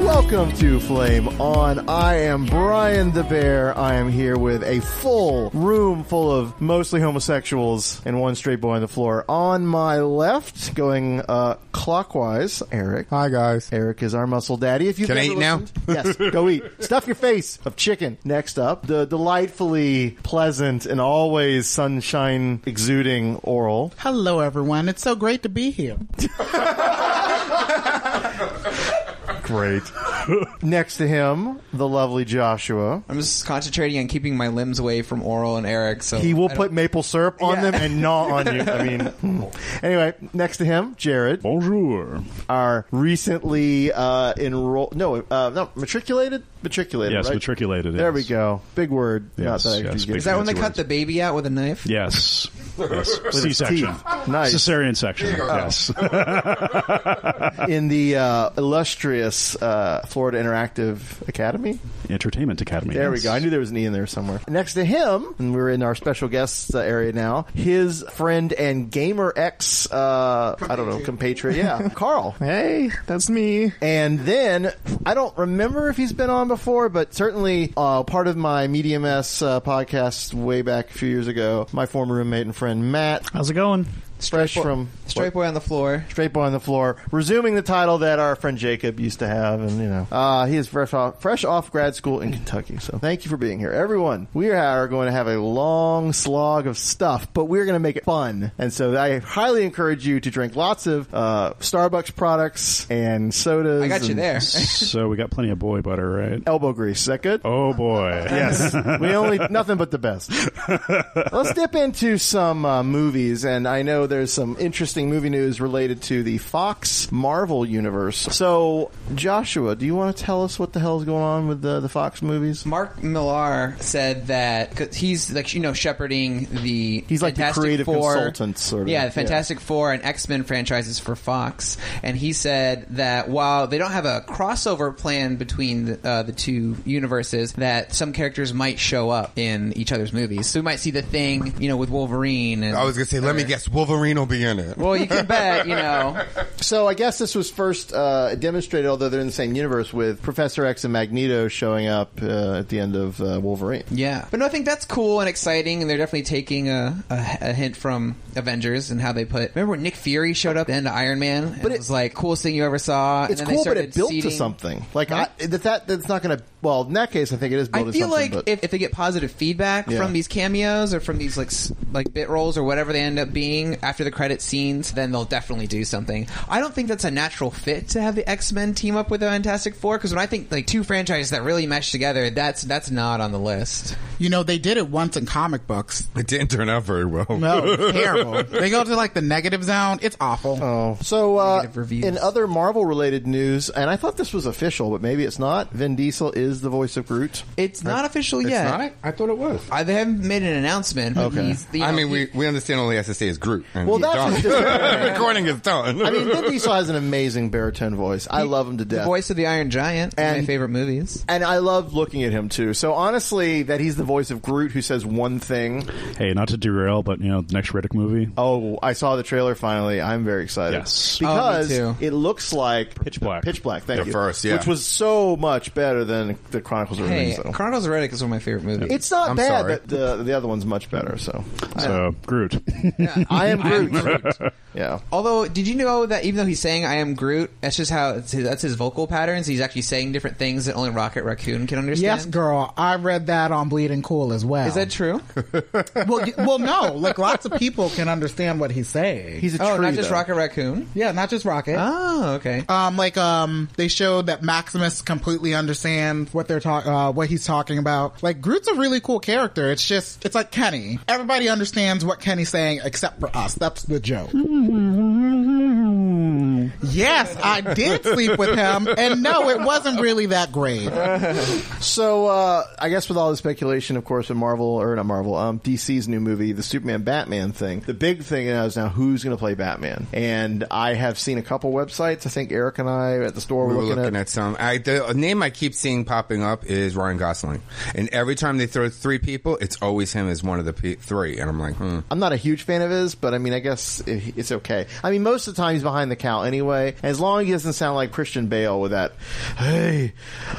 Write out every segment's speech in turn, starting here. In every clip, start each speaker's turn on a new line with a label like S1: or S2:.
S1: Welcome to Flame On. I am Brian the Bear. I am here with a full room full of mostly homosexuals and one straight boy on the floor. On my left, going uh, clockwise, Eric.
S2: Hi guys.
S1: Eric is our muscle daddy. If you
S2: Can I eat now?
S1: yes, go eat. Stuff your face of chicken. Next up, the delightfully pleasant and always sunshine exuding oral.
S2: Hello everyone. It's so great to be here.
S1: Great. Next to him, the lovely Joshua.
S3: I'm just concentrating on keeping my limbs away from Oral and Eric. So
S1: He will put maple syrup on them and gnaw on you. I mean, hmm. anyway, next to him, Jared,
S4: Bonjour.
S1: our recently uh, enrolled, no, uh, no, matriculated, matriculated.
S4: Yes,
S1: right?
S4: matriculated.
S1: There
S4: yes.
S1: we go. Big word.
S4: Yes,
S1: Not that I
S4: yes,
S1: could
S4: big
S1: get-
S3: is that when they
S4: Fancy
S3: cut the baby out with a knife?
S4: Yes. yes.
S1: With his
S4: C-section.
S1: teeth. Nice.
S4: Cesarean section. Yes.
S1: in the uh, illustrious uh, Florida Interactive Academy.
S4: Entertainment Academy.
S1: There
S4: yes.
S1: we go. I knew there was an E in there somewhere. Next to him, and we're in our special guests uh, area now. His friend and gamer ex, uh, I don't know, compatriot. Yeah, Carl.
S4: Hey, that's me.
S1: And then I don't remember if he's been on before, but certainly uh, part of my Medium S uh, podcast way back a few years ago. My former roommate and friend Matt,
S5: How's it going?
S1: fresh from
S3: Straight boy on the floor.
S1: Straight Boy on the Floor, resuming the title that our friend Jacob used to have, and you know, uh, he is fresh off, fresh off grad school in Kentucky. So thank you for being here, everyone. We are going to have a long slog of stuff, but we're going to make it fun, and so I highly encourage you to drink lots of uh, Starbucks products and sodas.
S3: I got you
S1: and
S3: there.
S4: so we got plenty of boy butter, right?
S1: Elbow grease, is that good?
S4: Oh boy.
S1: Yes, we only nothing but the best. Let's dip into some uh, movies, and I know there's some interesting movie news related to the Fox Marvel universe. So, Joshua, do you want to tell us what the hell is going on with the, the Fox movies?
S3: Mark Millar said that cause he's like you know shepherding the
S1: He's like the
S3: Fantastic
S1: creative
S3: Four,
S1: consultant, sort of.
S3: yeah the Fantastic Four and X Men franchises for Fox and he said that while they don't have a crossover plan between the, uh, the two universes that some characters might show up in each other's movies so we might see the thing you know with Wolverine and
S6: I was gonna say, let me guess, Wolverine will be in it.
S3: well you can bet you know
S1: So I guess this was first uh, demonstrated, although they're in the same universe, with Professor X and Magneto showing up uh, at the end of uh, Wolverine.
S3: Yeah, but no, I think that's cool and exciting, and they're definitely taking a, a, a hint from Avengers and how they put. Remember when Nick Fury showed up and Iron Man? And
S1: But
S3: but
S1: it-
S3: it was like coolest thing you ever saw. and
S1: It's
S3: then
S1: cool,
S3: they
S1: but
S3: started
S1: it built to
S3: seeding-
S1: something. Like I, that, that that's not going to. Well, in that case, I think it is built
S3: I
S1: to
S3: feel
S1: something.
S3: like
S1: but-
S3: if, if they get positive feedback
S1: Yeah.
S3: from these cameos or from these like s- like bit rolls or whatever they end up being, I after the credit scenes, then they'll definitely do something. I don't think that's a natural fit to have the X Men team up with the Fantastic Four because when I think like two franchises that really mesh together, that's that's not on the list.
S7: You know, they did it once in comic books.
S6: It didn't turn out very well.
S7: No, terrible. They go to like the negative zone. It's awful.
S1: Oh, so uh, in other Marvel related news, and I thought this was official, but maybe it's not. Vin Diesel is the voice of Groot.
S3: It's not official yet.
S6: I thought it was.
S3: I, they haven't made an announcement. but
S1: Okay.
S3: he's- you
S6: I
S3: know,
S6: mean,
S3: he-
S6: we, we understand all he has to say is Groot. And
S1: Well, that's
S6: he's done. recording is done.
S1: I mean, Vin Diesel has an amazing baritone voice. I love him to death.
S3: the voice of the Iron Giant, one of
S1: And-
S3: my favorite movies.
S1: and I love looking at him too. So honestly, that he's the voice of Groot who says one thing.
S4: Hey, not to derail, but you know, the next Riddick movie,
S1: Oh, I saw the trailer finally. I'm very excited.
S4: Yes.
S1: Because
S3: Oh, me
S1: it looks like
S4: Pitch Black.
S1: Pitch Black, thank
S6: The
S1: you.
S6: first, yeah.
S1: Which was so much better than the Chronicles of
S3: Hey,
S1: Riddick. So.
S3: Chronicles of Riddick is one of my favorite movies.
S1: it's not
S6: I'm
S1: bad.
S6: sorry.
S1: but uh, The, the other one's much better. So
S4: so Groot.
S1: I am Groot. yeah.
S3: Although, did you know that even though he's saying "I am Groot," that's just how it's his, that's his vocal patterns. He's actually saying different things that only Rocket Raccoon can understand.
S7: Yes, girl. I read that on Bleeding Cool as well.
S3: Is that true?
S7: well, y- well, no. Like lots of people can understand what he's saying.
S1: He's a
S3: oh,
S1: tree,
S3: not just
S1: though.
S3: Rocket Raccoon.
S7: yeah, not just Rocket.
S3: Oh, okay.
S7: Um, like um, they showed that Maximus completely understands what they're talking, uh, what he's talking about. Like Groot's a really cool character. It's just, it's like Kenny. Everybody understands what Kenny's saying except for us. That's the joke. yes, I did sleep with him, and no, it wasn't really that great.
S1: So uh, I guess with all the speculation, of course, in Marvel or not Marvel, um, DC's new movie, the Superman Batman thing. The big thing now is now who's going to play Batman, and I have seen a couple websites. I think Eric and I at the store
S6: We
S1: were
S6: were
S1: looking,
S6: looking at some. I, the name I keep seeing popping up is Ryan Gosling, and every time they throw three people, it's always him as one of the p- three. And I'm like, hmm.
S1: I'm not a huge fan of his, but I mean, I guess it, it's okay. I mean, most of the time he's behind the cow anyway. As long as he doesn't sound like Christian Bale with that, "Hey,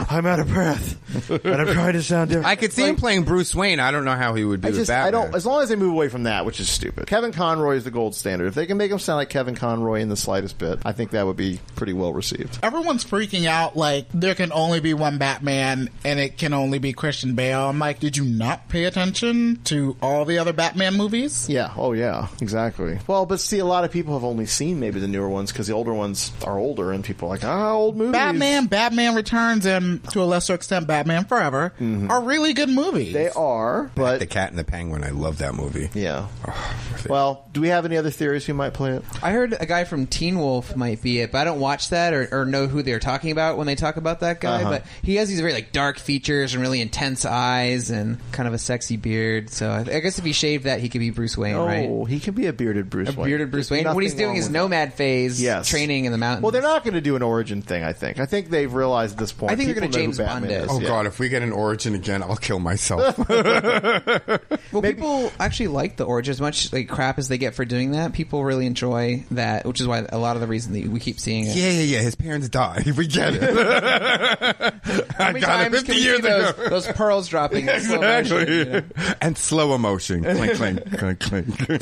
S1: I'm out of breath, and I'm trying to sound different."
S6: I could see him playing Bruce Wayne. I don't know how he would be
S1: I
S6: with
S1: just,
S6: Batman.
S1: I don't. As long as they move away from that, which is stupid. Kevin Conroy is the gold standard. If they can make him sound like Kevin Conroy in the slightest bit, I think that would be pretty well received.
S7: Everyone's freaking out. Like there can only be one Batman, and it can only be Christian Bale. I'm like, did you not pay attention to all the other Batman movies?
S1: Yeah. Oh, yeah. Exactly. Well, but see, a lot of people have only seen maybe the newer ones because the older ones are older, and people are like, ah, old movies.
S7: Batman, Batman Returns, and to a lesser extent, Batman Forever are really good movies.
S1: Mm-hmm. They are,
S6: the
S1: but
S6: Cat and the Penguin. I love that movie.
S1: yeah. Well, do we have any other theories who might play it?
S3: I heard a guy from Teen Wolf might be it, but I don't watch that or, or know who they're talking about when they talk about that guy.
S1: Uh-huh.
S3: But he has these very like dark features and really intense eyes and kind of a sexy beard. So I, I guess if he shaved that, he could be Bruce Wayne, right?
S1: Oh, he can be a bearded Bruce.
S3: A
S1: Wayne.
S3: bearded Bruce
S1: There's
S3: Wayne. What he's
S1: nothing
S3: doing
S1: wrong
S3: is
S1: with
S3: nomad phase,
S1: Yes.
S3: training in the mountains.
S1: that. Well, they're not going to do an origin thing. I think. I think they've realized at this point.
S3: I think they're
S1: people
S3: gonna
S1: know who
S3: James Bond
S1: Batman
S3: it.
S6: Oh
S1: yeah.
S6: God! If we get an origin again, I'll kill myself.
S3: Well, people actually like the origin as much like crap as they get for doing that. People really enjoy that, which is why a lot of the reason that we keep seeing it.
S6: Yeah, yeah, yeah. His parents died. We get it. I
S3: How
S6: got
S3: many
S6: it
S3: times
S6: 50
S3: can we see
S6: years ago.
S3: those, those pearls dropping? in slow motion, you know?
S6: And slow emotion. Clink, clink, clink, clink.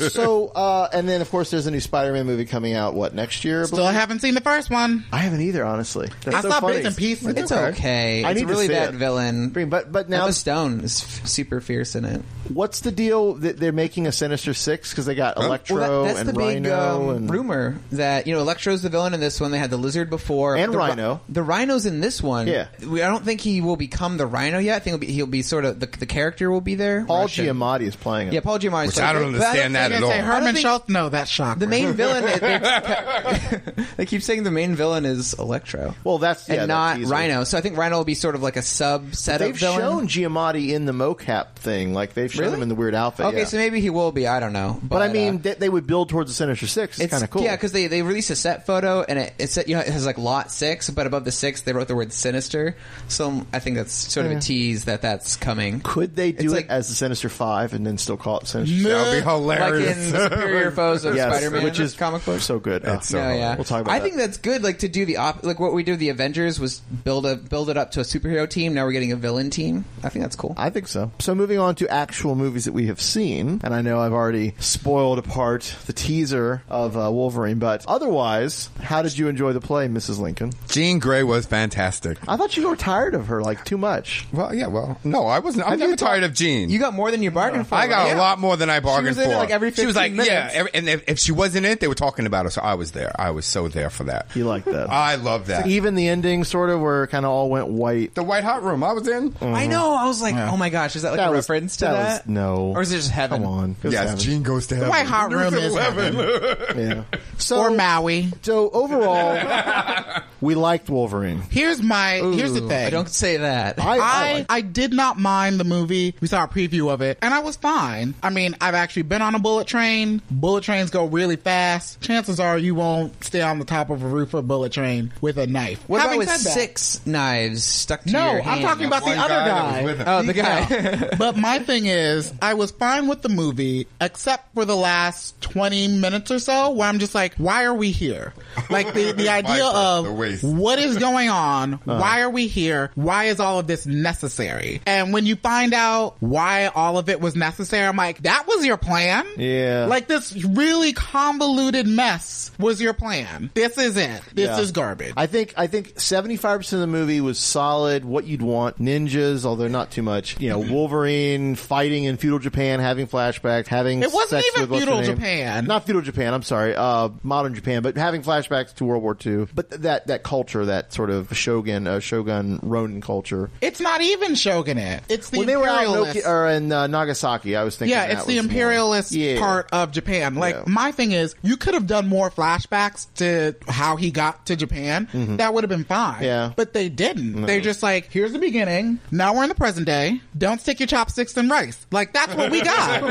S1: so, uh, and then of course there's a new Spider-Man movie coming out. What next year? I
S7: Still
S1: believe?
S7: haven't seen the first one.
S1: I haven't either, honestly. That's
S7: I
S1: so
S7: saw
S1: funny.
S7: bits and pieces.
S3: It's okay.
S1: I
S3: it's
S1: need to
S3: really
S1: see
S3: that
S1: it.
S3: villain.
S1: Green, but- but now-
S3: Emma Stone is f- super fierce in it.
S1: What's the deal that they're making a Sinister Six because they got Electro
S3: Well, that- that's
S1: and
S3: the
S1: Rhino
S3: big um,
S1: and
S3: rumor that you know Electro's the villain in this one. They had the lizard before
S1: And
S3: the, ri-
S1: Rhino.
S3: The Rhino's in this one.
S1: Yeah.
S3: we, I don't think he will become the Rhino yet. I think he'll be, he'll be sort of the, the character will be there.
S1: Paul
S3: Russian.
S1: Giamatti is playing it.
S3: Yeah, Paul Giamatti.
S6: Which I don't understand that at
S7: They say
S6: all.
S7: Herman
S3: think-
S7: Schultz. No, that's shocking.
S3: The main villain. Is, they, they keep saying the main villain is Electro.
S1: Well, that's- yeah, that's
S3: and not
S1: easy.
S3: Rhino. So I think Rhino will be sort of like a subset
S1: They've
S3: of
S1: shown
S3: villain.
S1: Giamatti in the mocap thing, like they've shown
S3: Really?
S1: him in the weird outfit.
S3: okay,
S1: yeah.
S3: so maybe he will be. I don't know.
S1: but I
S3: uh,
S1: mean, they, they would build towards the Sinister Six. It's, kind of cool.
S3: Yeah, because they, they released a set photo and it, it said you know it has like lot six, but above the six they wrote the word sinister. So um, I think that's sort of a tease that that's coming.
S1: could they do
S3: It's
S1: it
S3: like-
S1: as the Sinister Five and then still call it Sinister?
S6: That would be
S3: Like in
S6: hilarious.
S3: Superior Foes of
S1: Yes,
S3: Spider Man,
S1: which is
S3: comic book.
S1: so good. Oh.
S6: It's so
S3: No, yeah.
S1: We'll talk about
S3: I
S1: that.
S3: think that's good. Like to do the op- like what we do with the Avengers was build a build it up to a superhero team. Now we're getting a villain team. I think that's cool.
S1: I think so. So moving on to actual movies that we have seen, and I know I've already spoiled apart the teaser of uh, Wolverine, but otherwise, how did you enjoy the play, Mrs. Lincoln?
S6: Jean Grey was fantastic.
S1: I thought you were tired of her like too much.
S6: Well, yeah, well, no, I wasn't. I'm never tired of Jean.
S3: You got more than you bargained for. Oh
S6: I got a
S3: right?
S6: lot more than I bargained
S3: she was in
S6: for.
S3: It, like every 15
S6: she was like,
S3: minutes.
S6: yeah, every, and if, if she wasn't in it, they were talking about her, so I was there. I was so there for that.
S1: You like that?
S6: I love that.
S1: Even the ending, sort of, where kind of all went white. Mm-hmm.
S6: The white hot room I was in.
S3: I know. I was like, oh my gosh, is that like a
S1: was-
S3: reference to
S1: that was-
S3: that?
S1: no.
S3: Or is it just heaven?
S1: Come on. Yes,
S6: Gene goes to
S7: The White Hot Room is
S1: Yeah.
S7: or Maui.
S1: So overall, we liked Wolverine.
S7: Here's my here's the thing.
S3: I don't say that.
S1: I- I
S7: I,
S1: like-
S7: I did not mind the movie. We saw a preview of it, and I was fine. I mean, I've actually been on a bullet train. Bullet trains go really fast. Chances are you won't stay on the top of a roof of a bullet train with a knife.
S3: what about
S7: Having
S3: with
S7: said that-
S3: six knives stuck to
S7: No,
S3: your hand?
S7: I'm talking about the
S6: One
S7: other
S6: guy that
S7: guy.
S6: was with him.
S3: Oh, the guy.
S7: Yeah. but my thing is, I was fine with the movie except for the last 20 minutes or so where I'm just like, why are we here? Like the, the idea
S6: Viper,
S7: of
S6: the waste.
S7: what is going on?
S1: Uh.
S7: Why are we here? Why is all of this necessary? And when you find out why all of it was necessary, I'm like, that was your plan?
S1: Yeah.
S7: Like this really convoluted mess was your plan. This is it. This
S1: Yeah.
S7: is garbage.
S1: I think I think seventy five percent of the movie was solid. What you'd want ninjas, although not too much. You know,
S7: Mm-hmm.
S1: Wolverine fighting in feudal Japan, having flashbacks, having
S7: It wasn't
S1: sex
S7: even
S1: with what's her
S7: feudal
S1: name.
S7: Japan.
S1: Not feudal Japan. I'm sorry, uh, modern Japan, but having flashbacks to World War II. But th- that that culture, that sort of shogun uh, shogun Ronin culture.
S7: it's not even shogunate. It's the
S1: when they were out in,
S7: imperialist.
S1: Oki- or in uh, Nagasaki, I was thinking.
S7: Yeah,
S1: that
S7: it's the
S1: was more-
S7: imperialist
S1: Yeah.
S7: part of Japan. Like
S1: Yeah.
S7: my thing is, you could have done more flashbacks to how he got to Japan. That would have been fine.
S1: Yeah.
S7: but they didn't. They're just like, here's the beginning. Now we're in the present day. Don't stick your chopsticks in rice. Like that's what we got.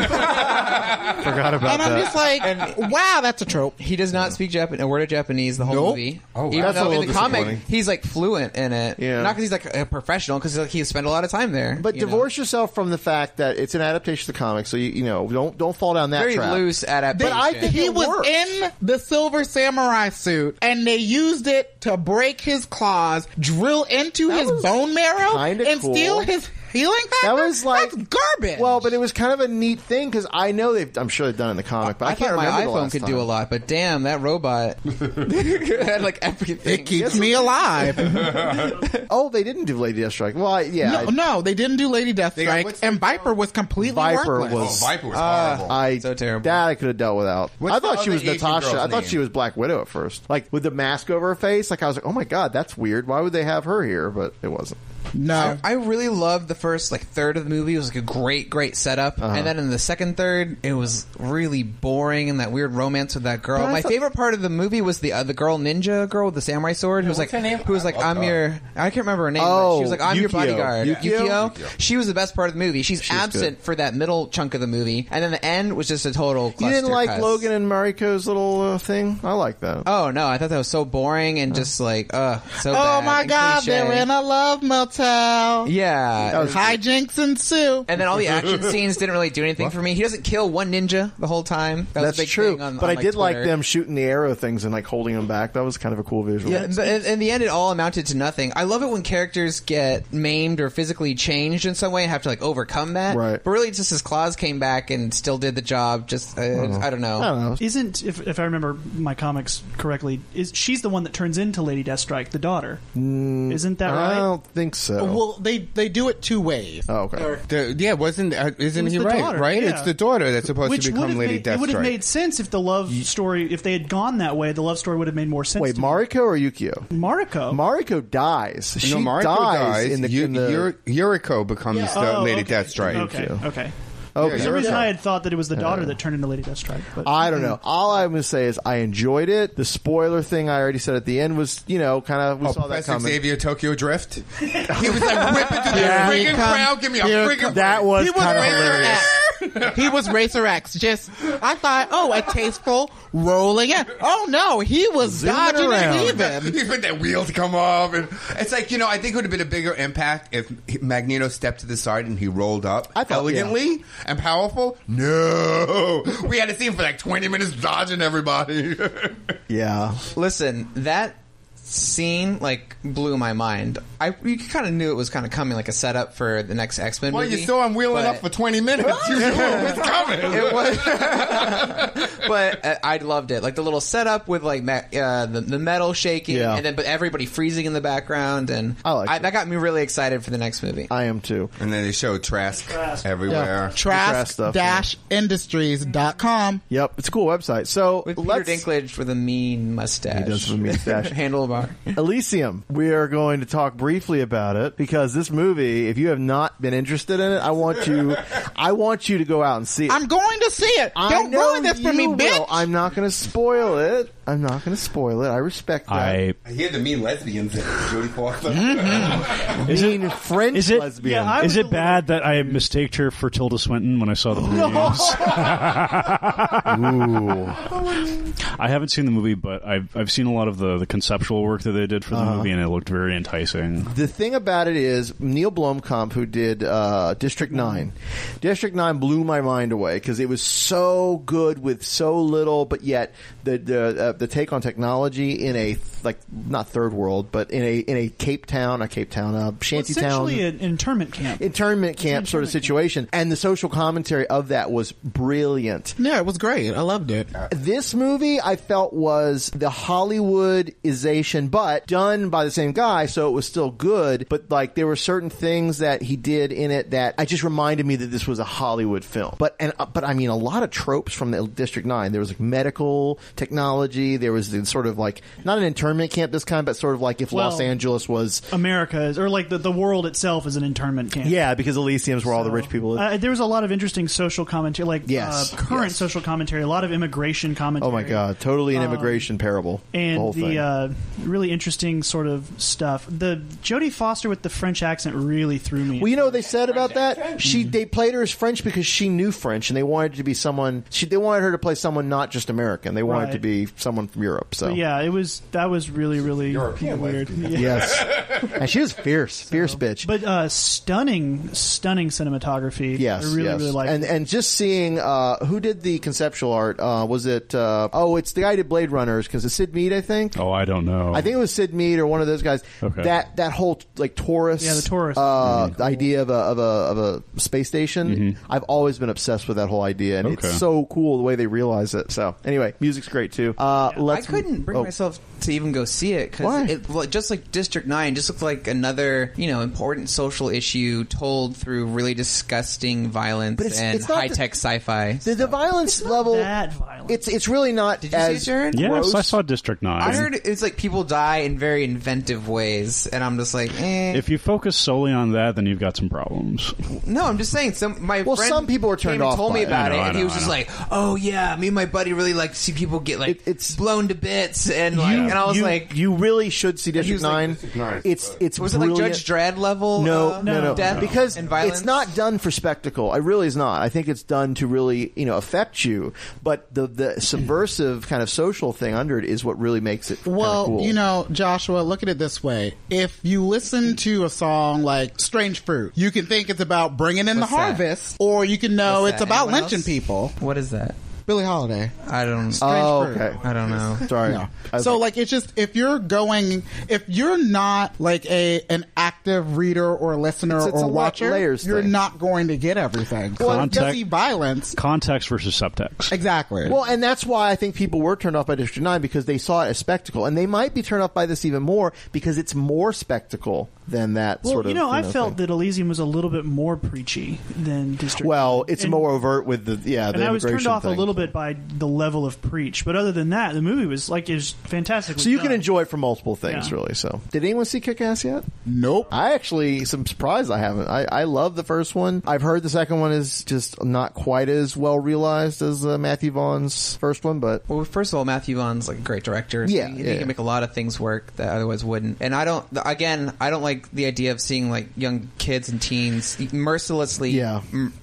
S1: Forgot about
S7: and
S1: that.
S7: I'm just like,
S3: Uh,
S7: wow, that's a trope.
S3: He does not speak Japan, a word of Japanese the whole
S7: Nope.
S3: movie.
S6: Oh, wow.
S3: Even
S6: That's
S1: a
S3: though
S1: little
S3: in the comic,
S1: disappointing.
S3: he's like fluent in it.
S1: Yeah.
S3: Not because he's like a professional, because like, he spent a lot of time there.
S1: But
S3: you know?
S1: divorce yourself from the fact that it's an adaptation of the comics, so you, you know don't don't fall down that
S3: Very
S1: trap.
S3: loose adaptation.
S1: But I think
S7: he
S1: it
S7: was
S1: worked.
S7: in the silver samurai suit, and they used it to break his claws, drill into his
S1: was
S7: bone marrow,
S1: kinda
S7: and
S1: cool.
S7: steal his healing factor.
S1: That was like
S7: That's garbage.
S1: Well, but it was kind of a neat thing because I know they've. I'm sure they've done it in the comic, but I,
S3: I
S1: can't
S3: thought my
S1: remember. the
S3: iPhone
S1: last
S3: could
S1: time.
S3: do a lot, but damn, that robot had like everything.
S7: It keeps me alive.
S1: Oh, they didn't do Lady Deathstrike. Well, I, yeah,
S7: no,
S1: I-
S7: no, they didn't do Lady
S6: got-
S7: Deathstrike,
S6: what's the-
S7: and Viper was completely
S1: Viper was.
S6: Oh,
S7: worthless.
S1: Uh, Ah,
S6: Viper was horrible.
S1: I
S3: So terrible.
S1: that I could have dealt without.
S6: What's
S1: I thought
S6: the
S1: she was
S6: other Asian
S1: Natasha.
S6: girl's
S1: I thought
S6: name?
S1: she was Black Widow at first, like with the mask over her face. Like I was like, oh my god, that's weird. Why would they have her here? But it wasn't.
S7: no.
S3: I really loved the first like third of the movie. It was like a great, great setup,
S1: Uh-huh.
S3: and then in the second third, it was really boring and that weird romance with that girl.
S1: But I
S3: My
S1: thought-
S3: favorite part of the movie was the uh, the girl ninja girl with the samurai sword who was like
S6: her name?
S3: who was like
S6: I loved
S3: I'm
S6: her.
S3: your I can't remember her name. but she was like
S1: Oh,
S3: I'm your
S1: Yukio.
S3: bodyguard,
S1: Yukio?
S3: She was the best part of the movie. She's, absent for that middle chunk of the movie, and then the end was just a total.
S1: You didn't like
S3: clustercuss.
S1: Logan and Mariko's little uh, thing. I like that. Uh-huh.
S3: Oh no, I thought that was so boring and just like uh so.
S7: oh
S3: bad
S7: my
S3: and
S7: God,
S3: cliche.
S7: they're in a love motel.
S3: Yeah,
S7: Hijinks ensue.
S3: And then all the action scenes didn't really do anything for me. He doesn't kill one ninja the whole time. That was
S1: That's
S3: a big
S1: true.
S3: thing on-
S1: but
S3: on,
S1: I did like
S3: Twitter.
S1: them shooting the arrow things and like holding them back. That was kind of a cool visual.
S3: Yeah, but in, in the end, it all amounted to nothing. I love it when characters get maimed or physically changed in some way and have to like overcome that.
S1: Right.
S3: But really, just his claws came back and still did the job. Just uh, I don't know.
S1: I don't know.
S8: Isn't if, if I remember my comics correctly, is she's the one that turns into Lady Deathstrike, the daughter? Isn't that
S1: Mm, I
S8: right? Oh,
S1: don't think so.
S7: Well, they they do it two ways.
S1: oh, okay.
S6: The- yeah, wasn't uh, isn't
S8: was
S6: he
S8: the
S6: right?
S8: daughter,
S6: right,
S8: yeah.
S6: it's the daughter that's supposed
S8: Which
S6: to
S8: would
S6: become
S8: have
S6: Lady
S8: made, it would
S6: Deathstrike.
S8: have made sense if the love story if they had gone that way. The love story would have made more sense.
S1: Wait,
S8: to
S1: Mariko or Yukio?
S8: me. Mariko.
S1: Mariko dies. She
S6: no, Mariko
S1: dies, in the,
S6: Yu-
S1: in the
S6: Yur- Yuriko becomes the
S8: Oh,
S6: Lady
S8: okay.
S6: Deathstrike.
S8: Okay, okay.
S1: Okay.
S8: For some reason,
S1: Yuriko.
S8: I had thought that it was the daughter that turned into Lady Deathstrike. But
S1: I don't know. All I'm going to say is I enjoyed it. The spoiler thing I already said at the end was, you know, kind of we
S6: Oh,
S1: saw that
S6: Professor
S1: coming.
S6: Xavier Tokyo Drift. he was like ripping through the
S7: Here he
S6: friggin'
S7: comes.
S6: crowd. Give me a
S7: Here
S6: friggin'
S7: comes- that was
S6: He
S7: kinda
S6: right there.
S7: hilarious. he was Racer X. Just I thought, oh, a tasteful rolling in. Oh no, he was dodging and weaving.
S6: You expect that wheel to come off, and it's like you know. I think it would have been a bigger impact if Magneto stepped to the side and he rolled up elegantly and powerful. No, we had to see him for like twenty minutes dodging everybody.
S1: Yeah.
S3: Listen, that scene like blew my mind. I you kind of knew it was kind of coming, like a setup for the next X Men.
S6: well,
S3: movie,
S6: you saw him wheeling
S3: but-
S6: up for twenty minutes. You knew it was coming.
S3: It but uh, I loved it. Like the little setup with like ma- uh, the, the metal shaking,
S1: Yeah.
S3: and then but everybody freezing in the background, and I like that got me really excited for the next movie.
S1: I am too.
S6: And then they showed Trask,
S7: Yeah.
S6: everywhere.
S7: Trask-industries.com.
S1: Yep, it's a cool website. So
S3: with Peter Dinklage with a mean mustache,
S1: He does have a mustache.
S3: handlebar.
S1: Elysium. We are going to talk briefly about it because this movie, if you have not been interested in it, I want you, I want you to go out and see it.
S7: I'm going to see it. Don't
S1: know
S7: ruin this for
S1: you
S7: me,
S1: will.
S7: bitch.
S1: I'm not going to spoil it. I'm not going to spoil it. I respect that.
S4: I
S6: I hear the mean lesbians in Jodie Foster.
S3: Mm-hmm.
S1: mean French
S4: is it,
S1: lesbian.
S4: is it bad that I mistaked her for Tilda Swinton when I
S7: Oh,
S4: saw the movie? I haven't seen the movie, but I've I've seen a lot of the, the conceptual work that they did for the
S1: Uh-huh.
S4: movie, and it looked very enticing.
S1: The thing about it is Neil Blomkamp, who did uh, District Nine. District Nine blew my mind away because it was so good with so little, but yet the the uh, the take on technology in a like not third world, but in a in a Cape Town, a Cape Town, a shanty town,
S8: essentially an internment camp.
S1: internment camp sort of situation, and the social commentary of that was brilliant.
S7: Yeah, it was great. I loved it.
S1: This movie I felt was the Hollywoodization, but done by the same guy, so it was still good. But like there were certain things that he did in it that I just reminded me that this was a Hollywood film. But and uh, but I mean a lot of tropes from the District Nine. There was like medical technology. There was the sort of like not an internment camp this kind, but sort of like if
S8: Well-
S1: Los Angeles was.
S8: America is, or like the, the world itself is an internment camp.
S1: Yeah, because Elysium's where all the rich people.
S8: Uh, there was a lot of interesting social commentary, like
S1: Yes,
S8: uh, current social commentary, a lot of immigration commentary.
S1: oh my god, totally an
S8: Um,
S1: immigration parable. the Oh, whole
S8: and the,
S1: thing.
S8: uh, really interesting sort of stuff. The Jodie Foster with the French accent really threw me.
S1: Well, you know what they said about that? She they played her as French because she knew French, and they wanted to be someone. She they wanted her to play someone not just American. They wanted
S8: Right.
S1: to be someone from Europe. So
S8: But yeah, it was that was really really weird. Yeah.
S1: yes, and she was fierce, fierce bitch.
S8: but uh, stunning, stunning cinematography.
S1: Yes,
S8: I really
S1: yes.
S8: really liked.
S1: and and just seeing uh, who did the conceptual art uh, was it? Uh, oh, it's the guy who did Blade Runners because it's Sid Mead, I think.
S4: Oh, I don't know.
S1: I think it was Sid Mead or one of those guys.
S4: Okay. Mm-hmm.
S1: That that whole like Taurus,
S8: Yeah, the Taurus.
S1: uh, idea of a of a of a space station. I've always been obsessed with that whole idea, and
S3: Okay.
S1: it's so cool the way they realize it. So anyway, music's great too. Uh,
S3: I
S1: let's,
S3: couldn't bring
S1: oh.
S3: myself to even go see it
S1: Why?
S3: because it like, just like District Nine just looked like another you know important social issue told through really disgusting violence
S1: it's-
S3: and
S1: it's not
S3: high tech sci-fi.
S1: The, the violence level. It's it's really not. Did
S3: you see
S1: as
S3: it, Jared?
S4: Yes,
S3: Gross.
S4: I saw District Nine.
S3: I heard it's like people die in very inventive ways, and I'm just like, eh.
S4: if you focus solely on that, then you've got some problems.
S3: no, I'm just saying. Some my well, friend
S1: some people were
S3: came
S1: turned
S3: and
S1: off
S3: Told me
S1: by it. I
S3: about
S1: know,
S3: it,
S1: I
S3: and
S1: know,
S3: he was
S1: I
S3: just
S1: know.
S3: like, "Oh yeah, me and my buddy really like to see people get like it's blown to bits," and like,
S1: You-
S3: and I was
S1: you-
S3: like,
S1: you really should see
S3: he
S1: District
S3: was like-
S1: Nine. It's it's
S3: was it like
S1: brilliant.
S3: Judge Dredd level?
S1: No,
S3: uh,
S1: no, no,
S3: death
S1: because
S3: and violence.
S1: it's not done for spectacle. I really is not. I think it's done to really you know affect you. But the the subversive kind of social thing under it is what really makes it.
S7: Well,
S1: kinda cool.
S7: you know, Joshua, look at it this way. If you listen to a song like Strange Fruit, you can think it's about bringing in
S3: What's
S7: the
S3: that?
S7: harvest, or you can know
S3: What's
S7: it's
S3: that?
S7: about
S3: Anyone
S7: lynching
S3: else?
S7: people.
S3: What is that?
S7: Billie Holiday.
S3: I don't.
S7: Strange
S1: oh,
S7: fruit.
S1: okay.
S3: I don't know.
S1: Sorry.
S7: No.
S1: I was
S7: So like it's just if you're going if you're not like a an active reader or listener
S1: It's- it's a
S7: or
S1: lot
S7: watcher,
S1: layers
S7: you're
S1: thing.
S7: not going to get everything. Well,
S4: Contact-
S7: you see violence.
S4: Context versus subtext.
S7: Exactly.
S1: Well, and that's why I think people were turned off by District 9 because they saw it as spectacle. And they might be turned off by this even more because it's more spectacle than that
S8: well,
S1: sort of
S8: you know, I
S1: thing.
S8: felt that Elysium was a little bit more preachy than District.
S1: Well, it's
S8: And-
S1: more overt with the, yeah, the
S8: and I was turned
S1: immigration
S8: off
S1: thing.
S8: a little bit by the level of preach, but other than that, the movie was like is fantastic.
S1: So you can enjoy it from multiple things,
S8: Yeah.
S1: really. So, did anyone see Kick Ass yet?
S7: Nope.
S1: I actually some surprised I haven't. I, I love the first one. I've heard the second one is just not quite as well realized as uh, Matthew Vaughn's first one, but
S3: Well, first of all, Matthew Vaughn's like a great director. So
S1: Yeah,
S3: he, he
S1: yeah.
S3: can make a lot of things work that otherwise wouldn't. And I don't. Again, I don't like like the idea of seeing like young kids and teens mercilessly, yeah,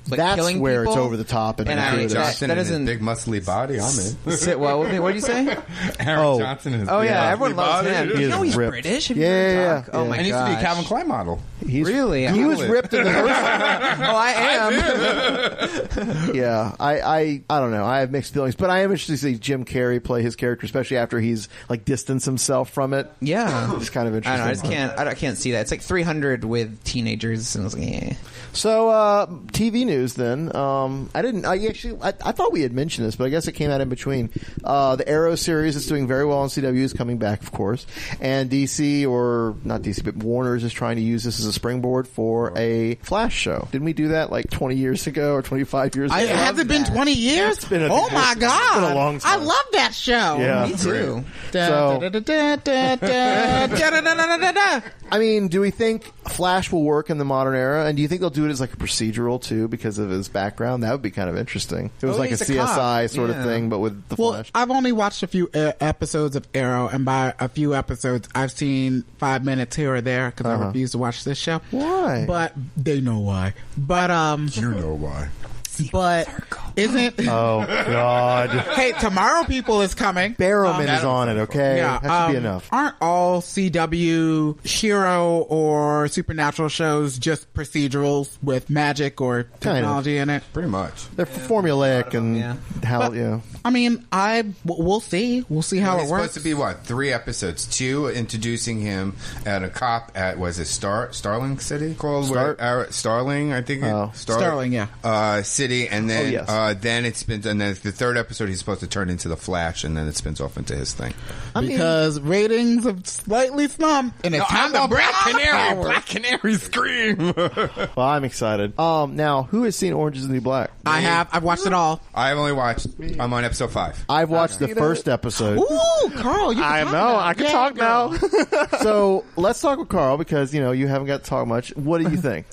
S3: like
S1: That's
S3: killing
S1: where it's
S3: people.
S1: over the top and
S3: I-
S1: gratuitous.
S3: that,
S1: Johnson
S3: that
S1: and his
S3: doesn't
S6: big muscly body. I'm in.
S3: Sit well with me. What do you say?
S6: Aaron Johnson is.
S3: Oh
S6: the
S3: yeah,
S6: ugly
S3: everyone loves
S6: body.
S3: him. You know he's British. Have you heard him talk? Oh my
S6: And he used to be a
S3: gosh.
S6: Calvin Klein model.
S1: He's,
S3: really?
S1: He was
S6: Google it.
S1: ripped in the
S3: oh, I am.
S1: yeah, I, I, I don't know. I have mixed feelings, but I am interested to see Jim Carrey play his character, especially after he's like distanced himself from it.
S3: Yeah,
S1: it's kind of interesting.
S3: I don't know. I just can't. I, don't- I can't see that. It's like 300 with teenagers, and I was like, eh.
S1: So uh, TV news then. Um, I didn't. I actually. I, I thought we had mentioned this, but I guess it came out in between. Uh, the Arrow series is doing very well on CW is coming back, of course, and DC or not DC, but Warner's is trying to use this as a springboard for a Flash show. Didn't we do that like 20 years ago or 25 years?
S7: I-
S1: ago?
S7: has it been 20 years?
S1: It's been a-
S7: oh my
S1: it's been
S7: god!
S1: a long time.
S7: I love that show.
S1: Yeah. Me too.
S7: oh, Da-
S1: So-
S7: da- da- da- da- da- da- da- da- da- da- da.
S1: I mean, do we think Flash will work in the modern era? And do you think they'll do it as like a procedural too because of his background? That would be kind of interesting. It was
S7: Oh,
S1: like a
S7: he's a
S1: CSI
S7: cop.
S1: sort
S7: Yeah.
S1: of thing, but with the
S7: Well,
S1: Flash.
S7: I've only watched a few uh, episodes of Arrow, and by a few episodes, I've seen five minutes here or there because I
S1: Uh-huh.
S7: refuse to watch this show.
S1: Why?
S7: But they know why. But um, you know why. But isn't
S1: Oh God!
S7: hey, tomorrow people is coming.
S1: Barrowman
S7: Um,
S1: is on it. Okay,
S7: Yeah,
S1: that should be
S7: um,
S1: enough.
S7: Aren't all CW hero or supernatural shows just procedurals with magic or technology in it?
S6: Pretty much.
S1: They're formulaic and how yeah.
S7: I mean, I w- we'll see. We'll see how
S6: It's
S7: it works.
S6: supposed to be what three episodes? Two introducing him at a cop at was it Star Starling City called Where- uh, Starling? I think it-
S3: Oh.
S6: Star-
S7: Starling, yeah.
S6: uh, city, and then
S7: Oh, yes.
S6: uh, then it spins, and then the third episode he's supposed to turn into the Flash, and then it spins off into his thing.
S7: because ratings have slightly slumped, and it's time to break Canary. Black Canary scream.
S1: well, I'm excited. Um, now who has seen Orange is the New Black?
S7: I have. I've watched it all.
S6: I've only watched. I'm on episode five.
S1: I've watched the first episode.
S7: Ooh, Carl, you.
S1: I know. I can talk now. so let's talk with Carl because you know you haven't got to talk much. What do you think?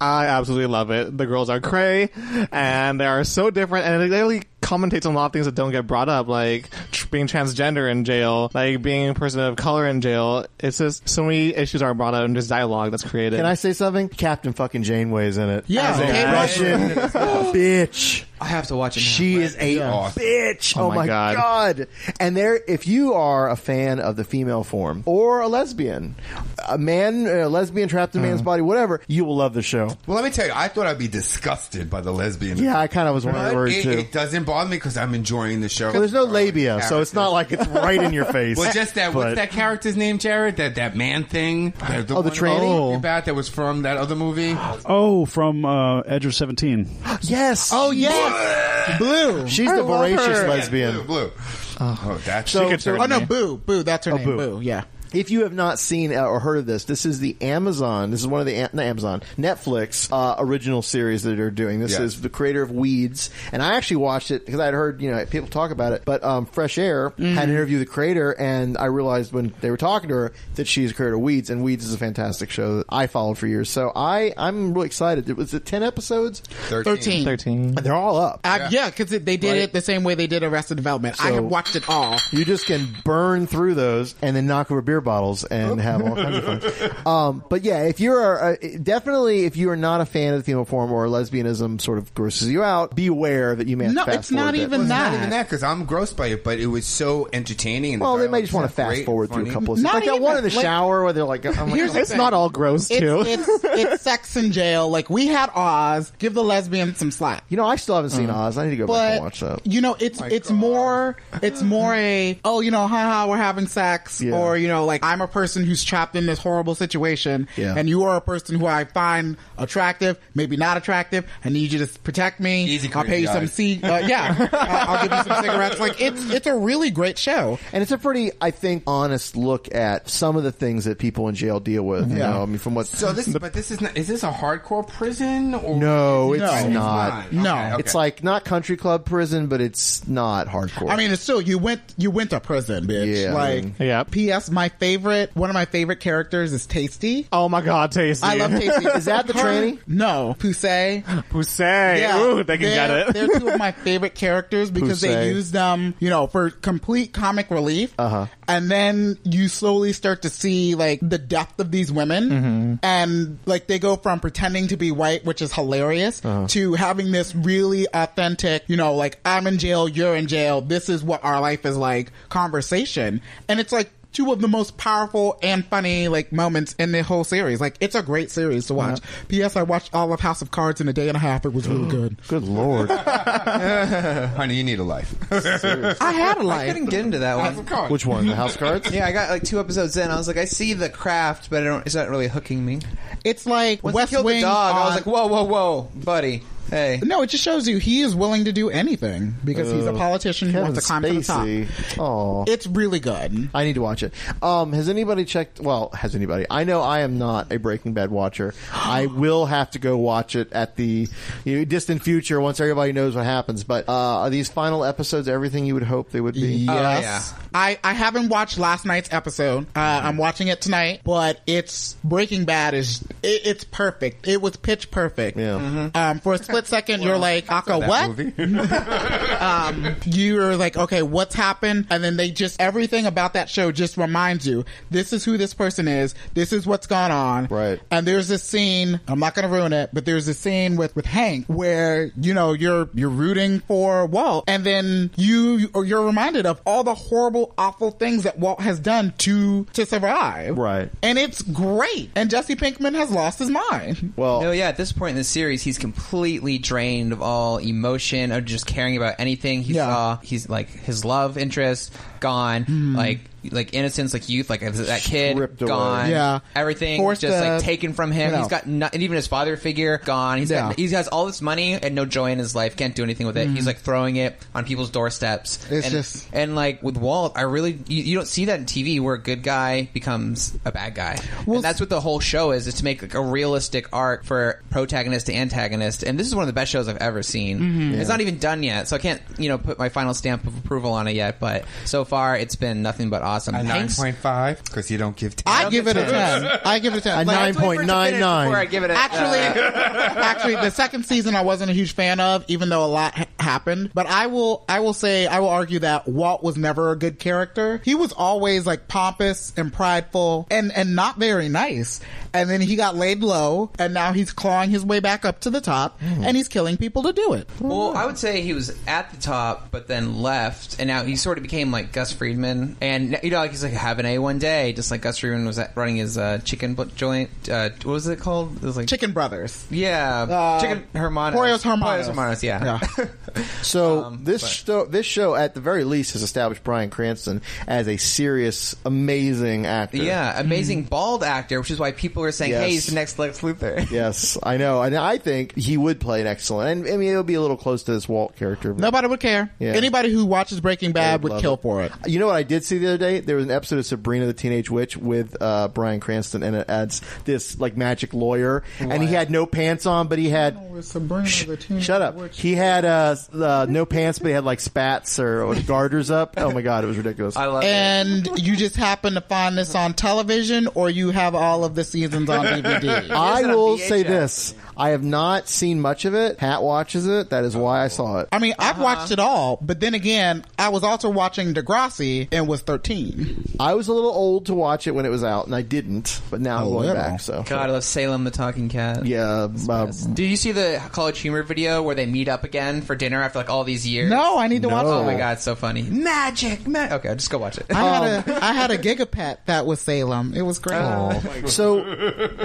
S9: I absolutely love it. The girls are cray, and they are so different, and it really commentates on a lot of things that don't get brought up, like tr- being transgender in jail, like being a person of color in jail. It's just so many issues are brought up in just dialogue that's created.
S1: Can I say something? Captain fucking Janeway's in it.
S9: Yeah,
S1: As a
S9: Kate
S1: Russian bitch.
S3: I have to watch it.
S1: She is a
S3: Yeah.
S1: bitch. Oh, my god. And there, if you are a fan of the female form or a lesbian, a man, a lesbian trapped in a man's body, whatever, you will love the show.
S6: Well, let me tell you, I thought I'd be disgusted by the lesbian.
S1: Yeah, I kind of was
S6: But
S1: wondering worried
S6: it,
S1: too.
S6: it doesn't bother me because I'm enjoying the show. Uh,
S1: Well, there's no labia, so it's not like it's right in your face.
S6: Well, just that.
S1: But-
S6: What's that character's name, Jared? That that man thing. That
S1: Oh, the
S6: one
S1: tranny?
S6: I told you about that was from that other movie.
S4: Oh, from uh, Edge of Seventeen.
S1: Yes.
S7: Oh yes. Blue.
S1: She's the voracious lesbian.
S6: Blue. blue. Oh, that's
S1: So- so-
S7: oh no, Boo, Boo. That's her
S1: Oh, Boo.
S7: name. Boo. Yeah.
S1: If you have not seen uh, or heard of this, this is the Amazon. This is one of the Am- not Amazon Netflix uh, original series that they're doing. This
S6: Yeah.
S1: is the creator of Weeds, and I actually watched it because I'd heard you know people talk about it. But um, Fresh Air
S7: Mm-hmm.
S1: had an interview with the creator, and I realized when they were talking to her that she's the creator of Weeds, and Weeds is a fantastic show that I followed for years. So I I'm really excited. It was it ten episodes,
S7: Thirteen.
S9: Thirteen.
S1: They're all up.
S7: Uh, yeah, because they did it the same way they did Arrested Development. I
S1: So-
S7: have watched it all.
S1: You just can burn through those and then knock over beer bottles
S7: Oh.
S1: and have all kinds of fun. Um, but yeah, if you're a, definitely if you are not a fan of the female form or lesbianism sort of grosses you out, beware that you may have to fast forward a bit.
S6: Well, it's not even that because I'm grossed by it, but it was so entertaining. And
S1: Well, they may
S6: dialogue
S1: just want to
S6: was
S1: fast
S6: great,
S1: forward through
S6: funny.
S1: a couple of scenes. like that one in the shower where they're like, I'm like
S7: Here's the thing. It's- It's, it's sex in jail. Like we had Oz. Give the lesbian some slack. Mm.
S1: you know, I still haven't seen Oz. I need to go back and
S7: But,
S1: watch that.
S7: You know, it's it's more it's more a oh you know haha we're having sex
S1: Yeah.
S7: or you know like I'm a person who's trapped in this horrible situation
S1: Yeah.
S7: and you are a person who I find attractive maybe not attractive I need you to s- protect me Easy I'll pay you
S1: guys.
S7: some c uh, yeah I- I'll give you some cigarettes like it's it's a really great show
S1: And it's a pretty, I think, honest look at some of the things that people in jail deal with. You
S6: Yeah.
S1: know, I mean, from what
S6: So this, but this is not, is this a hardcore prison or
S1: No,
S6: is
S1: it's
S6: it-
S1: not.
S6: No,
S1: it's like not country club prison, but it's not hardcore.
S7: I mean, it's still you went you went to prison, bitch.
S1: Yeah.
S7: like,
S1: I mean-
S7: P.S. My favorite one of my favorite characters is Tasty.
S9: Oh my god, Tasty!
S7: I love Tasty.
S9: Is that the
S7: Her-
S9: tranny?
S7: No, Pusey.
S9: Pusey. Ooh, they can
S7: they're,
S9: get it.
S7: they're two of my favorite characters because they
S9: Pusey.
S7: use them, you know, for complete comic relief.
S1: Uh huh.
S7: And then you slowly start to see like the depth of these women,
S9: Mm-hmm.
S1: Mhm.
S7: and like they go from pretending to be white, which is hilarious,
S1: Uh-huh.
S7: to having this really authentic, you know, like I'm in jail, you're in jail, this is what our life is like conversation, and it's like two of the most powerful and funny like moments in the whole series. Like it's a great series to watch.
S1: Uh-huh.
S7: P.S. I watched all of House of Cards in a day and a half. It was really good.
S1: Oh, Good lord.
S6: Honey, you need a life.
S7: I had a
S3: I
S7: life.
S3: couldn't get into that one.
S1: Which one? The House Cards?
S3: Yeah, I got like two episodes in. I was like, I see the craft, but I don't. It's not really hooking me.
S7: It's like
S3: Once
S7: West
S3: he killed
S7: Wing
S3: the dog. I
S7: on-
S3: was like, whoa, whoa, whoa, buddy. Hey.
S7: No, it just shows you he is willing to do anything because he's a
S1: Oh,
S7: politician who
S1: Kevin
S7: wants to climb to the
S1: Spacey.
S7: top.
S1: Oh,
S7: it's really good.
S1: I need to watch it. Um, has anybody checked? Well, has anybody? I know I am not a Breaking Bad watcher. I will have to go watch it at the you know, distant future once everybody knows what happens. But uh, are these final episodes everything you would hope they would be?
S3: Oh,
S7: Yes. I, I haven't watched last night's episode. Uh, I'm watching it tonight, but it's Breaking Bad is it, it's perfect. It was pitch perfect.
S1: Yeah.
S7: Um, for a split second, you're like, Aka,
S1: that
S7: what? um, you're like, okay, what's happened? And then they just everything about that show just reminds you this is who this person is. This is what's gone on. Right. And there's this scene. I'm not going to ruin it, but there's a scene with with Hank where you know you're you're rooting for Walt, and then you or you're reminded of all the horrible, awful things that Walt has done to to survive.
S1: Right.
S7: And it's great. And Jesse Pinkman has lost his mind.
S1: Well,
S3: no, yeah. At this point in the series, he's completely drained of all emotion of just caring about anything. He saw he's like his love interest gone, like like innocence, like youth, like that kid
S7: Hmm. away.
S3: gone,
S7: Yeah.
S3: everything
S7: Forced
S3: just like
S7: to-
S3: taken from him.
S7: you know.
S3: He's got no, and even his father figure gone. He's
S7: Yeah.
S3: got he has all this money and no joy in his life. Can't do anything with it.
S7: Mhm.
S3: He's like throwing it on people's doorsteps.
S7: It's
S3: and,
S7: just-
S3: and like with Walt, I really you, you don't see that in TV where a good guy becomes a bad guy. and that's what the whole show is: is to make like a realistic arc for protagonist to antagonist. And this is one of the best shows I've ever seen.
S7: Mhm.
S3: It's
S7: Yeah.
S3: not even done yet, so I can't you know put my final stamp of approval on it yet. But so far, it's been nothing but awesome.
S6: A
S3: Hank's-
S6: 9.5 because you don't give 10.
S7: I give it a ten. I give it a ten.
S6: A
S7: Like-
S6: 9.99.
S3: Before I give it a-
S7: actually, actually, the second season I wasn't a huge fan of, even though a lot ha- happened. But I will, I will say, I will argue that Walt was never a good character. He was always like pompous and prideful, and and not very nice. And then he got laid low, and now he's clawing his way back up to the top,
S1: Hmm.
S7: and he's killing people to do it.
S3: Well, I would say he was at the top, but then left, and now he sort of became like Gus Friedman, and you know, like he's like having a one day, just like Gus Friedman was at running his uh, chicken bu- joint. Uh, what was it called? It was like
S7: Chicken Brothers.
S3: Yeah,
S7: Uh,
S3: Chicken Hermanos.
S7: Porio's Hermanos.
S3: Porio's Hermanos. Yeah.
S1: So
S3: Um,
S1: this show, this show at the very least has established Brian Cranston as a serious, amazing actor.
S7: Mm-hmm.
S3: Yeah, amazing bald actor, which is why people are saying, "Hey,
S1: Yes.
S3: he's the next Lex Luthor."
S1: Yes, I know, and I think he would play an excellent. And I mean, it'll be a little close to this Walt character. But
S7: Nobody would care.
S1: Yeah.
S7: Anybody who watches Breaking Bad would
S1: love
S7: kill
S1: it.
S7: for it.
S1: You know what I did see the other day? There was an episode of Sabrina the Teenage Witch with uh, Brian Cranston, and it adds this like magic lawyer, and he had no pants on, but he had
S7: Sabrina the Teenage
S1: shut up. He had uh, s- uh, no pants, but he had like spats or, or garters up. Oh my god, it was ridiculous. I
S3: love
S7: and you just happen to find this on television, or you have all of the seasons on DVD.
S1: I will say this: I have not seen much of it. Hat watches it. That is why I saw it.
S7: I mean, I've watched it all, but then again, I was also watching Degrassi and was 13.
S1: I was a little old to watch it when it was out, and I didn't. But now I'm
S7: Oh,
S1: going back. So
S3: God, I love Salem the Talking Cat.
S1: yeah, uh,
S3: Did you see the College Humor video where they meet up again for dinner after like all these years?
S7: No, I need to watch
S3: Oh
S7: that.
S3: my god, it's so funny. Magic, magic. Okay, just go watch it.
S7: I
S1: Um,
S7: had a I had a gigapet that was Salem. It was great.
S1: So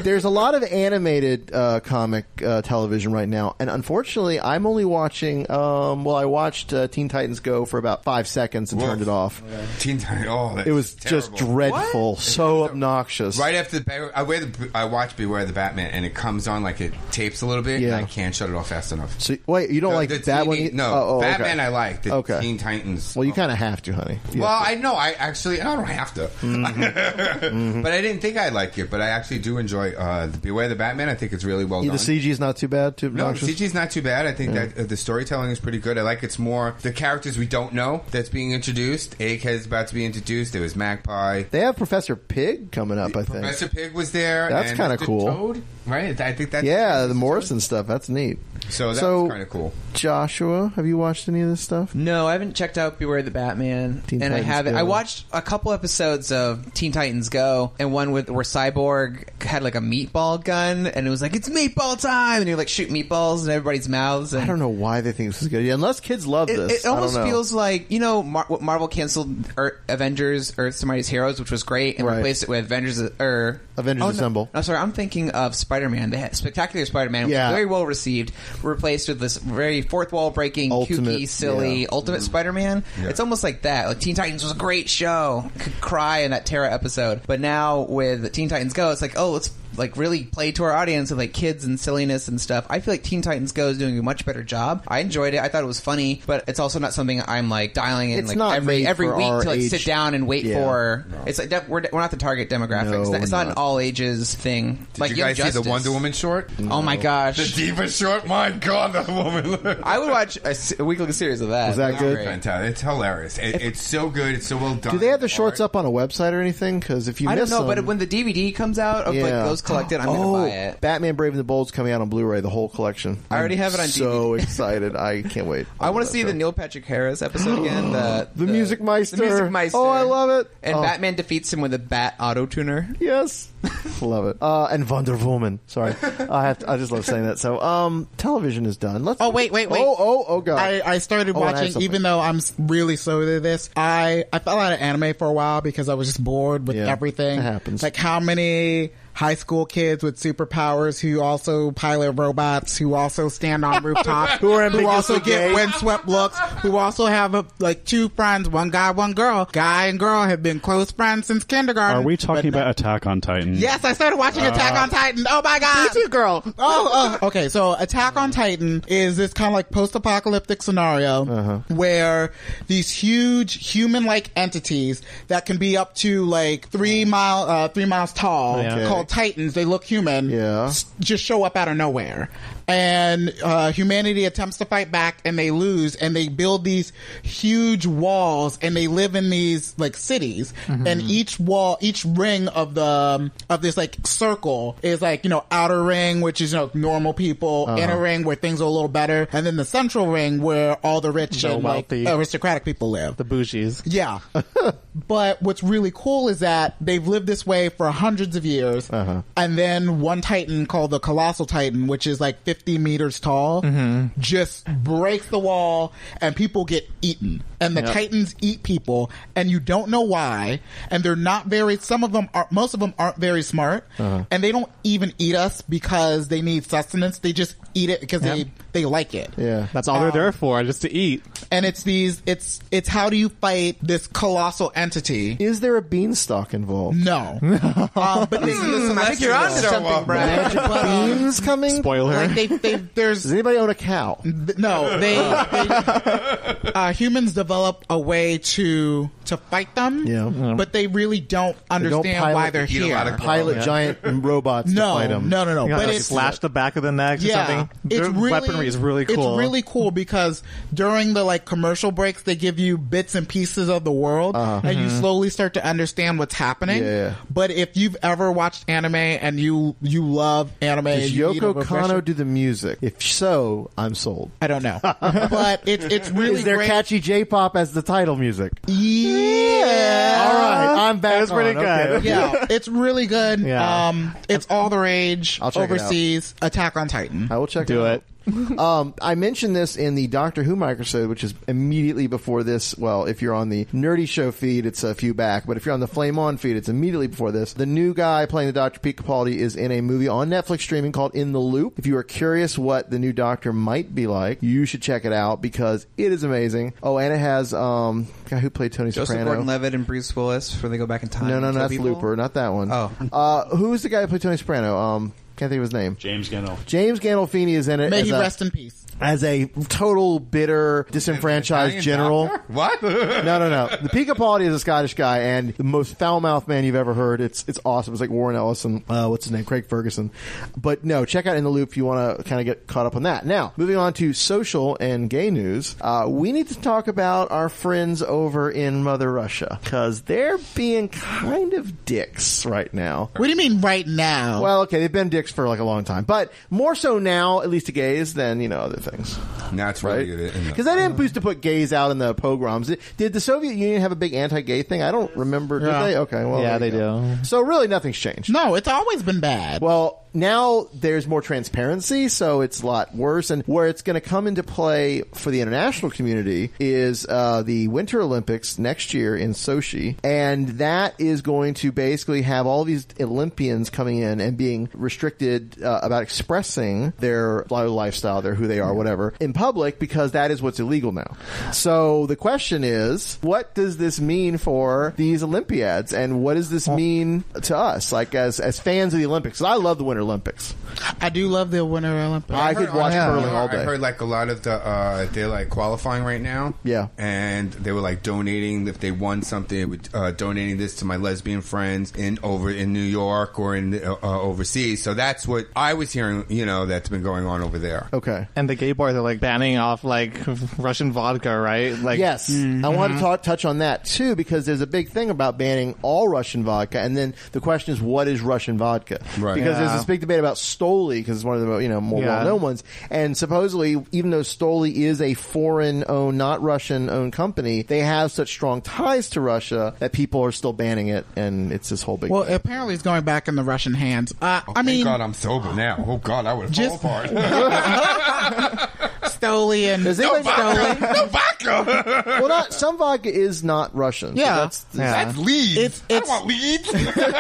S1: there's a lot of animated uh, comic uh, television right now, and unfortunately, I'm only watching. Um, well, I watched uh, Teen Titans Go for about five seconds and turned it off.
S6: Teen Titans. Oh, that's
S1: it was just
S6: terrible.
S1: dreadful, so obnoxious.
S6: Right after the I wear the I watch Beware the Batman and it comes on like it tapes a little bit.
S1: Yeah.
S6: and I can't shut it off fast enough.
S1: So wait, you don't
S6: No,
S1: like
S6: the
S1: that
S6: Teen-
S1: one? e-
S6: no,
S1: oh, oh, okay.
S6: Batman I like, the
S1: okay.
S6: Teen Titans.
S1: Well, you kind of have to, honey. You
S6: Well,
S1: have Mm-hmm.
S6: I know. I actually I don't have to, but I didn't think I liked it. But I actually do enjoy uh, the Beware the Batman. I think it's really well
S1: to.
S6: done.
S1: the CG is not too bad. Too
S6: No,
S1: obnoxious?
S6: CG is not too bad. I think
S1: Yeah.
S6: that uh, the storytelling is pretty good. I like it's more the characters we don't know that's being introduced. Egghead's about to be introduced. There was Magpie.
S1: They have Professor Pig coming up, I think.
S6: Professor Pig was there.
S1: That's
S6: and
S1: kinda
S6: Mr.
S1: cool.
S6: Toad, right? I think that's
S1: yeah, the Morrison stuff. That's neat.
S6: So that was kinda cool.
S1: Joshua, have you watched any of this stuff?
S3: No, I haven't checked out Beware the Batman,
S1: Teen
S3: and
S1: Titans
S3: I haven't. I
S1: Go.
S3: watched a couple episodes of Teen Titans Go, and one with where Cyborg had like a meatball gun, and it was like it's meatball time, and you like shoot meatballs in everybody's mouths. And
S1: I don't know why they think this is good. Yeah, unless kids love
S3: It,
S1: this.
S3: it almost
S1: I don't know.
S3: feels like you know Mar- what Marvel canceled Earth, Avengers Earth Somebody's Heroes, which was great, and replaced it with Avengers or
S1: Avengers
S3: oh, no.
S1: Assemble.
S3: I'm sorry, I'm thinking of Spider Man. They had Spectacular Spider Man,
S1: Yeah.
S3: very well received, replaced with this very fourth wall breaking,
S1: Ultimate,
S3: kooky, silly
S1: yeah.
S6: Mm-hmm.
S3: Ultimate Spider Man.
S1: Yeah.
S3: It's almost like that. Like Teen Titans was a great show, could cry in that Terra episode, but now with Teen Titans Go, it's like oh, let's like really play to our audience of like kids and silliness and stuff. I feel like Teen Titans Go is doing a much better job. I enjoyed it. I thought it was funny, but it's also not something I'm like dialing in
S1: It's
S3: like
S1: not
S3: every
S1: made
S3: every
S1: for
S3: week
S1: our
S3: to like
S1: age.
S3: sit down and wait
S1: Yeah.
S3: for. It's like that, we're, we're not the target demographic.
S1: No,
S3: it's not, it's
S1: we're
S3: not an
S1: not.
S3: all ages thing.
S6: Did
S3: like
S6: you
S3: Young
S6: guys see
S3: Justice.
S6: the Wonder Woman short?
S3: Oh my gosh,
S6: The Diva short. My God, that woman.
S3: I would watch a, s- a weekly series of that.
S1: Was that
S3: That's
S1: good?
S3: great.
S6: Fantastic. It's hilarious. It, it's so good. It's so well done.
S1: Do they have the shorts up on a website or anything? Because if you
S3: I don't
S1: miss
S3: know, but
S1: them-
S3: when the DVD comes out of like
S1: Yeah.
S3: those collected, I'm
S1: Oh,
S3: gonna buy it.
S1: Batman Brave and the Bold's coming out on Blu-ray, the whole collection.
S3: I already have it on
S1: So excited! I can't wait.
S3: I want to see the Neil Patrick Harris episode again. The,
S1: Oh, The Music Meister.
S3: The Music Meister.
S1: Oh, I love it.
S3: And
S1: Oh.
S3: Batman defeats him with a bat auto tuner.
S1: Yes. love it. Uh, and Wonder Woman. Sorry, I have. To, I just love saying that. So, um, television is done. Let's.
S7: Oh wait, wait, wait!
S1: Oh, oh, oh, god!
S7: I, I started
S1: Oh, and I have
S7: watching,
S1: something.
S7: even though I'm s- really slow to this. I I fell out of anime for a while because I was just bored with
S1: Yeah,
S7: everything.
S1: that happens.
S7: Like how many high school kids with superpowers who also pilot robots, who also stand on rooftops,
S1: Who are
S7: also
S1: ambiguously
S7: get
S1: gay.
S7: windswept looks, who also have a, like two friends, one guy, one girl. Guy and girl have been close friends since kindergarten.
S4: Are we talking about Attack on Titan?
S7: Yes, I started watching Attack
S4: Uh,
S7: on Titan. Oh my god,
S9: Me too, girl.
S7: Oh, oh, okay. So Attack on Titan is this kind of like post-apocalyptic scenario
S4: Uh-huh.
S7: where these huge human-like entities that can be up to like three mile, uh, three miles tall,
S1: Okay.
S7: called Titans. They look human. Yeah, just show up out of nowhere. And uh, humanity attempts to fight back, and they lose. And they build these huge walls, and they live in these like cities. And each wall, each ring of the um, of this like circle is like you know outer ring, which is you know normal people,
S1: Uh-huh.
S7: inner ring where things are a little better, and then the central ring where all the rich
S9: The
S7: and like, oh,
S9: wealthy.
S7: aristocratic people live.
S9: The bougies.
S7: Yeah. but what's really cool is that they've lived this way for hundreds of years.
S1: Uh-huh.
S7: And then one titan called the Colossal Titan, which is like 50 meters tall,
S9: Mm-hmm.
S7: just breaks the wall and people get eaten. And the
S1: Yep.
S7: titans eat people and you don't know why. And they're not very, some of them are, most of them aren't very smart.
S1: Uh-huh.
S7: And they don't even eat us because they need sustenance. They just eat it because
S9: Yep.
S7: they, they like it. Um,
S1: Yeah,
S9: that's all they're there for, just to eat.
S7: And it's these. It's it's how do you fight this colossal entity?
S1: Is there a beanstalk involved?
S7: No. um, but this is
S3: I think you're onto
S7: Celestial.
S3: something, Brad.
S1: Magic beans coming. Spoiler.
S7: Like they, they, there's. Does
S1: anybody own a cow?
S7: No, they. they uh, humans develop a way to to fight them.
S1: Yeah.
S7: But they really don't understand why they're
S1: eat a
S7: here.
S1: lot of pilot giant robots
S7: No,
S1: to fight them.
S7: no, no, no,
S9: You know,
S7: but
S9: like,
S7: it's-
S9: slash the back of the neck or something. Their weaponry is really cool.
S7: It's really cool because during the like commercial breaks, they give you bits and pieces of the world, and you
S9: Mm-hmm.
S1: Mhm.
S7: slowly start to understand what's happening.
S1: Yeah.
S7: But if you've ever watched anime and you you love anime,
S1: Does
S7: and you need a
S1: Yoko
S7: refresher-
S1: Kano do the music? If so, I'm sold.
S7: I don't know, but it's it's really
S1: Is there
S7: great.
S1: catchy J-pop as the title music?
S7: yeah.
S1: All right, I'm back.
S7: That's
S1: on. Okay, okay.
S7: Yeah, it's really good.
S1: Yeah.
S7: Um, it's all the rage
S1: I'll check it out.
S7: overseas. Attack on Titan.
S1: I will check.
S7: Do
S1: it. out. um, I mentioned this in the Doctor Who microsode, which is immediately before this. Well, if you're on the Nerdy Show feed, it's a few back, but if you're on the Flame On feed, it's immediately before this. The new guy playing the Doctor Pete Capaldi is in a movie on Netflix streaming called In the Loop. If you are curious what the new Doctor might be like, you should check it out because it is amazing. Oh, and it has um, guy who played Tony
S3: Joseph
S1: Soprano.
S3: Gordon-Levitt and Bruce Willis, where they go back in time.
S1: No, no,
S3: and
S1: no,
S3: kill
S1: that's
S3: people.
S1: Looper, not that one. Oh, uh, who's the guy who played Tony Soprano? Um, Can't think of his name.
S4: James Gandolf.
S1: James Gandolfini is in it.
S7: May
S1: as
S7: he
S1: a-
S7: rest in peace.
S1: As a total bitter, disenfranchised
S7: Italian
S1: general.
S7: doctor?
S6: What?
S1: no, no, no. The Pika Pallotti is a Scottish guy and the most foul mouthed man you've ever heard. It's it's awesome. It's like Warren Ellison. Uh, what's his name? Craig Ferguson. But no, check out In the Loop if you want to kind of get caught up on that. Now, moving on to social and gay news, uh, we need to talk about our friends over in Mother Russia because they're being kind of dicks right now.
S7: What do you mean right now?
S1: Well, okay, they've been dicks for like a long time, but more so now, at least to gays, than you know other things.
S6: That's
S1: right.
S6: really good, uh, isn't it?
S1: Because they didn't used to put gays out in the pogroms. Did the Soviet Union have a big anti-gay thing? I don't remember. Did
S7: Yeah.
S1: they? Okay. Well,
S7: Yeah,
S1: there you
S7: they
S1: go. So really, nothing's changed.
S7: No, it's always been bad.
S1: Well, now there's more transparency, so it's a lot worse. And where it's going to come into play for the international community is uh, the Winter Olympics next year in Sochi, and that is going to basically have all these Olympians coming in and being restricted uh, about expressing their li- lifestyle, their who they are, whatever, in public because that is what's illegal now. So the question is, what does this mean for these Olympiads, and what does this mean to us, like as as fans of the Olympics? 'Cause I love the Winter Olympics.
S7: I do love the Winter Olympics.
S1: I could watch
S6: Yeah,
S1: curling
S6: I-
S1: all day.
S6: I heard like a lot of the uh, they're like qualifying right now.
S1: Yeah.
S6: and they were like donating if they won something, it would, uh, donating this to my lesbian friends in over in New York or in uh, uh, overseas. So that's what I was hearing. You know, that's been going on over there.
S1: Okay.
S9: And the gay bar, they're like banning off like Russian vodka, right? Like Mm-hmm.
S1: yes,
S4: Mm-hmm.
S1: I wanted to talk, touch on that too because there's a big thing about banning all Russian vodka, and then the question is, what is Russian vodka?
S6: Right.
S1: Because there's
S9: Yeah.
S1: this big debate about Stoli because it's one of the mo- you know more
S9: Yeah.
S1: well-known ones, and supposedly even though Stoli is a foreign-owned, not Russian-owned company, they have such strong ties to Russia that people are still banning it, and it's this whole big.
S7: Well, apparently it's going back in the Russian hands. Uh, I mean,
S6: Oh, God, I'm sober now. Oh God, I would fall
S7: Just-
S6: apart.
S7: Stoli and
S1: Does anybody-
S6: no vodka.
S1: well, not some vodka is not Russian. so
S7: Yeah.
S1: that's,
S7: That's
S6: leads.
S7: It's, it's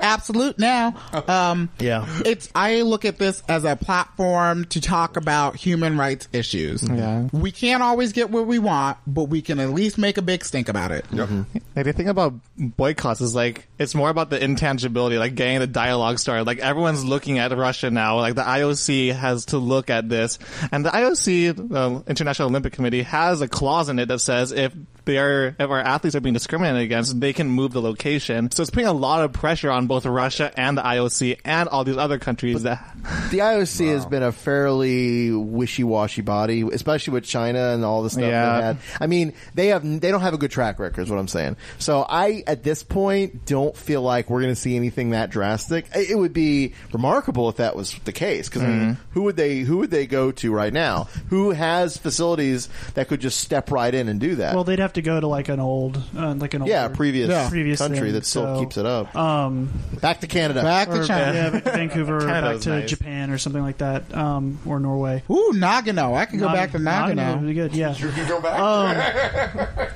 S7: absolute now. Um,
S1: Yeah.
S7: it's I look at this as a platform to talk about human rights issues.
S9: Yeah.
S7: we can't always get what we want, but we can at least make a big stink about it.
S9: Like Mm-hmm. the thing about boycotts is like it's more about the intangibility, like getting the dialogue started. Like everyone's looking at Russia now. Like the IOC has to look at this, and the IOC, uh, International Olympic Committee, has a clause in it that says if they are if our athletes are being discriminated against, they can move the location. So it's putting a lot of pressure on both Russia and the IOC and all these other countries that
S1: The IOC has been a fairly wishy-washy body, especially with China and all the stuff
S9: Yeah.
S1: they had. I mean, they have they don't have a good track record, is what I'm saying. So I, at this point, don't feel like we're going to see anything that drastic. It it would be remarkable if that was the case, because I mean, who would they who would they go to right now? Who has facilities that could just step right in and do that?
S8: Well, they'd have to go to like an old, uh, like an
S1: yeah,
S8: older-
S1: previous country
S8: thing,
S1: that still
S8: so-
S1: keeps it up.
S8: Um,
S1: back to Canada.
S8: Or, Yeah, back to Vancouver, or
S1: Canada
S8: back
S1: was
S8: to
S1: nice.
S8: Japan, or something like that, um, or Norway.
S7: Ooh, Nagano! I can go back to Nagano.
S8: would be good. Yeah, you
S6: can go back.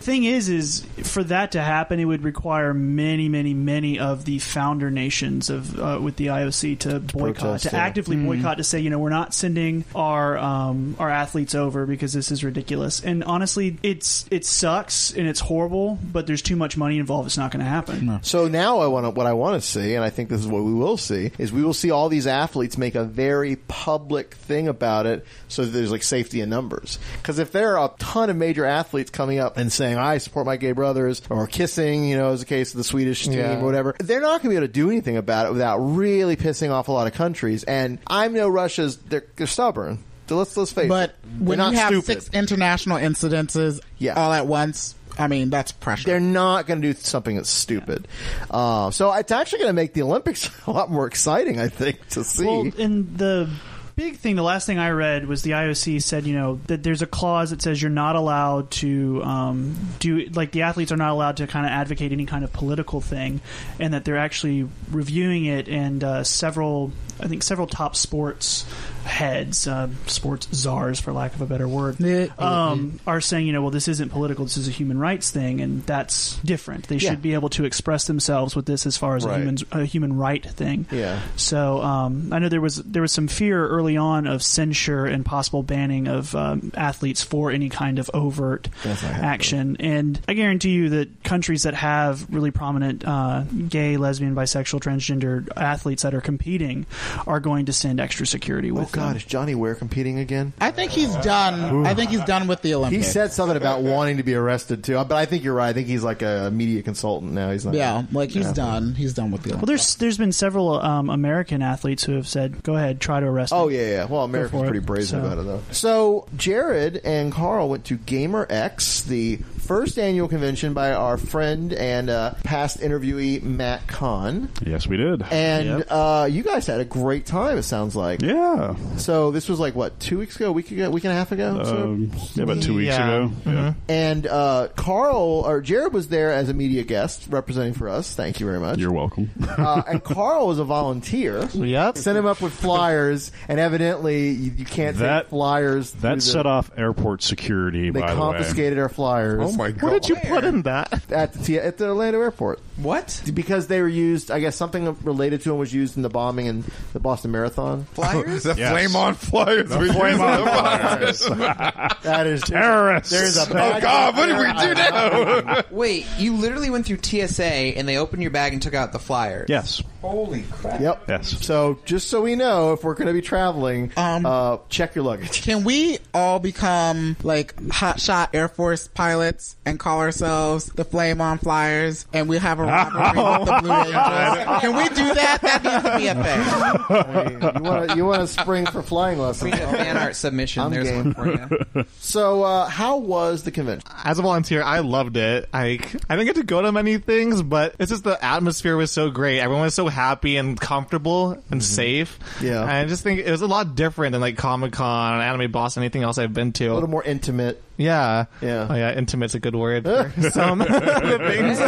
S8: thing is, is for that to happen, it would require many, many, many of the founder nations of uh, with the IOC to boycott,
S5: protest,
S8: to
S5: yeah.
S8: actively
S4: Hmm.
S5: Mhm.
S8: boycott, to say, you know, we're not sending our um, our athletes over because this is ridiculous. And honestly, it's it sucks and it's horrible, but there's too much money involved. It's not going to happen.
S1: So now I want to, what I want to see, and I think this is what we will see, is we will see all these athletes make a very public thing about it, so that there's like safety in numbers. Because if there are a ton of major athletes coming up and saying I support my gay brothers or kissing, you know, as a case of the Swedish team
S9: Yeah.
S1: or whatever, they're not going to be able to do anything about it without really pissing off a lot of countries. And I know Russia's they're, they're stubborn. So let's let's face
S7: But
S1: it,
S7: when
S1: they're not
S7: you have
S1: stupid.
S7: six international incidences all at once, I mean that's pressure.
S1: They're not going to do something that's stupid. Uh, so it's actually going to make the Olympics a lot more exciting, I think, to see.
S8: Well, and the big thing, the last thing I read was the IOC said, you know, that there's a clause that says you're not allowed to um, do, like, the athletes are not allowed to kind of advocate any kind of political thing, and that they're actually reviewing it, and uh, several, I think, several top sports. heads, uh, sports czars, for lack of a better word, um, are saying, you know, well, this isn't political. This is a human rights thing, and that's different. They
S1: Yeah.
S8: should be able to express themselves with this as far as
S1: Right.
S8: a, human's, a human right thing.
S1: Yeah.
S8: So um, I know there was there was some fear early on of censure and possible banning of um, athletes for any kind of overt action, and I guarantee you that countries that have really prominent uh, gay, lesbian, bisexual, transgender athletes that are competing are going to send extra security with. Uh, Oh God,
S1: is Johnny Ware competing again?
S7: I think he's done. I think he's done with the
S1: He
S7: Olympics.
S1: said something about wanting to be arrested too, but I think you're right. I think he's like a media consultant now. He's not.
S7: Yeah, like he's
S1: Yeah.
S7: done. He's done with the
S8: Well, there's there's been several um, American athletes who have said, "Go ahead, try to arrest."
S1: Oh
S8: me."
S1: yeah, yeah. Well,
S8: Go
S1: America's
S8: for
S1: pretty brazen
S8: So-
S1: about it though. So Jared and Carl went to Gamer X, the first annual convention by our friend and uh, past interviewee Matt Kahn.
S4: Yes, we did.
S1: And uh, you guys had a great time. It sounds like.
S4: Yeah.
S1: So this was like what two weeks ago, week ago, week and a half ago.
S4: Um,
S1: so?
S4: yeah, about two weeks Yeah. ago.
S9: Mm-hmm.
S4: Yeah. Mhm.
S1: And uh, Carl or Jared was there as a media guest representing for us. Thank you very much. You're
S4: welcome.
S1: uh, and Carl was a volunteer. Yep. Sent him up with flyers, and evidently you, you can't take
S4: That-
S1: flyers. through
S4: That
S1: the-
S4: set off airport security.
S1: They
S4: by the way.
S1: confiscated our flyers.
S4: Oh my
S1: Where
S4: God.
S1: did you put in that? At the, T- at the Orlando airport.
S3: What?
S1: Because they were used, I guess something related to them was used in the bombing in the Boston Marathon.
S3: Flyers?
S6: The flame on flyers.
S1: The
S6: we use
S1: flame on
S6: the
S1: flyers. that is
S4: terrorists.
S1: There's a
S6: oh God! What did we do now?
S3: Wait, you literally went through TSA and they opened your bag and took out the flyer.
S4: Yes.
S6: Holy crap!
S1: Yep.
S4: Yes.
S1: So just so we know, if we're going to be traveling, uh, check your luggage.
S7: Um, Can we all become like hotshot Air Force pilots and call ourselves the Flame on Flyers and we have a rivalry with the Blue Angels? Can we do that? That needs to be a
S1: you
S7: thing.
S1: want to you want to spring for flying lessons?
S3: Fan art submission.
S1: I'm
S3: There's
S1: game.
S3: one for you.
S1: So, uh, how was the convention?
S9: As a volunteer, I loved it. I I didn't get to go to many things, but it's just the atmosphere was so great. Everyone was so happy and comfortable and safe.
S1: Mm-hmm. Yeah.
S9: and I just think it was a lot different than like Comic Con, Anime Boston, anything else I've been to. A
S1: little more intimate.
S9: Yeah,
S1: yeah,
S9: oh, yeah. Intimate's a good word. For some things.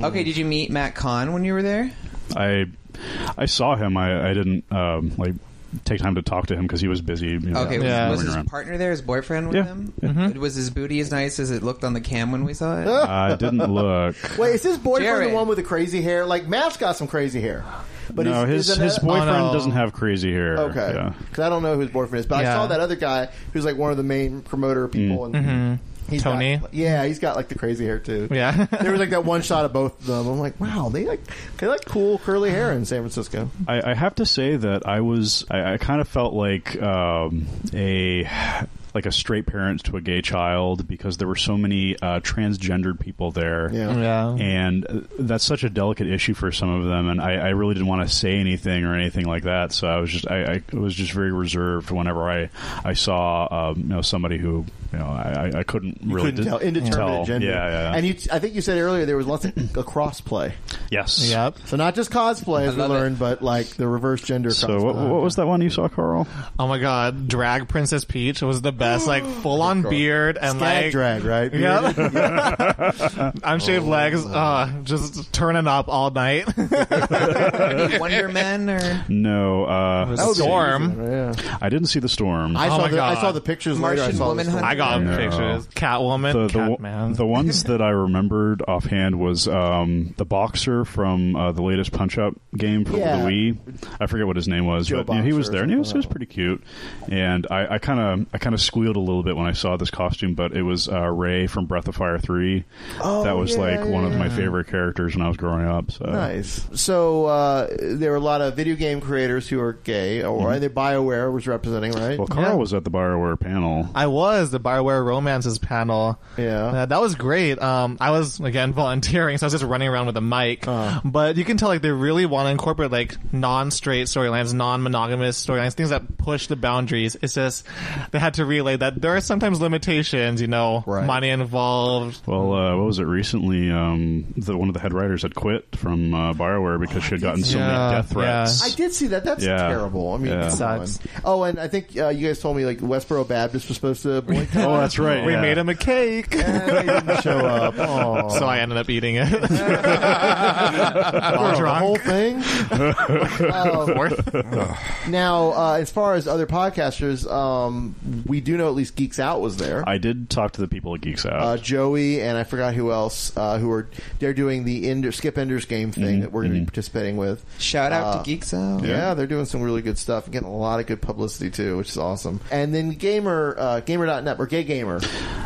S3: Okay, did you meet Matt Kahn when you were there?
S4: I I saw him. I, I didn't um, like take time to talk to him because he was busy. You know,
S3: Okay, was-
S4: moving
S3: was,
S4: around.
S3: his partner there, his boyfriend with him? Was his booty as nice as it looked on the cam when we saw it?
S4: I didn't look.
S1: Wait, is his boyfriend
S3: Jared.
S1: the one with the crazy hair? Like Matt's got some crazy hair, but
S4: no,
S1: is,
S4: his
S1: is
S4: his
S1: another-
S4: boyfriend
S9: Oh,
S3: Oh,
S4: doesn't have crazy hair.
S1: Okay,
S4: Yeah.
S1: because I don't know who his boyfriend is, but I
S4: Yeah.
S1: saw that other guy who's like one of the main promoter people.
S4: Mm.
S1: And he's got-
S9: Mm-hmm. Tony?
S1: yeah, he's got like the crazy hair too.
S9: Yeah.
S1: there was like that one shot of both of them. I'm like, wow, they like they like cool curly hair in San Francisco.
S4: I, I have to say that I was I, I kind of felt like um, a like a straight parent to a gay child because there were so many uh, transgendered people there,
S1: Yeah.
S9: Yeah.
S4: and uh, that's such a delicate issue for some of them, and I, I really didn't want to say anything or anything like that, so I was just I, I was just very reserved whenever I I saw um, you know somebody who you know I, I- I couldn't
S1: You
S4: really
S1: couldn't
S4: di-
S1: tell indeterminate
S4: tell.
S1: gender.
S4: yeah, yeah.
S1: And you, I think you said earlier there was lots of a crossplay.
S4: yes,
S1: So not just cosplay, as we learned, but like the reverse gender.
S4: So what, what was that one you saw, Carl?
S9: Oh my god, drag Princess Peach was the best. Like full on beard and
S1: Stag
S9: like
S1: drag, right? Oh,
S9: Yeah, unshaved legs, uh, just turning up all night.
S3: Any Wonder Men or
S4: No, uh,
S9: That would be Storm.
S4: I didn't see the storm.
S1: I saw the I saw the pictures later. I saw the story.
S9: Oh I got
S4: No.
S9: pictures. Catwoman,
S4: The, the,
S9: Catman.
S4: the ones that I remembered offhand was um, the boxer from uh, the latest Punch Up game for
S1: Yeah.
S4: the Wii. I forget what his name was,
S1: Joe
S4: but you know, he was
S1: Boxer or
S4: there and he was, he was
S1: something
S4: pretty cute. And I kind of I kind of squealed a little bit when I saw this costume, but it was uh, Ray from Breath of Fire three.
S1: Oh,
S4: that was
S1: yeah,
S4: like one of
S1: yeah.
S4: my favorite characters when I was growing up. So
S1: Uh, Nice. So uh, there were a lot of video game creators who are gay, or
S4: Mhm.
S1: either BioWare was representing, right?
S4: Well, Carl was at the Bioware panel.
S9: I was the Bioware Romances panel. Uh,
S1: Yeah,
S9: that was great. Um, I was again volunteering, so I was just running around with a mic.
S1: Uh-huh.
S9: But you can tell like they really want to incorporate like non-straight storylines, non-monogamous storylines, things that push the boundaries. It's just they had to relayed that there are sometimes limitations, you know, money involved.
S4: Well, uh, what was it recently? Um, the one of the head writers had quit from uh, Bioware because she had gotten so
S1: Yeah,
S4: many death threats.
S1: I did see that. That's
S4: Yeah.
S1: terrible. I mean,
S4: Yeah.
S1: it sucks. Oh, and I think uh, you guys told me like Westboro Baptist was supposed to. Boycott.
S4: Oh, that's right,
S9: We
S4: yeah.
S9: made him a cake.
S1: show up. Aw.
S9: So I ended up eating it. While
S1: the
S9: drunk.
S1: whole thing. Um, now, uh, as far as other podcasters, um, we do know at least Geeks Out was there.
S4: I did talk to the people at Geeks Out.
S1: Uh, Joey and I forgot who else uh, who are they're doing the Ender, Skip Ender's game thing
S4: Mm-hmm.
S1: that we're going to be participating with. Uh,
S3: Shout out to Geeks Out.
S1: Um, Yeah. they're doing some really good stuff and getting a lot of good publicity too, which is awesome. And then Gamer uh, Gamer.net or Gay Gamer,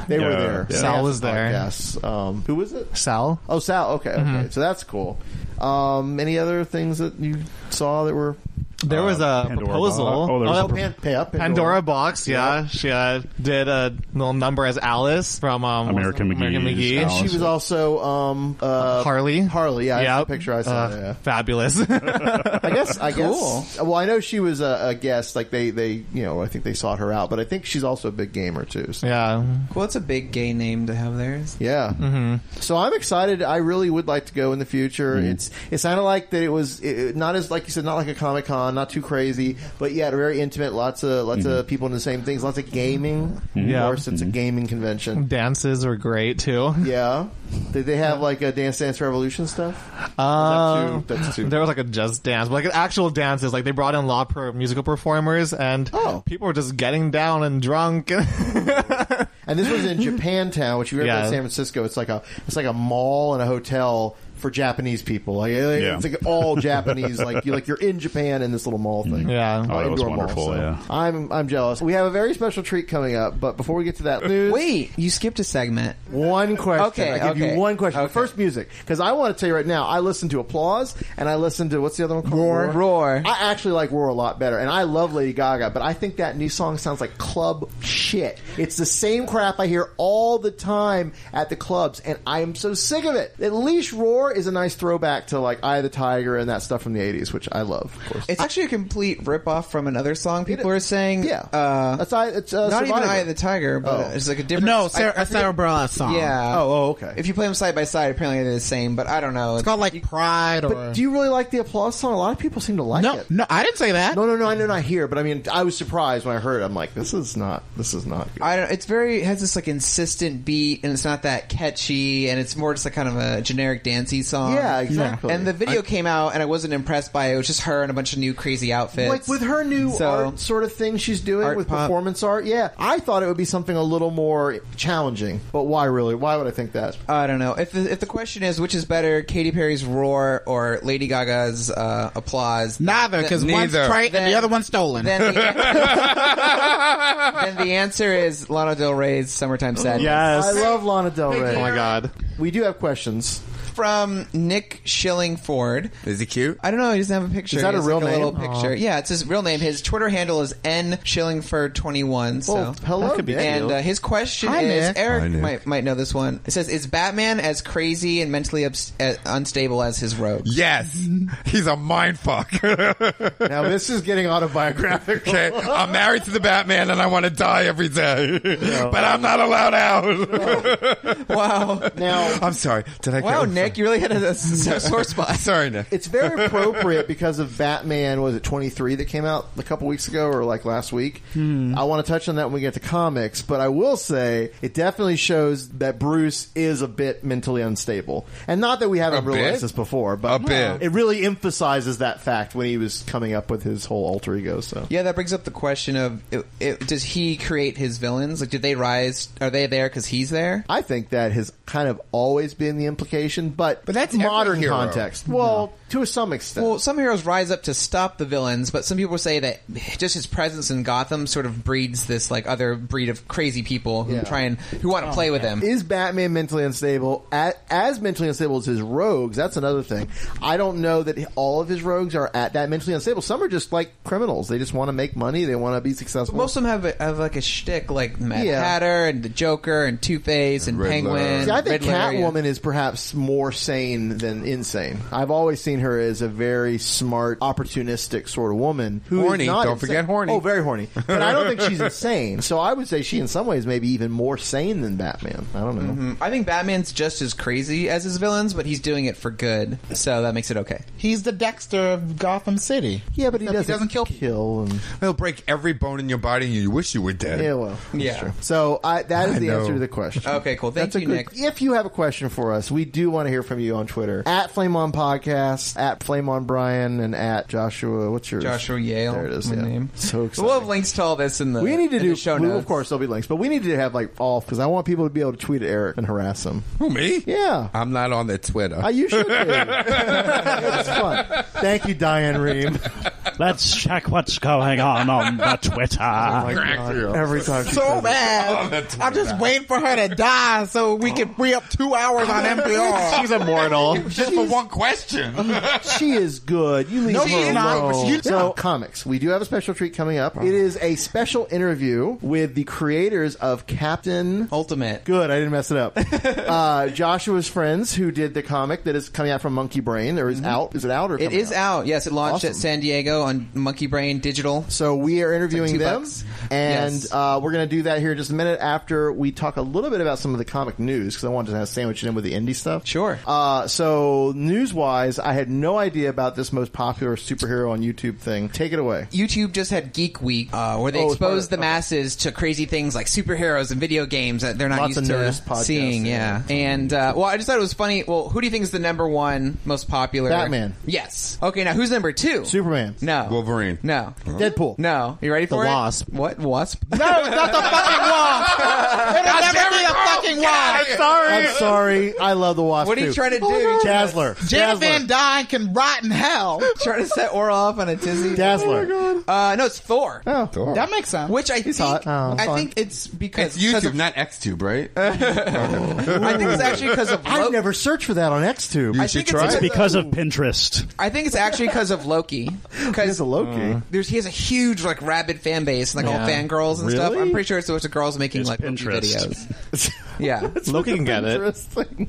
S1: they were
S9: Yeah,
S1: there.
S9: yeah. Sal was there.
S1: Yes. Um, who was it?
S9: Sal.
S1: Oh, Sal. Okay, okay.
S9: Mhm.
S1: So that's cool. Um, any other things that you saw that were?
S9: There was a proposal.
S1: Oh,
S9: that-
S1: Pan- yeah,
S9: Pandora. Box. Yeah, she uh, did a little number as Alice from um, American McGee.
S1: And she was also um, uh,
S9: Harley.
S1: Harley, yeah, that's
S9: Yep.
S1: the picture I saw.
S9: Uh,
S1: yeah.
S9: Fabulous.
S1: I guess. I
S9: Cool.
S1: guess. Well, I know she was a, a guest. Like they, they, you know, I think they sought her out, but I think she's also a big gamer too. So.
S9: Yeah.
S3: Well, it's a big gay name to have there.
S1: Yeah. So I'm excited. I really would like to go in the future.
S9: Mm-hmm.
S1: It's it sounded like that it was it, it- not as like you said, not like a comic con, not too crazy, but yeah, very intimate. Lots of lots
S9: Mm-hmm.
S1: of people in the same things. Lots of gaming.
S9: Yeah.
S1: Of course,
S9: Mm-hmm.
S1: it's a gaming convention.
S9: Dances were great too.
S1: Yeah. Did they have like a Dance Dance Revolution stuff?
S9: Um,
S1: too- that's too-
S9: There was like a just dance, but like actual dances. Like they brought in law pro- musical performers, and
S1: Oh.
S9: people were just getting down and drunk.
S1: And this was in Japantown, which if you ever been
S9: Yeah.
S1: to San Francisco, it's like a it's like a mall and a hotel for Japanese people. Like it-
S9: Yeah.
S1: it's like all Japanese. like you like you're in Japan in this little mall thing.
S9: Yeah.
S1: Uh,
S9: Oh, that was
S1: indoor mall,
S9: wonderful,
S1: so.
S9: yeah.
S1: I'm I'm jealous. We have a very special treat coming up, but before we get to that news,
S3: wait, you skipped a segment.
S1: One question.
S3: Okay,
S1: I give
S3: okay.
S1: you one question. First, music, because I want to tell you right now. I listen to applause, and I listen to what's the other one called? Roar. Roar. I actually like Roar a lot better, and I love Lady Gaga, but I think that new song sounds like club shit. It's the same crap I hear all the time at the clubs, and I am so sick of it. At least Roar is a nice throwback to like Eye of the Tiger and that stuff from the '80s, which I love. Of course,
S3: It's actually a complete ripoff from another song people are saying. Yeah, uh,
S1: that's I. It's uh,
S3: not even
S1: Survivor.
S3: Eye of the Tiger, but
S1: Oh.
S3: it's like a different.
S1: No, Sarah-
S3: I- I forget-
S1: Sarah Bareilles song.
S3: Yeah.
S1: Oh, oh, okay.
S3: If you play them side by side, apparently they're the same, but I don't know. It's
S7: called like Pride
S1: But do you really like the applause song? A lot of people seem to like
S7: No,
S1: it.
S7: no, I didn't say that.
S1: No, no, no, I know not here, but I mean, I was surprised when I heard. it. I'm like, this is not, this is not. Good.
S3: I don't. It's very it has this like insistent beat, and it's not that catchy, and it's more just like kind of a generic dancey song.
S1: Yeah, exactly.
S3: And the video came out, and I wasn't impressed by it. It was just her and a bunch of new crazy outfits.
S1: Like with her new
S3: So-
S1: art sort of thing she's doing
S3: Art
S1: with
S3: pop.
S1: performance art, yeah, I thought it would be something a little more challenging. But why really? Why would I think that?
S3: I don't know. If the, if the question is which is better, Katy Perry's roar or Lady Gaga's uh, applause,
S7: Neither, because one's trite and the other one's stolen.
S3: Then the, then the answer is Lana Del Rey's "Summertime Sadness."
S1: I love Lana Del Rey.
S3: Oh my
S9: god,
S1: we do have questions
S3: from Nick Schilling Ford.
S6: Is he cute?
S3: I don't know. He doesn't have a picture.
S1: Is that
S3: He
S1: a
S3: has,
S1: real
S3: like,
S1: name?
S3: little picture.
S1: Aw.
S3: Yeah, it's his real name. His Twitter handle is n Schillingford twenty one. So
S1: Well, hello, That could be Nick.
S3: And uh, his question
S1: Hi,
S3: is:
S1: Nick.
S3: Eric
S1: Hi, Nick.
S3: might might know this one. It says, "Is Batman as crazy and mentally ups- uh, unstable as his rogue?"
S6: Yes, he's a mind fuck. now
S1: this is getting autobiographical.
S6: Okay, I'm married to the Batman and I want to die every day, but I'm not allowed out.
S3: wow.
S1: Now
S6: I'm sorry. Did I?
S3: Wow, Nick, you really had a, a sore spot.
S6: Sorry, Nick.
S1: It's very appropriate because of Batman. Was it twenty three that came out a couple weeks ago or like last week? I want to touch on that when we get to comics, but I will say it definitely shows that Bruce is a bit mentally unstable, and not that we haven't
S6: A
S1: realized
S6: bit?
S1: this before, but
S6: A bit.
S1: it really emphasizes that fact when he was coming up with his whole alter ego. So
S3: Yeah, that brings up the question of: it, it, Does he create his villains? Like, did they rise? Are they there because he's there?
S1: I think that has kind of always been the implication, but but that's
S3: every
S1: modern
S3: hero.
S1: context. Well, to some extent.
S3: Well, some heroes rise up to stop the villains, but some people say that just his presence in Gotham sort of breeds this like other breed of crazy people who
S1: Yeah.
S3: try and who want to
S6: Oh,
S3: play with him.
S1: Is Batman mentally unstable? As, as mentally unstable as his rogues, that's another thing. I don't know that all of his rogues are at that mentally unstable. Some are just like criminals. They just want to make money. They want to be successful.
S3: Most of them have, a, have like a shtick, like Mad
S1: Yeah.
S3: Hatter and the Joker and Two Face and Penguin.
S1: See, I think
S3: Riddler, yeah.
S1: Catwoman is perhaps more sane than insane. I've always seen her as a very smart, opportunistic sort of woman. who is
S6: Horny.
S1: not
S6: Don't
S1: insane.
S6: forget horny.
S1: Oh, very horny. But I don't think she's insane. So I would say she, in some ways, maybe even more sane than Batman. I don't know.
S3: Mhm. I think Batman's just as crazy as his villains, but he's doing it for good, so that makes it okay.
S7: He's the Dexter of Gotham City.
S1: Yeah, but
S7: he doesn't, kill.
S1: Kill and
S6: He'll break every bone in your body, and you wish you were dead.
S1: Yeah, well, that's
S6: Yeah.
S1: true. So I, that is
S6: I
S1: the
S6: know.
S1: answer to the question.
S3: Okay, cool. Oh, Thank
S1: That's a
S3: you,
S1: good-
S3: Nick.
S1: If you have a question for us, we do want to hear from you on Twitter at Flame On Podcast, at Flame On Brian, and at Joshua. What's your
S3: Joshua Yale,
S1: There it is.
S3: my
S1: yeah.
S3: name.
S1: So exciting.
S3: We'll have links to all this in the
S1: we need to
S3: in
S1: do
S3: the show
S1: we-
S3: notes.
S1: Of course, there'll be links, but we need to have like all because I want people to be able to tweet at Eric and harass him.
S6: Who me?
S1: Yeah,
S6: I'm not on the Twitter.
S1: Uh, you should. Be. it's fun. Thank you, Diane Reem.
S5: Let's check what's going on on the Twitter.
S1: Every time
S7: So
S1: Oh,
S7: bad. I'm just waiting for her to die so we can free up two hours on MPR.
S1: She's immortal.
S6: Just for one question.
S1: she is good. You leave
S7: No, she's
S1: her
S7: not.
S1: alone.
S7: She's
S1: so, comics. We do have a special treat coming up. It is a special interview with the creators of Captain
S3: Ultimate.
S1: Good, I didn't mess it up. uh, Joshua's friends, who did the comic that is coming out from Monkey Brain, or is out? Is it out? Or
S3: Mm-hmm. It
S1: coming
S3: is out. Yes, it launched at
S1: Awesome.
S3: San Diego on Monkey Brain Digital.
S1: So we are interviewing
S3: two
S1: them,
S3: bucks.
S1: and
S3: Yes.
S1: uh, we're going to do that here in just a minute after we talk a little bit about some of the comic news because I wanted to kind of sandwich it in with the indie stuff.
S3: Sure.
S1: Uh, so news wise, I had no idea about this most popular superhero on YouTube thing. Take it away.
S3: YouTube just had Geek Week, uh, where they
S1: Oh, it's part
S3: exposed the masses to crazy things like superheroes and video games that they're not
S1: Lots
S3: used
S1: of
S3: to
S1: Nerdist podcasts,
S3: seeing. Yeah, and uh, well, I just thought it was funny. Well, who do you think is the number one most popular?
S1: Batman.
S3: Yes. Okay, now who's number two?
S1: Superman.
S3: No.
S6: Wolverine.
S3: No.
S1: Deadpool.
S3: No. You ready
S1: The
S3: for it?
S1: Wasp.
S3: What wasp?
S7: No, it's not the fucking wasp. It'll never be the fucking wasp.
S1: I'm sorry. I love the Wasp.
S3: What are you
S1: too.
S3: trying to do? Hold on.
S1: Dazzler.
S7: Janet
S1: Dazzler.
S7: Van Dyne can rot in hell.
S3: Trying to set Aura off on a tizzy.
S1: Dazzler.
S3: Uh, no, it's Thor.
S1: Oh,
S7: That makes sense.
S3: Which I think
S1: Oh,
S3: I
S1: fine.
S3: think it's
S6: It's
S3: because because
S6: YouTube,
S3: of-
S6: not XTube, right?
S3: I think it's actually because of
S1: I've
S3: Lo-
S1: never searched for that on XTube.
S6: You
S3: I
S6: should
S3: think
S6: try
S3: it's
S5: It's
S6: it.
S5: because of Pinterest.
S3: I think it's actually because of Loki. Because
S1: He's a Loki.
S3: there's he has a huge like rabid fan base and like all
S9: Yeah.
S3: fangirls and stuff.
S1: Really?
S3: I'm pretty sure it's a bunch of girls making
S5: It's
S3: like Loki
S5: Pinterest.
S3: videos. Yeah.
S9: Loki can get it.
S1: Interesting.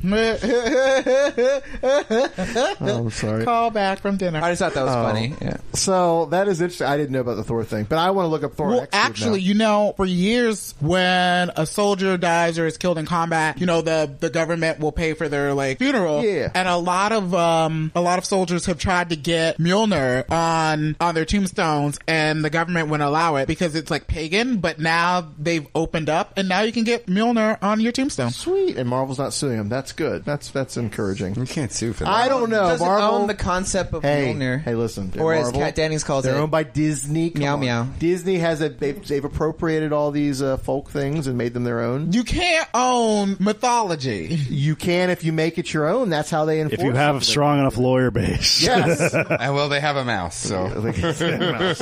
S7: Call
S1: Oh, I'm sorry.
S7: back from dinner.
S3: I just thought that was funny. Yeah.
S1: Oh. So that is interesting. I didn't know about the Thor thing, but I want to look up Thor. on
S7: Well,
S1: XTube now.
S7: actually, you know, for years, when a soldier dies or is killed in combat, you know, the the government will pay for their like funeral.
S1: Yeah.
S7: And a lot of um, a lot of soldiers have tried to get Mjolnir on on their tombstones, and the government wouldn't allow it because it's like pagan. But now they've opened up, and now you can get Mjolnir on your tombstone.
S1: sweet, and Marvel's not suing him. That's good. That's that's encouraging.
S6: You can't sue for that.
S1: I don't know.
S3: Doesn't
S1: Marvel.
S3: own the concept of
S1: hey,
S3: Mjolnir.
S1: hey, listen. they're
S3: Or as
S1: Marvel.
S3: Kat Dennings calls
S1: they're
S3: it.
S1: owned by Disney. Come
S3: Meow,
S1: on.
S3: meow.
S1: Disney has a they've, they've appropriated all these uh, folk things and made them their own.
S7: You can't own mythology.
S1: You can if you make it your own. That's how they enforce.
S5: If you have
S1: it.
S5: a strong enough lawyer base.
S1: yes.
S6: And Uh, well, they have a mouse, so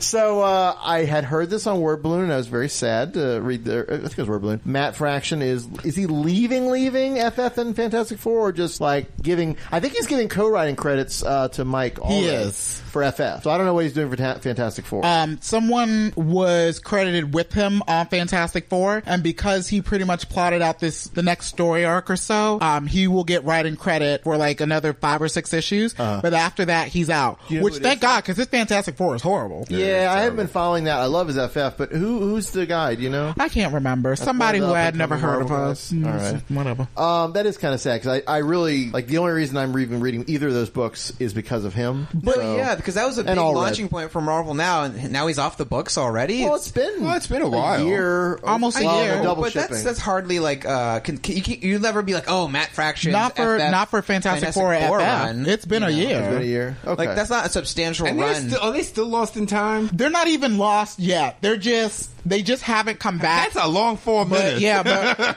S1: So uh, I had heard this on Word Balloon, and I was very sad to read. The, I think it was Word Balloon. Matt Fraction is is he leaving, leaving FF and Fantastic Four, or just like giving? I think he's giving co-writing credits uh, to Mike. Allred
S7: is.
S1: for FF. So I don't know what he's doing for ta- Fantastic Four.
S7: um, someone was credited with him on Fantastic Four, and because he pretty much plotted out this the next story arc or so, um, he will get writing credit for like another five or six issues.
S6: Uh-huh.
S7: But after that, he's out.
S1: know
S7: Which
S1: who it
S7: thank
S1: is?
S7: God, because this Fantastic Four is horrible.
S1: yeah, I haven't been following that. I love his FF, but who who's the guy? Do you know?
S7: I can't remember somebody
S1: one
S7: who
S1: of the
S7: had never heard
S1: up-and-coming
S7: of
S1: Marvel
S7: us.
S1: guys.
S7: Mm,
S1: All right.
S7: whatever.
S1: Um, that is kind of sad because I, I really like the only reason I'm even reading either of those books is because of him.
S3: But
S1: So-
S3: yeah, because that was a
S1: and
S3: big
S1: Allred.
S3: launching point for Marvel now, and now he's off the books already.
S1: Well, it's been
S6: Well, it's been a while.
S1: year,
S7: Almost a
S1: well,
S7: year.
S1: no, double
S3: but
S1: shipping.
S3: that's that's hardly like uh, can, can, you can, you'll never be like oh Matt Fraction
S7: Not for
S3: FF,
S7: not for Fantastic, Four at FF.
S3: run.
S7: It's been a
S3: You know?
S7: year.
S1: It's been a year. Okay.
S3: Like that's not a substantial
S6: And they're
S3: run.
S6: still- are they still lost in time?
S7: They're not even lost yet. They're just they just haven't come back.
S6: That's a long four
S7: but
S6: minutes.
S7: yeah,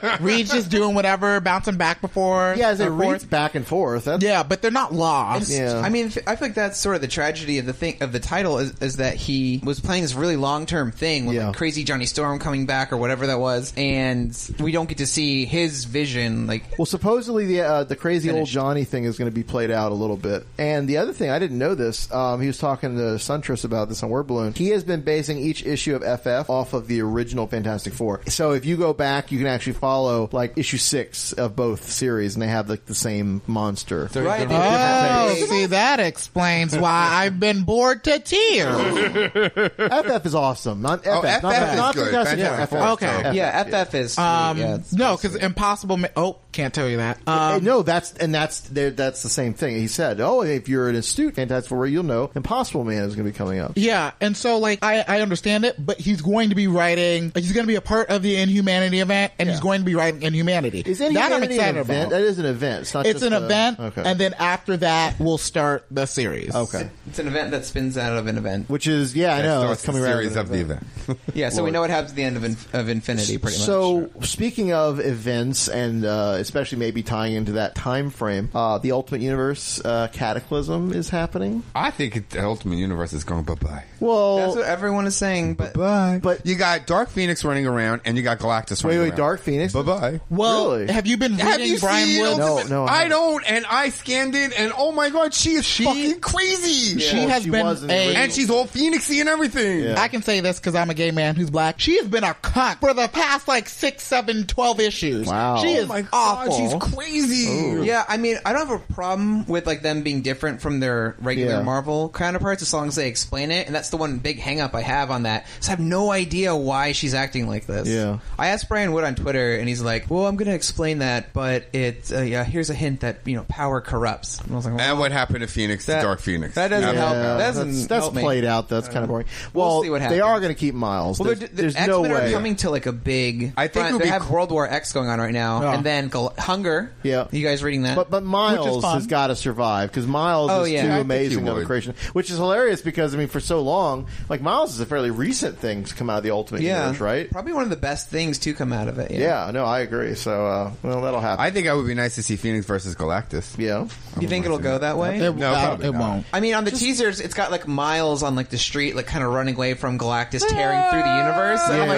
S7: but Reed's just doing whatever, bouncing back before.
S1: yeah, as it
S7: and forth.
S1: reads back and forth. That's,
S7: Yeah, but they're not lost.
S1: Yeah.
S3: I mean, I feel like that's sort of the tragedy of the thing of the title is, is that he was playing this really long term thing with
S1: Yeah.
S3: like crazy Johnny Storm coming back or whatever that was, and we don't get to see his vision. Like,
S1: Well, supposedly the uh, the crazy old
S3: Finished.
S1: Johnny thing is going to be played out a little bit. And the other thing, I didn't know this. Um, he was talking to Suntress about this on Word Balloon. He has been basing each issue of FF off of of the original Fantastic Four. So if you go back, you can actually follow like issue six of both series, and they have like the same monster.
S7: Right. Oh, see, that explains why I've been bored to tears.
S1: FF is awesome. Not FF. not
S7: FF Oh, is
S1: not
S7: good.
S1: Fantastic
S7: Fantastic
S1: Four.
S7: Four. Okay. Yeah,
S3: FF is.
S7: Um,
S1: yeah,
S7: no, because Impossible. Ma- oh, can't tell you that.
S1: Um, no, that's and that's there. That's the same thing. He said, "Oh, if you're an astute Fantastic Four, you'll know Impossible Man is going to be coming up."
S7: Yeah, and so like I, I understand it, but he's going to be writing. He's going to be a part of the Inhumanity event, and he's going to be writing Inhumanity.
S1: Is any
S7: that I'm
S1: humanity
S7: excited
S1: an event?
S7: about?
S1: That is an event. It's not.
S7: It's
S1: just
S7: an
S1: a-
S7: event,
S1: Okay.
S7: and then after that, we'll start the series.
S1: Okay.
S3: It's an event that spins out of an event.
S1: Which is yeah, I
S3: That
S1: know
S3: starts
S1: it's coming
S3: the
S1: right
S3: series
S1: out
S3: of the
S1: event.
S3: yeah, so we
S1: Lord.
S3: know what happens at the end of, inf- of Infinity, pretty much.
S1: So speaking of events, and uh, especially maybe tying into that time frame, uh, the Ultimate Universe uh, Cataclysm is happening.
S6: I think it, the Ultimate Universe is going bye bye.
S1: Well,
S3: that's what everyone is saying. But
S6: Bye. But you got Dark Phoenix running around, and you got Galactus.
S1: Wait,
S6: running
S1: wait,
S6: around.
S1: Dark Phoenix.
S6: Bye bye.
S7: Well, have you been
S6: Have
S7: reading
S6: you
S7: Brian
S6: seen
S7: Wilson?
S6: Ultimate-
S1: No, no, I
S6: I,
S1: haven't.
S6: don't. And I scanned it, and oh my god, she is fucking crazy.
S7: she Well, has she been was in the a- original.
S6: and she's all Phoenixy and everything.
S7: I can say this because I'm a gay man who's black. She has been a cunt for the past like six, seven, twelve issues.
S1: Wow.
S7: She
S3: Oh
S7: is
S3: my God,
S7: awful.
S3: she's
S6: crazy.
S3: Yeah, I mean, I don't have a problem with like them being different from their regular
S1: Yeah.
S3: Marvel counterparts as long as they explain it, and that's the one big hang up I have on that. So I have no idea why she's acting like this.
S1: Yeah.
S3: I asked Brian Wood on Twitter, and he's like, "Well, I'm going to explain that, but it's uh, yeah, here's a hint that you know power corrupts." And I was like, well,
S6: And what happened to Phoenix? to Dark Phoenix.
S3: that doesn't
S6: Yeah.
S3: help. That
S1: that's
S3: doesn't
S1: that's
S3: help me.
S1: played out. That's kind of boring.
S3: We'll
S1: Well,
S3: see what
S1: they
S3: happens.
S1: are going to keep Miles.
S3: Well,
S1: there's,
S3: they're, the
S1: there's
S3: X-Men
S1: no
S3: are
S1: way.
S3: coming to like a big. I
S1: think it would
S3: they
S1: be
S3: have World War X going on right now,
S1: Yeah.
S3: and then Gal- Hunger.
S1: Yeah,
S3: you guys reading that?
S1: But but Miles has got to survive because Miles
S3: Oh,
S1: is
S3: yeah. I
S1: too
S3: think
S1: amazing
S3: he
S1: of a
S3: would.
S1: creation, which is hilarious because I mean for so long, like Miles is a fairly recent thing to come out of the Ultimate
S3: Yeah.
S1: Universe, right?
S3: Probably one of the best things to come out of it.
S1: Yeah, no, I agree. So uh, well, that'll happen.
S6: I think I would be nice to see Phoenix versus Galactus.
S1: Yeah,
S3: You think it'll go that way?
S6: No, probably not.
S3: I mean, on the teasers, it's got like Miles on like the street, like kind of running away from Galactus, tearing through the universe. And I'm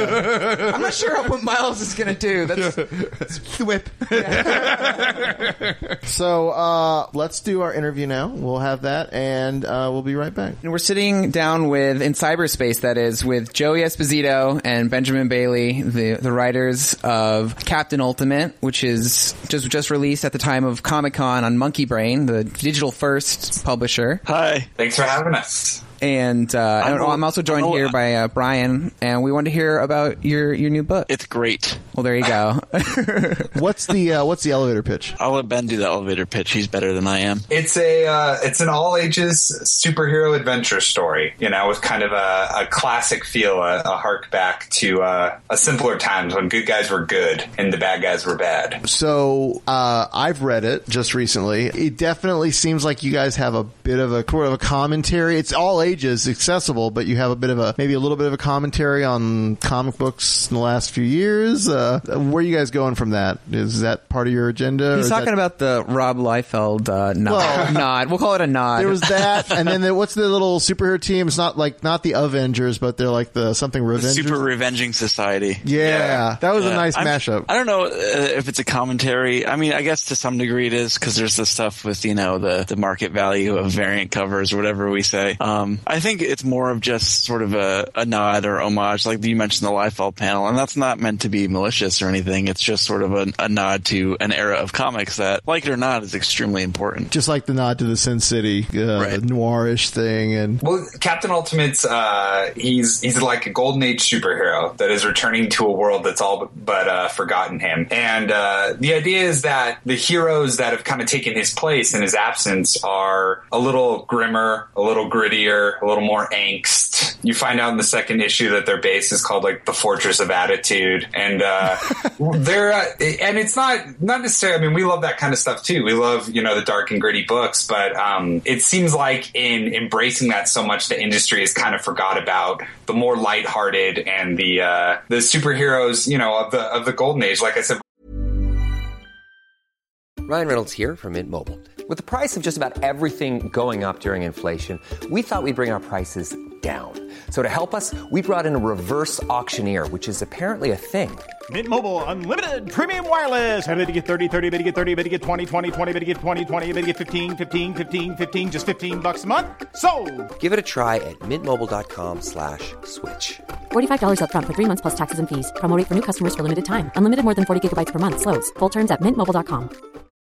S3: like, I'm not sure what Miles is gonna do. That's the whip.
S1: So uh, let's do our interview now. We'll have that, and uh, we'll be right back.
S3: And we're sitting down with in cyberspace that is with Joey Esposito and Benjamin Bailey, the the writers of Captain Ultimate, which is just just released at the time of Comic Con on Monkey Brain, the digital first publisher.
S10: Hi. Thanks for having us.
S3: And, uh,
S10: I'm
S3: I'm,
S10: a-
S3: I'm also joined here by uh, Brian, and we wanted to hear about your, your new book. It's
S10: great.
S3: Well, there you go.
S1: what's the uh, what's the elevator pitch?
S10: I'll let Ben do the elevator pitch. He's better than I am.
S11: It's a uh, it's an all ages superhero adventure story, you know, with kind of a, a classic feel, a, a hark back to uh, a simpler times when good guys were good and the bad guys were bad.
S1: So uh, I've read it just recently. It definitely seems like you guys have a bit of a sort of a commentary. It's all ages accessible, but you have a bit of a maybe a little bit of a commentary on comic books in the last few years. Uh, where are you guys going from that? Is that part of your agenda?
S3: He's talking about the Rob Liefeld uh, nod.
S1: Well-
S3: nod. We'll call it a nod.
S1: There was that, and then the, what's the little superhero team? It's not like not the Avengers, but they're like the something
S10: The
S1: Revengers.
S10: Super Revenging Society.
S1: Yeah, that was a nice
S10: I'm-
S1: mashup.
S10: I don't know uh, if it's a commentary. I mean, I guess to some degree it is because there's the stuff with you know the the market value of variant covers, whatever we say. Um, I think it's more of just sort of a, a nod or homage, like you mentioned the Liefeld panel, and that's not meant to be malicious or anything. It's just sort of a, a nod to an era of comics that, like it or not, is extremely important.
S1: just like the nod to the Sin City uh, noirish thing, and
S10: Well,
S11: Captain Ultimate's uh, he's he's like a golden age superhero that is returning to a world that's all but uh, forgotten him. And uh, the idea is that the heroes that have kind of taken his place in his absence are a little grimmer, a little grittier, a little more angst. You find out in the second issue that their base is called like the Fortress of Attitude, and uh, they're uh, and it's not not necessarily. I mean, we love that kind of stuff too. We love you know the dark and gritty books, but um, it seems like in embracing that so much, the industry has kind of forgot about the more lighthearted and the uh, the superheroes you know of the of the golden age. Like I said.
S12: Ryan Reynolds here from Mint Mobile. With the price of just about everything going up during inflation, we thought we'd bring our prices down. So to help us, we brought in a reverse auctioneer, which is apparently a thing.
S13: Mint Mobile unlimited premium wireless. Ready to get 30, 30, bet you get 30, bet you get 20, 20, 20, bet you get 20, 20, bet you get 15, 15, 15, 15, just 15 bucks a month. So,
S12: Give it a try at mintmobile.com slash switch.
S14: $45 upfront for three months plus taxes and fees. Promo rate for new customers for limited time. Unlimited more than 40 gigabytes per month. Slows. Full terms at mintmobile.com.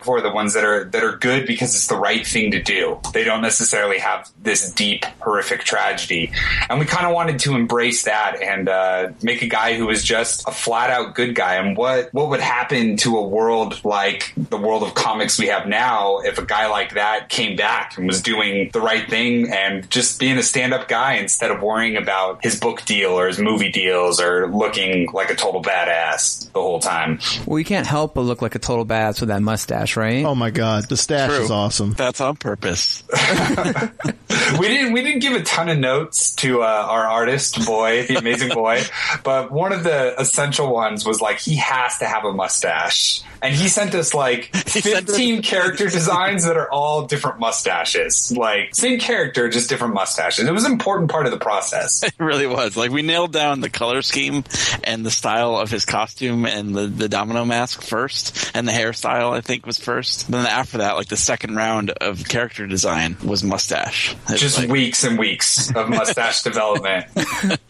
S11: for the ones that are that are good because it's the right thing to do. They don't necessarily have this deep horrific tragedy, and we kind of wanted to embrace that and uh, make a guy who was just a flat out good guy. And what what would happen to a world like the world of comics we have now if a guy like that came back and was doing the right thing and just being a stand up guy instead of worrying about his book deal or his movie deals or looking like a total badass the whole time.
S3: Well, you can't help but look like a total badass with that mustache, right?
S1: Oh my god, the stash
S11: True.
S1: is awesome.
S10: That's on purpose.
S11: we didn't we didn't give a ton of notes to uh, our artist boy, the amazing boy, but one of the essential ones was like he has to have a mustache, and he sent us like fifteen character designs that are all different mustaches, like same character, just different mustaches. It was an important part of the process.
S10: It really was. Like we nailed down the color scheme and the style of his costume and the, the domino mask first and the hairstyle I think was first. then after that, like the second round of character design was mustache. It's
S11: Just
S10: like
S11: weeks and weeks of mustache development.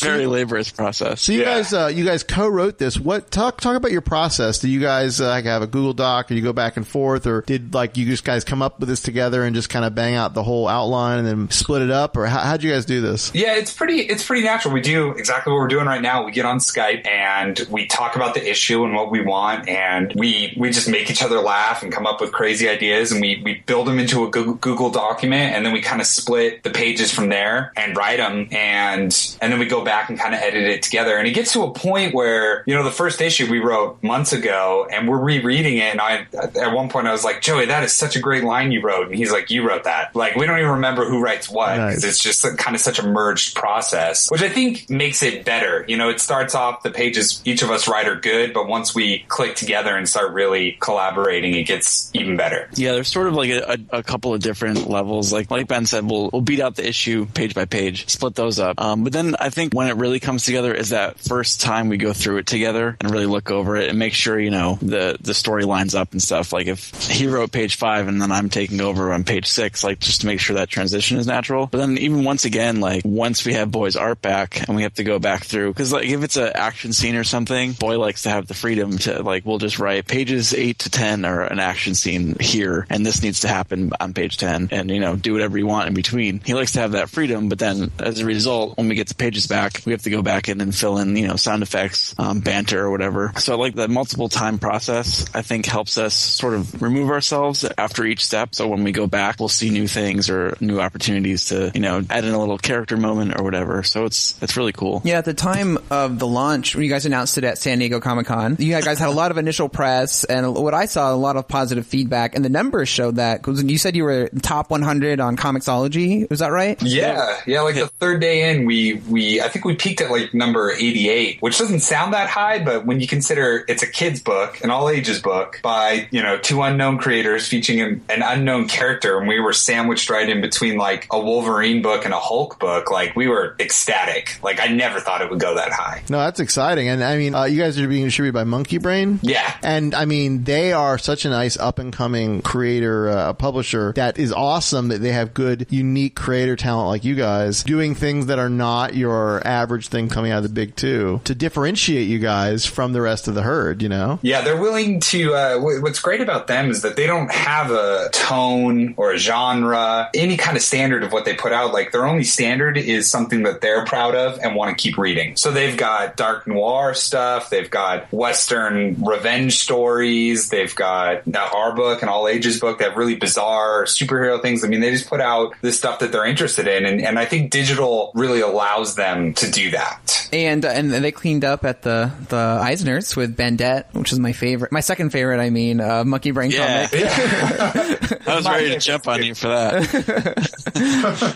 S10: very laborious process.
S1: So you guys, uh, you guys co-wrote this. What talk talk about your process? Do you guys uh, like have a Google Doc, or you go back and forth, or did like you just guys come up with this together and just kind of bang out the whole outline and then split it up, or how, how'd you guys do this?
S11: Yeah, it's pretty it's pretty natural. We do exactly what we're doing right now. We get on Skype and we talk about the issue and what we want and we we just make each other laugh and come up with crazy ideas and we we build them into a Google, Google document and then we kind of split the pages from there and write them and and then we go back and kind of edit it together. And it gets to a point where, you know, the first issue we wrote months ago and we're rereading it and I at one point I was like, "Joey, that is such a great line you wrote." And he's like, "You wrote that." Like, we don't even remember who writes what.
S1: Nice.
S11: It's just a- kind of such a merged process, which I think makes it better. You know, it starts off the pages each of us write are good, but once we click together and start really collaborating, it gets even better.
S10: Yeah, there's sort of like a, a, a couple of different levels. Like like Ben said, we'll we'll beat out the issue page by page, split those up. Um, but then I think when it really comes together is that first time we go through it together and really look over it and make sure you know the the story lines up and stuff. Like if he wrote page five and then I'm taking over on page six, like just to make sure that transition is natural. But then even once again, like once we have Boy's art back and we have to go back through because like if it's an action scene or something, Boy likes to have the freedom to like we'll just write pages eight to ten are an action scene here and this needs to happen on page ten and you know do whatever you want in between. He likes to have that freedom, but then as a result, when we get the pages back, we have to go back in and fill in you know sound effects, um, banter or whatever. So like that multiple time process, I think helps us sort of remove ourselves after each step. So when we go back, we'll see new things or new opportunities to you know add in a little character moment or whatever. So it's it's really cool.
S3: Yeah, at the time of the launch, when you guys announced it at San Diego Comic Con, you guys had a lot of initial press, and what I saw a lot of positive feedback, and the numbers showed that. 'Cause you said you were top 100 on Comixology, was that right?
S11: Yeah, yeah. Like the third day in, we we I think we peaked at like number eighty eight, which doesn't sound that high, but when you consider it's a kids book, an all ages book by you know two unknown creators featuring an, an unknown character, and we were sandwiched right in between like a Wolverine book and a Hulk book, like we were ecstatic. Like I never thought it would go that high.
S1: No, that's exciting, and I mean, uh, you guys are being distributed by Monkey Brain,
S11: yeah,
S1: and I mean, they are such a nice up and coming creator uh, publisher that is awesome that they have good, unique creator talent like you guys doing things that are not your average thing coming out of the big two to differentiate you guys from the rest of the herd. You know,
S11: Yeah, they're willing to. Uh, wh- what's great about them is that they don't have a tone or a genre, any kind of standard of what they put out. Like their only standard is something that they're proud of and want to keep reading. So they've got dark noir stuff, they've got western revenge stories, they've They've got now our book and all ages book. They have really bizarre superhero things. I mean, they just put out the stuff that they're interested in, and, and I think digital really allows them to do that.
S3: And uh, and they cleaned up at the the Eisners with Bandette, which is my favorite, my second favorite. I mean, uh, Monkey Brain
S10: Yeah.
S3: comic.
S10: I was ready to jump on you for that.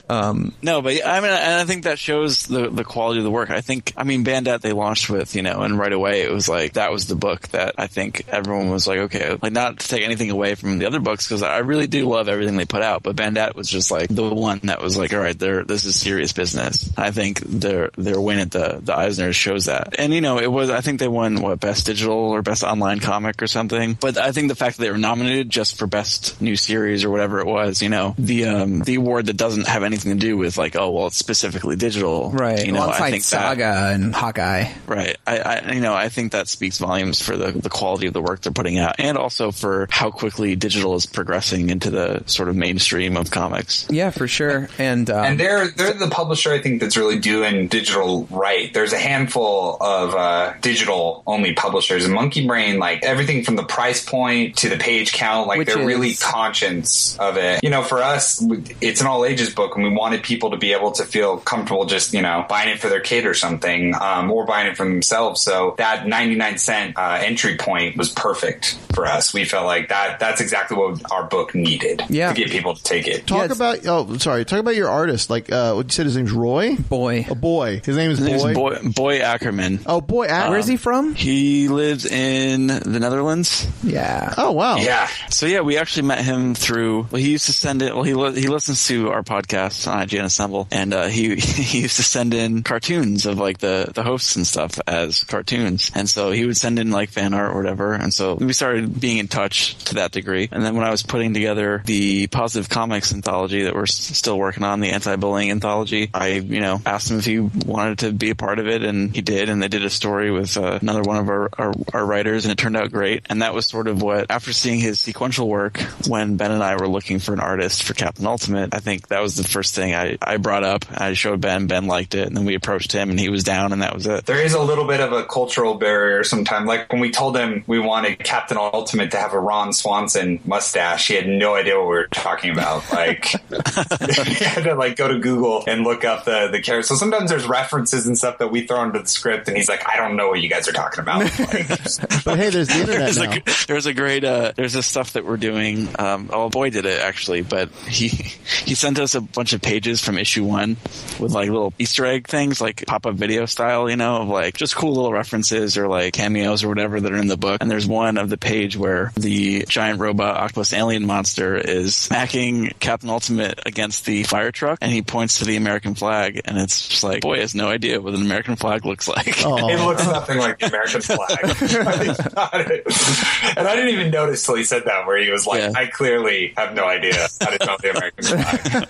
S10: um, no, but yeah, I mean, and I think that shows the, the quality of the work. I think, I mean, Bandette they launched with, you know, and right away it was like, that was the book that I think everyone was like, okay, like not to take anything away from the other books because I really do love everything they put out, but Bandette was just like the one that was like, all right, they're, this is serious business. I think their, their win at the, the Eisners shows that. And, you know, it was, I think they won what best digital or best online comic or something. But I think the fact that they were nominated just for best new series or whatever it was, you know, the um, the award that doesn't have anything to do with like, oh well, it's specifically digital,
S3: Right.
S10: You know,
S3: Alongside
S10: I think
S3: Saga and Hawkeye.
S10: that, right. I, I you know I think that speaks volumes for the the quality of the work they're putting out, and also for how quickly digital is progressing into the sort of mainstream of comics.
S3: Yeah, for sure. And um,
S11: and they're they're the publisher I think that's really doing digital right. There's a handful of uh, digital only publishers. Monkey Brain, like everything from the price point to the page count, like
S3: Which
S11: they're really
S3: is-
S11: conscious of it. You know, for us, we- it's an all ages book, and we wanted people to be able to feel comfortable just you know buying it for their kid or something, um, or buying it for themselves. So that 99 cent uh, entry point was perfect for us. We felt like that that's exactly what our book needed
S1: Yeah.
S11: to get people to take it.
S1: Talk about oh sorry, talk about your artist. Like uh, what you said, his name's Roy.
S3: Boy,
S1: a boy. His name is
S10: His
S1: Boy.
S10: name's Boy, Boy Ackerman.
S1: Oh, Boy Ackerman.
S10: Where's he
S3: from?
S10: He lives in the Netherlands.
S3: Yeah.
S1: Oh wow.
S10: Yeah. So yeah, we actually met him through. Well, he used to send it. Well, he li- he listens to our podcast on IGN Assemble, and uh, he he used to send in cartoons of like the the hosts and stuff as cartoons, and so he would send in like fan art or whatever, and so we started being in touch to that degree. And then when I was putting together the positive comics anthology that we're s- still working on, the anti-bullying anthology, I you know asked him if he wanted to be a part of it, and he did. And they did a story with uh, another one of our, our our writers, and it turned out great. And that was sort of what after seeing his sequential work, when Ben and I were looking for an artist for Captain Ultimate, I think that was the first thing I I brought up. I showed Ben, Ben liked it, and then we approached him, and he was down, and that was it.
S11: there is a little bit of a cultural barrier sometimes. Like when we told him we wanted Captain Ultimate to have a Ron Swanson mustache, he had no idea what we were talking about. Like he had to like go to Google and look up the the character. So sometimes there's references and stuff that we throw into the script, and he's like, "I don't know what you guys are talking about."
S1: But hey, there's the internet
S10: there's
S1: now.
S10: a, there's a great uh, there's this stuff that we're doing. Um, oh boy, did it actually! But he he sent us a bunch of pages from issue one with like little Easter egg things, like pop up video style, you know, of like just cool little references or like cameos or whatever that are in the book. And there's one of the page where the giant robot octopus alien monster is smacking Captain Ultimate against the fire truck, and he points to the American flag, and it's just like, boy, has no idea what an American flag looks like.
S11: It looks nothing like the American flag. and I didn't even notice till he said that, where he was like, "I clearly have no idea how to tell the American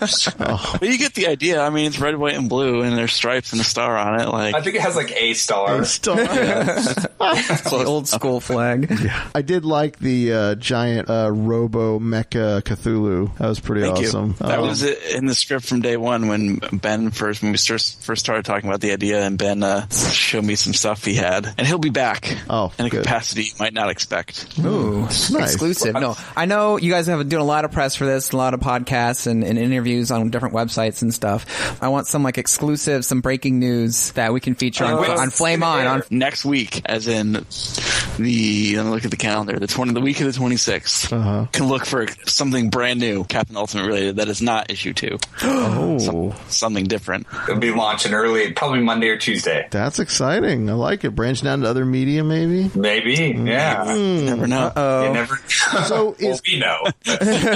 S11: flag."
S10: But you get the idea. I mean, it's red, white, and blue, and there's stripes and a star on it. Like
S11: I think it has like a star.
S1: A star.
S3: the old school flag.
S1: I did like the uh, giant uh, Robo Mecha Cthulhu. That was pretty
S10: Thank
S1: awesome.
S10: you. That
S1: Um,
S10: was it in the script from day one when Ben first when we first first started talking about the idea, and Ben uh, showed me some stuff he had, and he'll be back.
S1: Oh,
S10: in a capacity you might not expect.
S3: Ooh, exclusive. No, I know you guys have been doing a lot of press for this, a lot of podcasts and, and interviews on different websites and stuff. I want some like exclusive, some breaking news that we can
S11: Uh,
S3: feature
S1: Oh,
S3: on, on Flame On. on
S10: next week, as in the let me look at the calendar. The twenty, the week of the twenty
S1: Uh-huh.
S10: can look for something brand new, Captain Ultimate related that is not issue two.
S1: Oh.
S10: Some- something different.
S11: It'll be launching early, probably Monday or Tuesday.
S1: That's exciting. I like it. Branch down to other media, maybe.
S11: Maybe,
S10: Mm.
S11: yeah.
S10: Never know.
S11: You never.
S1: So
S11: well, we know.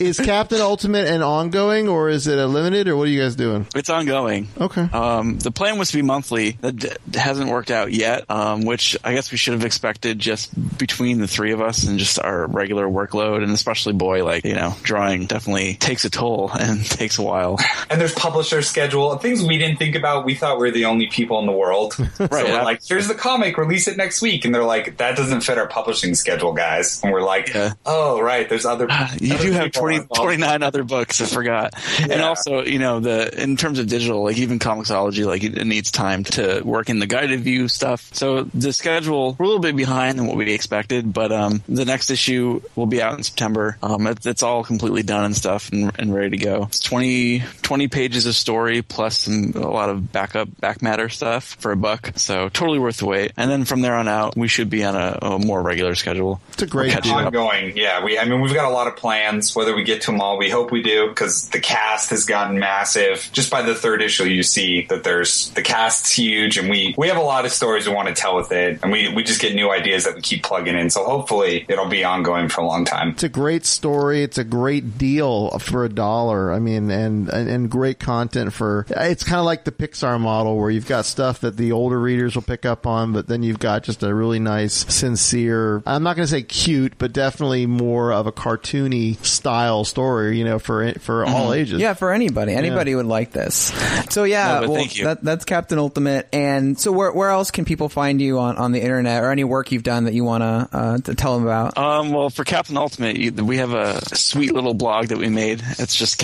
S1: is Captain Ultimate an ongoing, or is it a limited, or what are you guys doing?
S10: It's ongoing.
S1: Okay.
S10: Um, the plan was to be monthly. That d- hasn't worked out yet, um, which I guess we should have expected just between the three of us and just our regular workload, and especially boy, like you know, drawing definitely takes a toll and takes a while.
S11: And there's publisher schedule, things we didn't think about. We thought were the only people in the world. so
S10: Right.
S11: we're like, here's the comic, release it next week. And they're like, that doesn't fit our publishing schedule, guys. And we're like, oh, right, there's other.
S10: You
S11: other
S10: do have
S11: people
S10: 20,
S11: involved.
S10: 29 other books. I forgot. And also, you know, the in terms of digital, like even Comixology, like it, it needs time to work in the guided view stuff. So the schedule we're a little bit behind than what we expected, but um, the next issue will be out in September. Um, it, it's all completely done and stuff and, and ready to go. It's 20, 20 pages of story plus some a lot of backup back matter stuff for a buck. So totally worth the wait. And then from there on out, we should be on a, a more regular schedule. It's a
S11: ongoing. Yeah, we. I mean, we've got a lot of plans. Whether we get to them all, we hope we do because the cast has gotten massive. Just by the third issue, you see that there's the cast's huge, and we we have a lot of stories we want to tell with it, and we we just get new ideas that we keep plugging in. So hopefully, it'll be ongoing for a long time.
S1: It's a great story. It's a great deal for a dollar. I mean, and and, and great content for. It's kind of like the Pixar model where you've got stuff that the older readers will pick up on, but then you've got just a really nice, sincere. I'm not going to say cute, but definitely more of a cartoony style story. You know, for for all
S3: Mhm.
S1: ages.
S3: Yeah, for anybody. Anybody would like this. So yeah,
S1: No, Oh, but
S3: well,
S1: thank you.
S3: That, that's Captain Ultimate. And so where, where else can people find you on, on the internet or any work you've done that you want to uh, to tell them about?
S10: Um, well, for Captain Ultimate, you, we have a sweet little blog that we made. It's just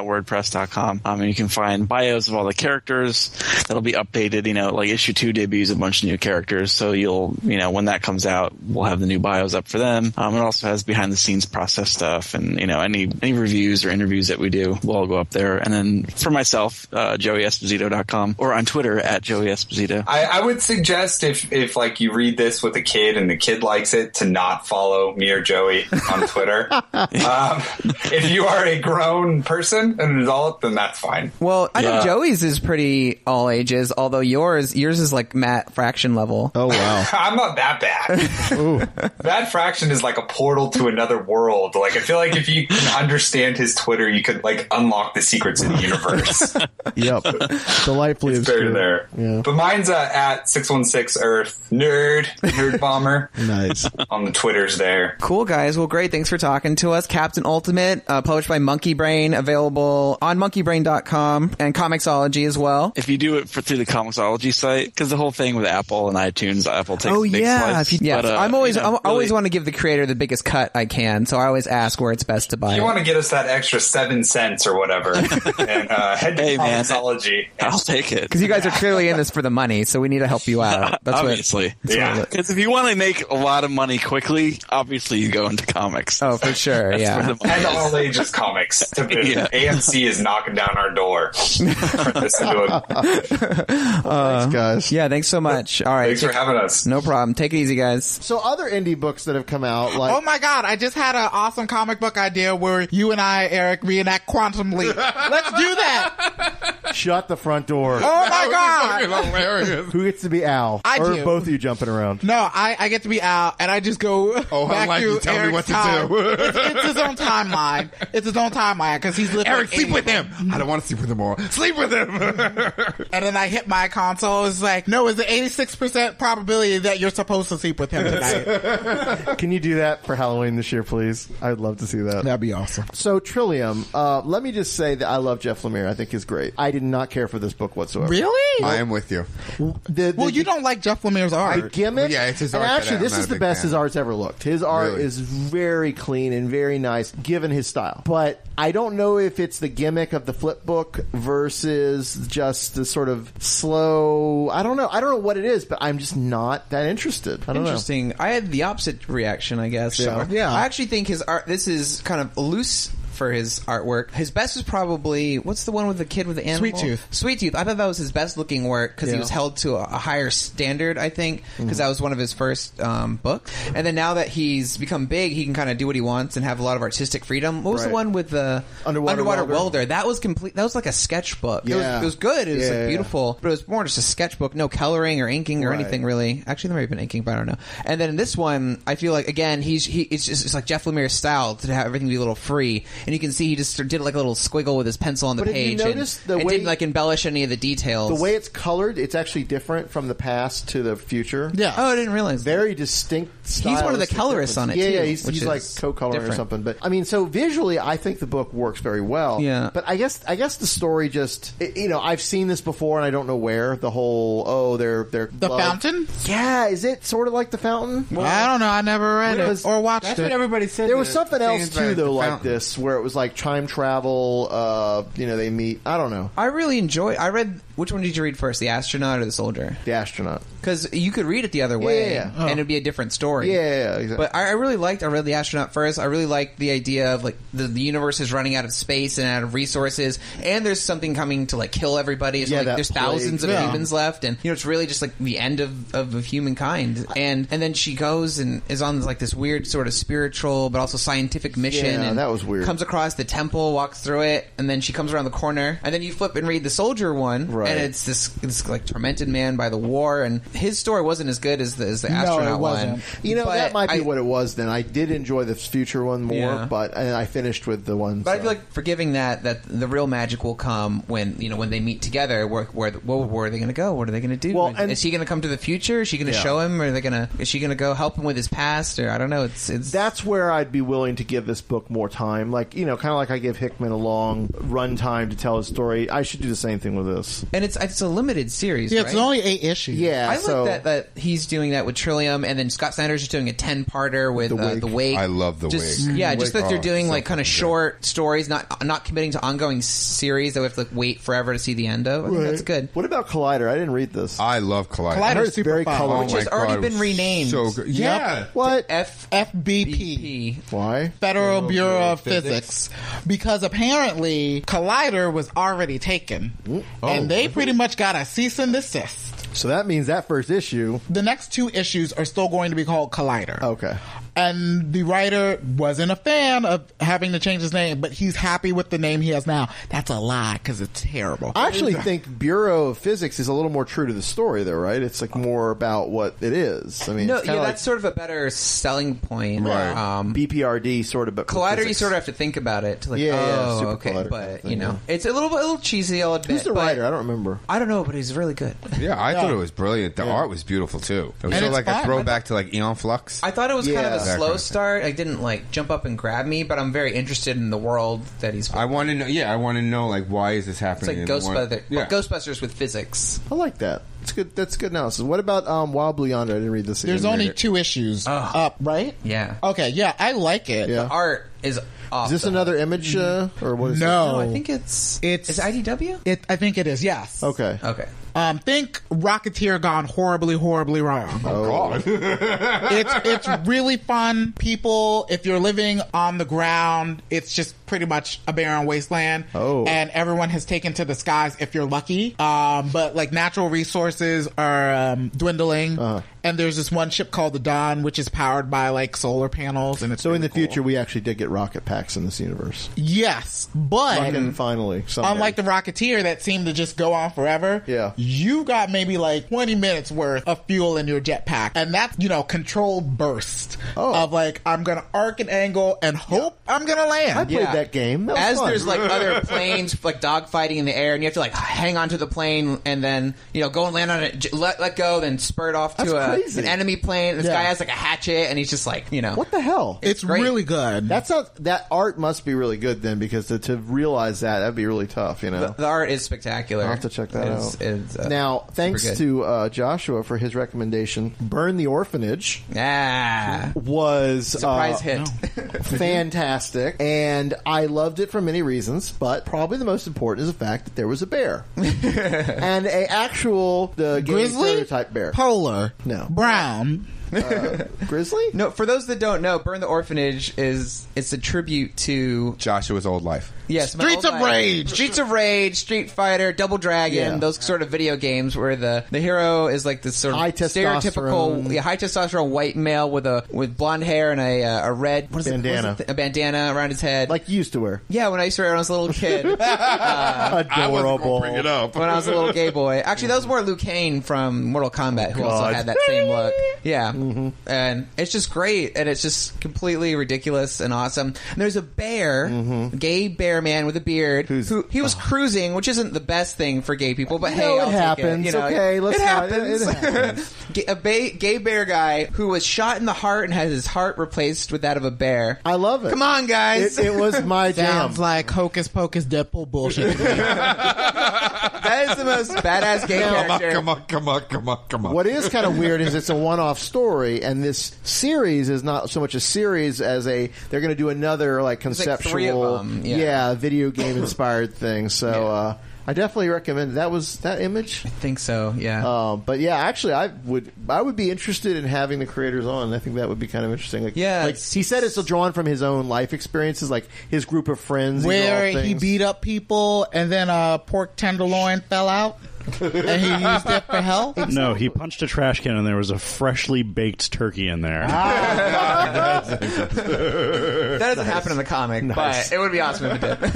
S10: captainultimate.wordpress.com. Um, and you can find bios of all the characters that'll be updated. You know, like issue two debuts a bunch of new characters, so you'll, you know, when that comes out, we'll have the new bios up for them. Um, it also has behind the scenes process stuff, and you know, any any reviews or interviews that we do will all go up there. And then for myself, uh, joeyesposito.com or on Twitter at joeyesposito.
S11: I, I would suggest if if like you read this with a kid and the kid likes it to not follow me or Joey on Twitter.
S1: Uh,
S11: um, if you are a grown person, an adult, then that's fine.
S3: Well, I
S11: Yeah.
S3: know Joey's is pretty all ages, although yours yours is like Matt fraction level.
S1: Oh wow.
S11: I'm not that bad. That fraction is like a portal to another world. Like I feel like if you can understand his Twitter, you could like unlock the secrets of the universe.
S1: yep. Delightfully obscure.
S11: there.
S1: Yeah.
S11: But mine's uh, at six one six Earth Nerd Nerd Bomber.
S1: nice
S11: on the Twitters there.
S3: Cool guys. Well, great. Thanks for talking to us. Captain Ultimate, uh, published by Monkey Brain, available on monkeybrain.com and Comixology as well.
S10: if you do it for through the Comixology site, because the whole thing with Apple and iTunes, Apple takes
S3: oh
S10: a big
S3: yeah,
S10: slice.
S3: if you, yeah.
S10: But, uh,
S3: I'm always
S10: you know,
S3: I'm, I always
S10: really-
S3: want to give the creator the biggest cut I can, so I always ask where it's best to buy.
S11: If you
S3: it.
S11: want to get us that extra seven cents or whatever, and uh, head to Comixology.
S10: I'll take it.
S3: because you guys are clearly in this for the money, so we need to help you out. That's
S10: obviously,
S3: What, that's what it-
S10: Because if you want to make a lot of money quickly, obviously you go into comics.
S3: Oh, for sure.
S10: That's
S3: yeah.
S10: where the money
S11: Head to
S10: is.
S11: all ages comics. To
S10: Yeah.
S11: AMC is knocking down our door. Turn this into a-
S1: thanks, guys.
S3: Uh, Yeah, thanks so much. All right,
S11: Thanks for having us.
S3: No problem. Take it easy, guys.
S1: So other indie books that have come out, like
S7: oh my god, I just had an awesome comic book idea where you and I, Eric, reenact Quantum Leap. Let's do that.
S1: shut the front door.
S7: Oh my god.
S1: Who gets to be Al?
S7: I
S1: or
S7: do.
S1: both of you jumping around?
S7: No, I, I get to be out, and I just go oh, back
S1: like
S7: through
S1: you tell me
S7: Eric's
S1: what to
S7: time.
S1: do.
S7: it's, it's his own timeline. It's his own timeline because he's living.
S13: Eric, sleep with
S7: him.
S13: I don't want to sleep with him all. Sleep with him.
S7: And then I hit my console. It's like, no, it's an eighty-six percent probability that you're supposed to sleep with him tonight.
S1: Can you do that for Halloween this year, please? I'd love to see that.
S7: That'd be awesome.
S1: So Trillium, uh, let me just say that I love Jeff Lemire. I think he's great. I did not care for this book whatsoever.
S7: Really?
S1: I
S13: am with you.
S7: well, you don't like Jeff Lemire's art.
S1: gimmick. and actually, this is the best his art's ever looked. His art
S7: Really?
S1: is very clean and very nice, given his style. But I don't know if it's the gimmick of the flip book versus just the sort of slow. I don't know. I don't know what it is, but I'm just not that interested. I don't know.
S3: Interesting. I had the opposite reaction, I guess.
S1: So?
S3: yeah. I actually think his art. This is kind of loose for his artwork. His best is probably what's the one with the kid with the animal?
S7: Sweet Tooth.
S3: Sweet Tooth. I thought that was his best looking work because he
S7: Yeah.
S3: was held to a, a higher standard. I think because that was one of his first um, books. And then now that he's become big, he can kind of do what he wants and have a lot of artistic freedom. What was
S1: Right.
S3: the one with the
S1: Underwater
S3: welder.
S1: Welder.
S3: That was complete. That was like a sketchbook. It,
S1: Yeah.
S3: was, it was good. It was
S1: Yeah, yeah,
S3: like
S1: yeah.
S3: beautiful, but it was more just a sketchbook. No coloring or inking or
S1: Right.
S3: anything really. Actually, there may have been inking, but I don't know. And then in this one, I feel like again, he's he. It's just it's like Jeff Lemire's style to have everything be a little free. and you can see he just sort of did like a little squiggle with his pencil on the
S1: But have you
S3: page.
S1: noticed
S3: and
S1: the
S3: it
S1: way-
S3: didn't like embellish any of the details.
S1: The way it's colored, it's actually different from the past to the future.
S3: Yeah. Oh, I didn't realize.
S1: Very distinct.
S3: one of the
S1: stylistic
S3: colorists on it,
S1: Yeah,
S3: too,
S1: yeah. He's,
S3: which
S1: he's like
S3: is
S1: co-coloring or
S3: different.
S1: something. But I mean, so visually, I think the book works very well.
S3: Yeah.
S1: But I guess I guess the story just i- you know I've seen this before and I don't know where the whole oh they're they're
S7: The fountain?
S1: Yeah, is it sort of like the fountain?
S7: I don't know. I never read it, or watched it.
S1: There was something else
S7: stands by
S1: too,
S7: the
S1: though, like
S7: fountain.
S1: this, where it was like time travel. Uh, you know, they meet. I don't know.
S3: I really enjoy. I read. Which one did you read first, the astronaut or the soldier?
S1: The astronaut,
S3: because you could read it the other
S1: Yeah,
S3: way,
S1: yeah, yeah.
S3: and it'd be a different story.
S1: Yeah, yeah, yeah, exactly.
S3: But I, I really liked. I read the astronaut first. I really liked the idea of like the, the universe is running out of space and out of resources, and there's something coming to like kill everybody. So
S1: Yeah,
S3: like
S1: that
S3: there's thousands of
S1: plague. Yeah.
S3: humans left, and you know it's really just like the end of of, of humankind. And and then she goes and is on like this weird sort of spiritual but also scientific mission.
S1: Yeah,
S3: and
S1: that was weird.
S3: Comes across the temple, walks through it, and then she comes around the corner, and then you flip and read the soldier one,
S1: Right.
S3: and it's this, this like tormented man by the war, and his story wasn't as good as the, as the astronaut one.
S1: You know,
S3: But
S1: that might be
S3: I-
S1: what it was. Then I did enjoy the future one more,
S3: Yeah.
S1: but and I finished with the one.
S3: But I feel like forgiving that that the real magic will come when you know when they meet together. Where where where, where are they going to go? What are they going to do? Well, is he going to come to the future? Is she going to
S1: Yeah.
S3: show him? Or are they going to? Is she going to go help him with his past? Or I don't know. It's it's
S1: that's where I'd be willing to give this book more time. Like you know, kind of like I give Hickman a long run time to tell his story. I should do the same thing with this.
S3: and it's it's a limited series.
S1: Yeah, it's
S3: right?
S1: only eight issues. Yeah,
S3: I
S1: so-
S3: like that that he's doing that with Trillium, and then Scott Snyder's just doing a ten parter with
S6: The
S3: the, uh,
S6: Wake.
S3: the Wake.
S6: I love The
S3: just,
S6: Wake.
S3: Yeah,
S6: The
S3: just
S6: Wake.
S3: that they're
S6: Oh,
S3: doing like
S6: so
S3: kind of short stories, not not committing to ongoing series that we have to like, wait forever to see the end of. I think that's
S1: Right.
S3: good.
S1: What about Collider? I didn't read this.
S6: I love Collider.
S1: I heard it's very colorful.
S6: Oh
S3: which has
S6: my
S3: already
S6: God, it
S3: been
S6: was
S3: renamed.
S6: so good. Yeah.
S1: What?
S3: F
S7: FBP.
S1: Why?
S7: Federal Bureau of Physics. Because apparently Collider was already taken. and they pretty much got a cease and desist.
S1: Oh. So that means that first issue.
S7: The next two issues are still going to be called Collider.
S1: Okay.
S7: And the writer wasn't a fan of having to change his name, but he's happy with the name he has now. That's a lie because it's terrible.
S1: I actually think Bureau of Physics is a little more true to the story, though, right? It's like more about what it is. I mean,
S3: no,
S1: it's
S3: yeah,
S1: kinda
S3: that's sort of a better selling point.
S1: like,
S3: Um,
S1: BPRD sort of, but with
S3: Collider, you
S1: physics.
S3: sort of have to think about it. To like,
S1: Yeah, yeah,
S3: oh,
S1: super
S3: okay,
S1: Collider kind of
S3: but
S1: thing,
S3: you know, it's a little a little cheesy. I'll admit.
S1: Who's the
S3: but
S1: writer? I don't remember.
S3: I don't know, but he's really good.
S6: Yeah, I
S3: Yeah.
S6: thought it was brilliant. The art was beautiful too. It was
S3: And
S6: sort of
S3: it's
S6: like
S3: fun.
S6: a throwback to like Eon Flux.
S3: I thought it was kind
S6: Yeah.
S3: of a
S6: That
S3: slow
S6: kind of thing.
S3: start. I didn't like jump up and grab me, but I'm very interested in the world that he's.
S6: I want to know. Yeah, I want to know like why is this
S3: It's
S6: happening?
S3: like
S6: and what-
S3: Ghostbusters,
S6: Yeah.
S3: Ghostbusters with physics.
S1: I like that. It's good. That's good analysis. What about um, Wild Blue Yonder? I didn't read this.
S7: There's
S1: either.
S7: only two issues up, right?
S3: Yeah.
S7: Okay, yeah, I like it.
S1: Yeah. The
S3: art is off.
S1: Is this another image uh, or what is
S7: No.
S1: it?
S7: Mm-hmm. No, I think
S3: it's
S7: it's is
S3: IDW.
S7: It, I think it is. Yes.
S1: Okay.
S3: Okay.
S7: Um, think Rocketeer gone horribly, horribly wrong.
S1: Oh,
S6: God.
S7: it's it's really fun. People, if you're living on the ground, it's just pretty much a barren wasteland.
S1: Oh.
S7: And everyone has taken to the skies if you're lucky. Um, but like natural resources are um, dwindling.
S1: Uh-huh.
S7: And there's this one ship called the Dawn, which is powered by like solar panels. And it's
S1: So in the future, we actually did get rocket packs in this universe.
S7: yes, but
S1: Fucking finally, someday.
S7: Unlike the Rocketeer that seemed to just go on forever.
S1: Yeah.
S7: You got maybe like 20 minutes worth of fuel in your jetpack. And that's, you know, controlled burst
S1: Oh.
S7: of like, I'm going to arc an angle and hope I'm going to land.
S1: I played that game. That was
S3: As
S1: fun.
S3: there's like other planes like dogfighting in the air, and you have to like hang onto the plane and then you know go and land on it, j- let let go, then spurt off to
S1: That's
S3: a,
S1: crazy.
S3: an enemy plane. This
S1: Yeah.
S3: guy has like a hatchet, and he's just like you know
S1: What the hell?
S7: It's really good.
S1: That's not that art must be really good then because to, to realize that that'd be really tough. You know,
S3: The art is spectacular.
S1: I'll have to check that
S3: It's-
S1: out.
S3: it's, uh,
S1: now,
S3: super
S1: thanks
S3: good.
S1: to uh, Joshua for his recommendation, "Burn the Orphanage"
S3: yeah.
S1: was
S3: Ah. Surprise
S1: uh,
S3: hit.
S1: fantastic, and I loved it for many reasons. But probably the most important is the fact that there was a bear and a actual the game
S7: Grizzly?
S1: prototype bear.
S7: Polar.
S1: No.
S7: Brown.
S1: Uh, grizzly?
S3: No, for those that don't know, Burn the Orphanage is it's a tribute to
S6: Joshua's old life.
S3: Yes, my
S7: Streets
S3: old
S7: of
S3: life.
S7: Rage.
S3: Streets of Rage, Street Fighter, Double Dragon,
S7: Yeah.
S3: those sort of video games where the, the hero is like this sort of
S7: High
S3: stereotypical
S7: testosterone.
S3: yeah, high testosterone white male with a with blonde hair and a uh, a red what is it- what is
S1: Bandana.
S3: it, a bandana around his head. Like
S1: you used to wear.
S3: Yeah, when I used to wear it when I was a little kid. Uh,
S1: I wasn't gonna Adorable. bring it up.
S3: when I was a little gay boy. Actually, that was more Liu Kane from Mortal Kombat, who also
S1: God.
S3: had that same look. Yeah,
S1: Mm-hmm.
S3: and it's just great, and it's just completely ridiculous and awesome. And there's a bear,
S1: Mm-hmm.
S3: gay bear man with a beard, who he was cruising, which isn't the best thing for gay people, but
S1: You
S3: hey,
S1: know, Ah. it
S3: I'll take
S1: happens,
S3: You know,
S1: okay, let's
S3: it
S1: not- it-
S3: happens.
S1: it
S3: Ga- a ba- gay bear guy who was shot in the heart and had his heart replaced with that of a bear. I
S1: love it.
S3: Come on, guys.
S1: It- it was my
S7: Sounds like hocus pocus Deadpool bullshit.
S3: that is the most badass gay
S7: Come on,
S3: character.
S6: Come on, come on, come on, come on.
S1: What is kind of weird is it's a one-off story, and this series is not so much a series as a they're going to do another like
S3: There's like three of
S1: conceptual,
S3: them, yeah.
S1: yeah. video game inspired thing. So uh, I definitely recommend that was that image. I
S3: think so, yeah.
S1: Uh, but yeah, actually, I would I would be interested in having the creators on. I think that would be kind of interesting. Like,
S3: yeah,
S1: like he said, it's drawn from his own life experiences, like his group of friends, these are
S7: where
S1: all
S7: he
S1: things.
S7: beat up people and then a pork tenderloin fell out and he used it for help.
S4: No, he punched a trash can and there was a freshly baked turkey in there.
S1: Ah.
S3: that doesn't happen in the comic,
S1: Nice.
S3: but it would be awesome if it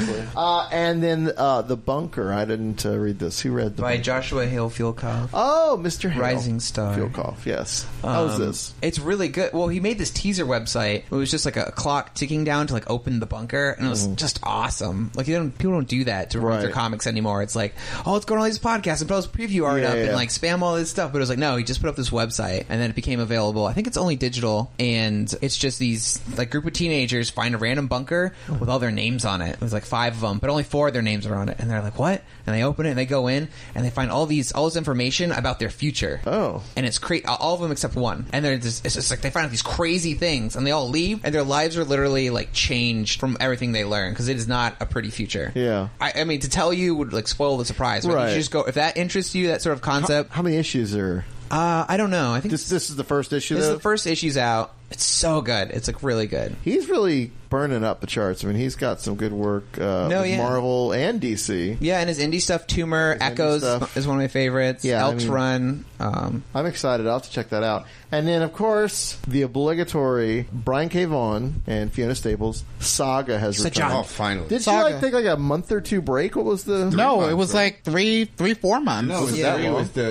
S3: did.
S1: Uh, and then uh, the bunker. I didn't uh, read this. Who read the
S3: By
S1: bunker?
S3: Joshua Hill Fieldcoff.
S1: Oh, Mr. Hale.
S3: Rising Star.
S1: Fieldcoff, yes. How was
S3: Um,
S1: this?
S3: It's really good. Well, he made this teaser website. It was just like a clock ticking down to like open the bunker, and it was just awesome. Like you don't, people don't do that to read their
S1: Mm. Right.
S3: comics anymore. It's like, oh, let's go on all these podcasts and put all this preview art
S1: Yeah,
S3: up and
S1: yeah.
S3: like spam all this stuff. But it was like, no, he just put up this website, and then it became available. I think it's only digital, and it's just these like group of teenagers find a random bunker with all their names on it. It was like five of them, but only four of their names are on it, and they're like, what? And they open it and they go in and they find all these all this information about their future.
S1: Oh,
S3: and it's crazy. All of them except one, and they're just, it's just like they find out these crazy things, and they all leave, and their lives are literally like changed from everything they learn because it is not a pretty future.
S1: Yeah.
S3: I, I mean, to tell you would like spoil the surprise. Right? You
S1: Right.
S3: should just go if that interests you, that sort of concept.
S1: How, many issues are?
S3: Uh, I don't know. I think
S1: this this is the first issue.
S3: This is
S1: though?
S3: the first issue's out. It's so good. It's like really good.
S1: He's really burning up the charts. I mean, he's got some good work. Uh,
S3: No,
S1: with
S3: yeah.
S1: Marvel and DC.
S3: Yeah, and his indie stuff, Tumor,
S1: indie
S3: Echoes
S1: stuff.
S3: is one of my favorites.
S1: Yeah, I
S3: Elks
S1: mean-
S3: Run. Um,
S1: I'm excited. I'll have to check that out. And then, of course, the obligatory Brian K. Vaughan and Fiona Staples saga has
S7: Such
S1: returned.
S7: a- Oh, finally.
S1: Did
S7: Saga.
S1: you like take like a month or two break? What was the?
S7: no, it was like three, three, four months.
S6: No, it was, three. It was the,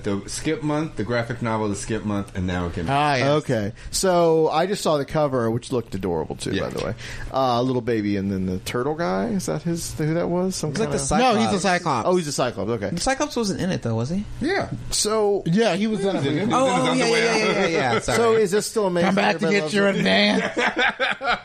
S6: the, the skip month, the graphic novel, the skip month, and now it came
S1: Okay. So I just saw the cover, which looked adorable too. By the way, uh, little baby, and then the turtle guy. Is that his? Who that was? Some
S3: He's like
S1: kinda-
S3: the No, he's a Cyclops.
S7: Cyclops.
S1: Oh, he's a Cyclops. Okay.
S3: Cyclops wasn't in it though, was he?
S1: Yeah. So yeah, he was in
S7: it.
S3: He was in his Oh, oh, yeah, underwear. yeah, yeah, yeah, yeah. Sorry.
S1: So is this still amazing?
S7: Come back to
S1: Everybody
S7: get
S1: loves
S7: your
S1: it?
S7: man.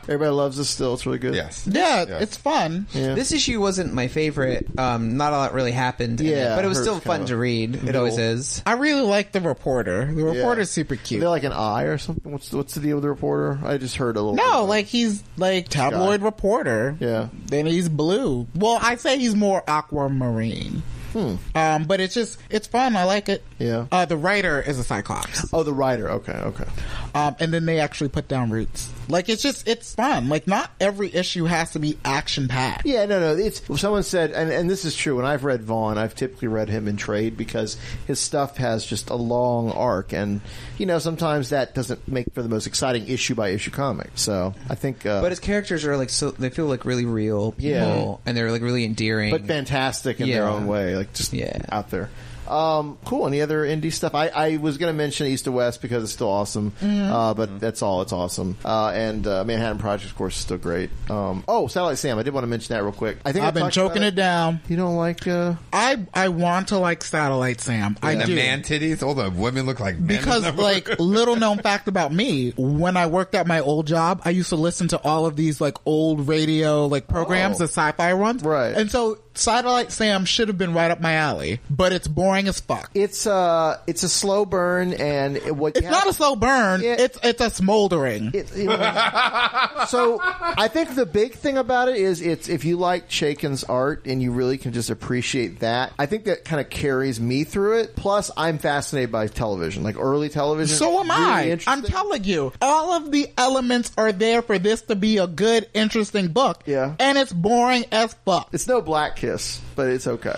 S1: Everybody loves this still. It's really good. Yes.
S7: Yeah, it's fun.
S3: This issue wasn't my favorite. Um, not a lot really happened. in it,
S7: Yeah,
S3: but it was
S7: hers
S3: still fun
S7: kinda
S3: to read. It always is.
S7: I really like the reporter. The reporter's super cute.
S1: They're like an eye or something. What's what's the deal with the reporter? I just heard a little.
S7: No, like he's like tabloid reporter.
S1: Yeah.
S7: Then he's blue. Well, I say he's more aquamarine. Hmm. Um, but it's just it's fun. I like it.
S1: Yeah.
S7: Uh, the writer is a Cyclops.
S1: Oh, the writer. Okay. Okay.
S7: Um, and then they actually put down roots. Like it's just it's fun. Like not every issue has to be action packed.
S1: Yeah, no, no. It's someone said, and, and this is true. When I've read Vaughn, I've typically read him in trade because his stuff has just a long arc, and you know sometimes that doesn't make for the most exciting issue by issue comic. So I think, uh,
S3: But his characters are like so they feel like really real people,
S1: Yeah.
S3: and they're like really endearing.
S1: but fantastic in their
S3: Yeah.
S1: own way, like just out there. Um, cool. Any other indie stuff? I, I was going to mention East to West because it's still awesome,
S7: Mhm.
S1: uh,
S3: Mm-hmm.
S1: but that's all. It's awesome. Uh, and uh, Manhattan Project, of course, is still great. Um, oh, Satellite Sam. I did want to mention that real quick. I think I
S7: I've been
S1: talked about
S7: choking it. down.
S1: You don't like? uh
S7: I I want to like Satellite Sam. I
S6: the
S7: do.
S6: man titties, all the women look like men.
S7: because like little known fact about me when i worked at my old job i used to listen to all of these like old radio like programs
S6: Oh.
S7: the sci-fi ones right and so Satellite Sam should have been right up my alley, but it's boring as fuck.
S1: It's uh, it's a slow burn, and it, what
S7: it's not a slow burn. it's it's a smoldering.
S1: so I think the big thing about it is it's if you like Shaken's art and you really can just appreciate that. I think that kind of carries me through it. Plus, I'm fascinated by television, like early television.
S7: So am
S1: Really
S7: I.
S1: interesting.
S7: I'm telling you, all of the elements are there for this to be a good, interesting book. Yeah. And it's boring as fuck.
S1: It's no Black Kiss, but it's okay.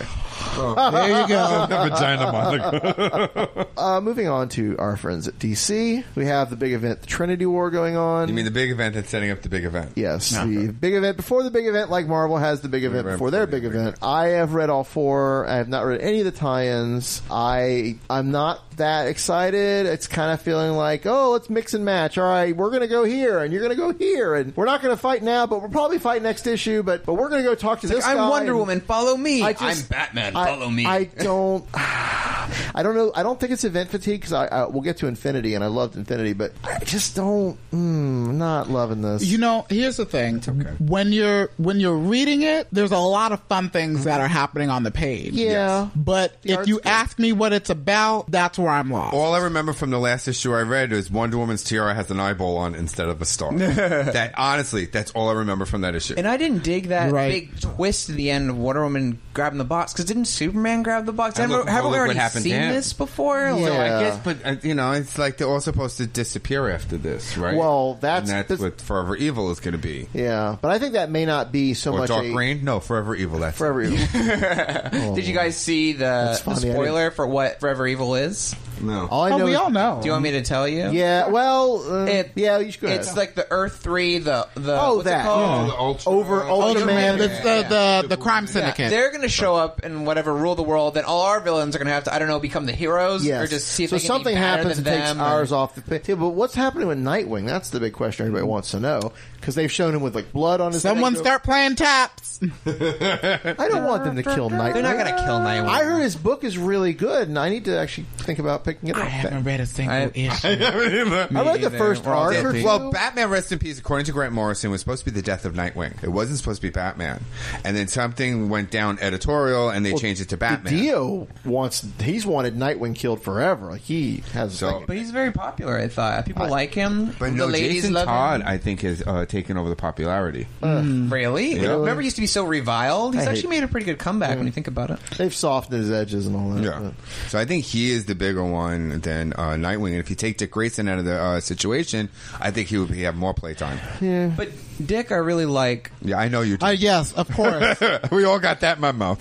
S7: Oh, there you go.
S1: uh, moving on to our friends at DC, we have the big event, the Trinity War, going on.
S6: You mean the big event that's setting up the big event?
S1: Yes, the big event before the big event, like Marvel has the big event before their big event. I have read all four. I have not read any of the tie-ins. I I'm not that excited. It's kind of feeling like, oh, let's mix and match. All right, we're gonna go here, and you're gonna go here, and we're not gonna fight now, but we'll probably fight next issue. But but we're gonna go talk to
S3: It's like,
S1: this.
S3: I'm
S1: guy,
S3: Wonder
S1: and-
S3: Woman, follow me.
S1: I just-
S3: I'm Batman,
S1: I-
S3: follow me.
S1: I don't. I don't know. I don't think it's event fatigue because I, I we'll get to Infinity, and I loved Infinity, but I just don't. Mm, not loving this.
S7: You know, here's the thing. When you're when you're reading it, there's a lot of fun things that are happening on the page.
S1: Yeah.
S7: But
S1: The
S7: if
S1: art's
S7: you ask me what it's about, that's where I'm lost.
S6: All I remember from the last issue I read is Wonder Woman's tiara has an eyeball on instead of a star. that honestly, that's all I remember from that issue.
S3: And I didn't dig that
S6: Right.
S3: big twist at the end of Wonder Woman grabbing the box because didn't Superman grab the box?
S6: And
S3: Haven't-
S6: look-
S3: haven't
S6: look
S3: we
S6: what
S3: already
S6: happened to
S3: seen
S6: him.
S3: this before?
S6: So
S3: Like-
S6: I guess, but uh, you know, it's like they're all supposed to disappear after this, right?
S1: Well, that's-
S6: and that's, what Forever Evil is going to be.
S1: Yeah, but I think that may not be so
S6: or
S1: much
S6: Dark
S1: a-
S6: Reign? No, Forever Evil. That's
S1: Forever Evil.
S3: Did you guys see the,
S1: Oh. That's
S3: the
S1: funny, I didn't-
S3: spoiler for what Forever Evil is?
S6: No.
S1: All I Oh, know we is- all know.
S3: Do you want me to tell you?
S1: Yeah, well, uh, yeah, you should go ahead.
S3: It's like the Earth Three, the the
S1: Oh,
S3: what's it
S1: that.
S3: called?
S1: Yeah. The Ultra- Over- Ultraman.
S7: It's Oh, the- the- the crime
S3: Oh, Yeah,
S7: syndicate.
S3: they're going to show up and whatever rule the world. Then all our villains are going to have to I don't know become the heroes
S1: Yes.
S3: or just see if
S1: so
S3: they can
S1: something
S3: be better
S1: happens
S3: than
S1: and takes
S3: them or-
S1: hours off the pit. Yeah, but what's happening with Nightwing? That's the big question everybody wants to know because they've shown him with like blood on his.
S7: Someone
S1: neck.
S7: start playing taps.
S1: I don't want them to kill Nightwing.
S7: They're not
S1: to
S7: gonna kill Nightwing.
S1: I heard his book is really good, and I need to actually think about picking it up. I haven't
S7: read a single issue.
S1: I like the first arc. Or two.
S6: Well, Batman Rest in Peace, according to Grant Morrison, was supposed to be the death of Nightwing. It wasn't supposed to be Batman. And then something went down editorial and they
S1: Well,
S6: changed it to Batman.
S1: Dio wants he's wanted Nightwing killed forever. Like he has. So,
S3: but he's very popular. I thought people like him.
S6: But
S3: the
S6: no,
S3: ladies
S6: Jason
S3: love
S6: Todd,
S3: him. Hmm.
S6: I think, has uh, taken over the popularity.
S3: Really?
S6: Yeah.
S3: Remember, he used to be so reviled. He's
S6: I
S3: actually
S6: hate-
S3: made a pretty good comeback when you think about it.
S1: They've softened his edges and all that.
S6: Yeah. So I think he is the bigger one than uh, Nightwing. And if you take Dick Grayson out of the uh, situation, I think he would be, have more playtime.
S1: Yeah.
S3: But Dick, I really like.
S6: Yeah, I know you do.
S7: Uh, yes, of course.
S6: we all got that in my mouth.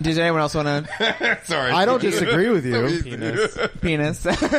S3: Does anyone else want to?
S6: Sorry.
S3: I don't
S1: disagree with you.
S3: Penis. Penis.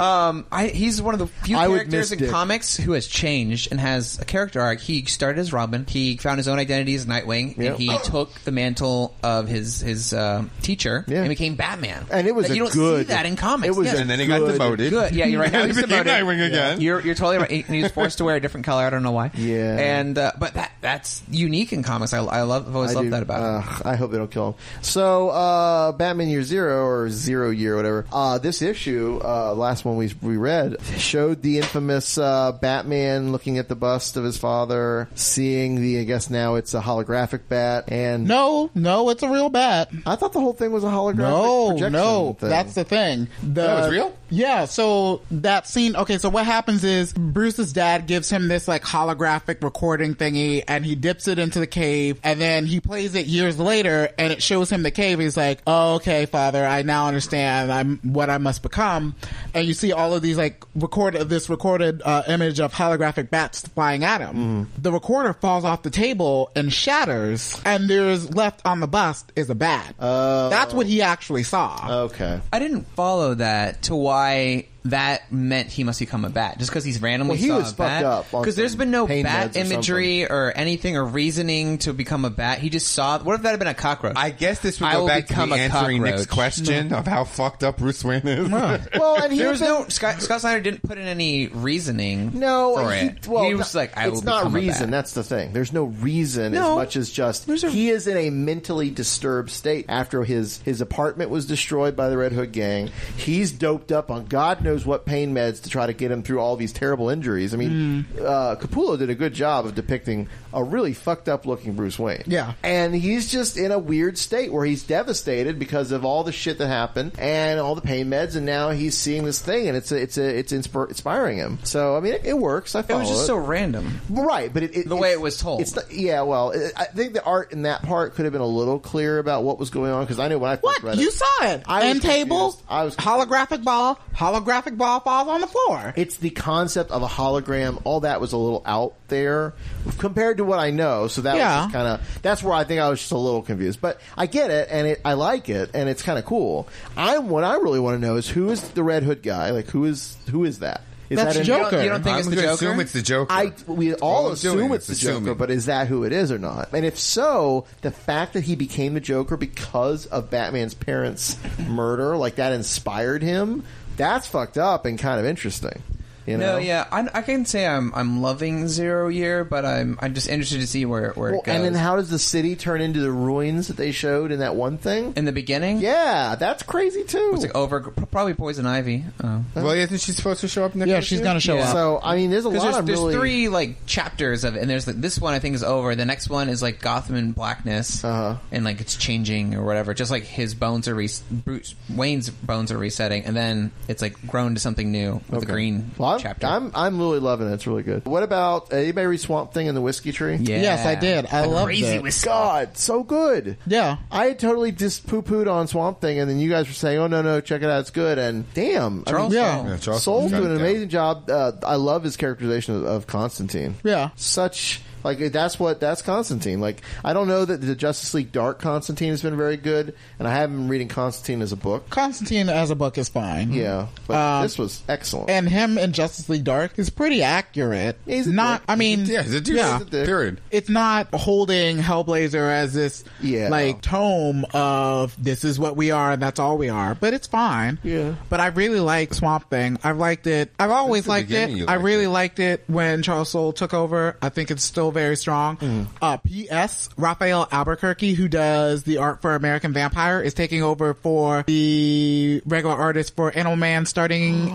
S3: um, I, he's one of the few
S1: I would miss
S3: characters in
S1: Dick.
S3: comics who has changed and has a character arc. He started as Robin. He found his own identity as Nightwing,
S1: Yeah.
S3: and he took the mantle of his his uh, teacher and became Batman.
S1: And it was
S3: Like,
S1: a
S3: you don't
S1: good-
S3: see that in comics.
S1: it was
S3: yes.
S1: a And then he got good- demoted.
S3: Good. Yeah, you're right. Now
S1: And
S3: he's
S1: became
S3: demoted.
S1: Nightwing again.
S3: Yeah. You're you're totally right. And he was forced to wear a different color. I don't know why.
S1: Yeah.
S3: And uh, but that that's unique in comics. I, I love. I've always
S1: I
S3: loved
S1: do.
S3: that about. him.
S1: Ugh, I hope they don't kill him. So, uh, Batman Year Zero or Zero Year, whatever. Uh, this issue, uh, last one we we read, showed the infamous uh, Batman looking at the bust of his father, seeing the. I guess now it's a holographic bat, and
S7: no, no, it's a real bat.
S1: I thought the whole thing was a holographic.
S7: No,
S1: projection
S7: no,
S1: thing.
S7: that's the thing. The,
S1: That was real?
S7: Yeah. So that scene. Okay. So what happens is Bruce's dad gives him this like holographic recording thingy, and he dips it into the cave, and then he plays it years later, and it shows him the cave. He's like, oh, "Okay, father, I now understand. I'm what I must become." And you see all of these like record this recorded uh, image of holographic bats flying at him.
S1: Mm-hmm.
S7: The recorder falls off the table and shatters, and there's left on the bust is a bat.
S1: Oh.
S7: That's what he actually
S6: Ah.
S7: saw.
S1: Okay.
S3: I didn't follow that to why that meant he must become a bat just because he's randomly
S1: Well, he
S3: saw
S1: was
S3: a
S1: fucked
S3: bat.
S1: up on
S3: because there's
S1: some
S3: been no
S1: pain
S3: bat
S1: meds or
S3: imagery or anything or reasoning to become a bat. He just saw. What if that had been a cockroach? I
S6: guess this
S3: I
S6: we go
S3: will
S6: back to
S3: become
S6: me
S3: a
S6: answering
S3: cockroach.
S6: Nick's question of how fucked up Bruce Wayne is.
S1: Well, and he
S3: there
S1: had
S3: was
S1: been-
S3: no Scott, Scott Snyder didn't put in any reasoning.
S1: No,
S3: for
S1: he,
S3: it.
S1: well,
S3: he was
S1: no-
S3: like, I
S1: it's
S3: will
S1: not
S3: become a bat.
S1: reason. That's the thing. There's no reason as
S3: No.
S1: much as just he is in a mentally disturbed state after his his apartment was destroyed by the Red Hood gang. He's doped up on God knows knows what pain meds to try to get him through all these terrible injuries. I mean,
S3: Mm.
S1: uh, Capullo did a good job of depicting a really fucked up looking Bruce Wayne.
S7: Yeah.
S1: And he's just in a weird state where he's devastated because of all the shit that happened and all the pain meds, and now he's seeing this thing, and it's a, it's a, it's inspir- inspiring him. So I mean, it, it works. I
S3: It
S1: follow
S3: was just so random.
S1: Right, but it,
S3: the way it was told.
S1: it's not, yeah, well, I- I think the art in that part could have been a little clearer about what was going on because I knew when I first read it.
S7: You saw it.
S1: I
S7: End
S1: was
S7: table.
S1: I was
S7: holographic ball. Holographic ball falls on the floor.
S1: It's the concept of a hologram. All that was a little out there compared to what I know. So that
S7: Yeah.
S1: was kind of that's where I think I was just a little confused. But I get it, and it, I like it, and it's kind of cool. I'm what I really want to know is who is the Red Hood guy? Like who is who is that? Is
S6: That's
S1: that in-
S6: Joker. You don't- you don't think I'm it's the gonna Joker? assume it's the Joker.
S1: I we all,
S6: All I'm
S1: assume
S6: doing
S1: it's the
S6: is
S1: Joker,
S6: assuming.
S1: but is that who it is or not? And if so, the fact that he became the Joker because of Batman's parents' murder, like that inspired him, that's fucked up and kind of interesting. You know?
S3: No, yeah, I, I can say I'm I'm loving Zero Year, but I'm I'm just interested to see where where
S1: Well,
S3: it goes.
S1: and then how does the city turn into the ruins that they showed in that one thing
S3: in the beginning?
S1: Yeah, that's crazy too.
S3: was it over? Probably Poison Ivy. Oh.
S6: Well, isn't she supposed to show up in the
S7: Yeah,
S6: first
S7: she's
S6: year?
S7: gonna show up.
S1: So, I mean, there's a
S3: 'Cause
S1: lot
S3: there's,
S1: of
S3: there's
S1: really-
S3: three like chapters of it, and there's like, this one I think is over. The next one is like Gotham and Blackness,
S1: Uh-huh.
S3: and like it's changing or whatever. Just like his bones are re- Bruce Wayne's bones are resetting, and then it's like grown to something new with the green
S1: Well, I'm,
S3: chapter.
S1: I'm I'm really loving it. It's really good. What about uh, anybody read Swamp Thing and the Whiskey Tree?
S3: Yeah. Yes, I did. I The loved crazy it. whiskey.
S1: God, so good.
S7: Yeah,
S1: I had totally just poo pooed on Swamp Thing, and then you guys were saying, "Oh no, no, check it out, it's good." And damn,
S7: Charles Yeah. Soule.
S6: Yeah, Charles
S1: Soule
S6: Soule
S1: doing
S6: shut
S1: an
S6: it down.
S1: amazing job. Uh, I love his characterization of, of Constantine.
S7: Yeah,
S1: such. Like that's what that's Constantine. Like I don't know that the Justice League Dark Constantine has been very good, and I haven't been reading Constantine as a book.
S7: Constantine as a book is fine.
S1: Yeah, but
S7: Um,
S1: this was excellent.
S7: And him in Justice League Dark is pretty accurate. He's not. I mean,
S6: Yeah, he's a dude. He's a dick. Period.
S7: It's not holding Hellblazer as this
S1: yeah.
S7: like tome of this is what we are and that's all we are, but it's fine.
S1: Yeah.
S7: But I really like Swamp Thing. I've liked it. I've always
S6: the
S7: liked it.
S6: beginning you
S7: I
S6: liked
S7: really liked it when Charles Soule took over. I think it's still very strong.
S6: Mm-hmm.
S7: Uh, P.S. Raphael Albuquerque, who does the art for American Vampire, is taking over for the regular artist for Animal Man starting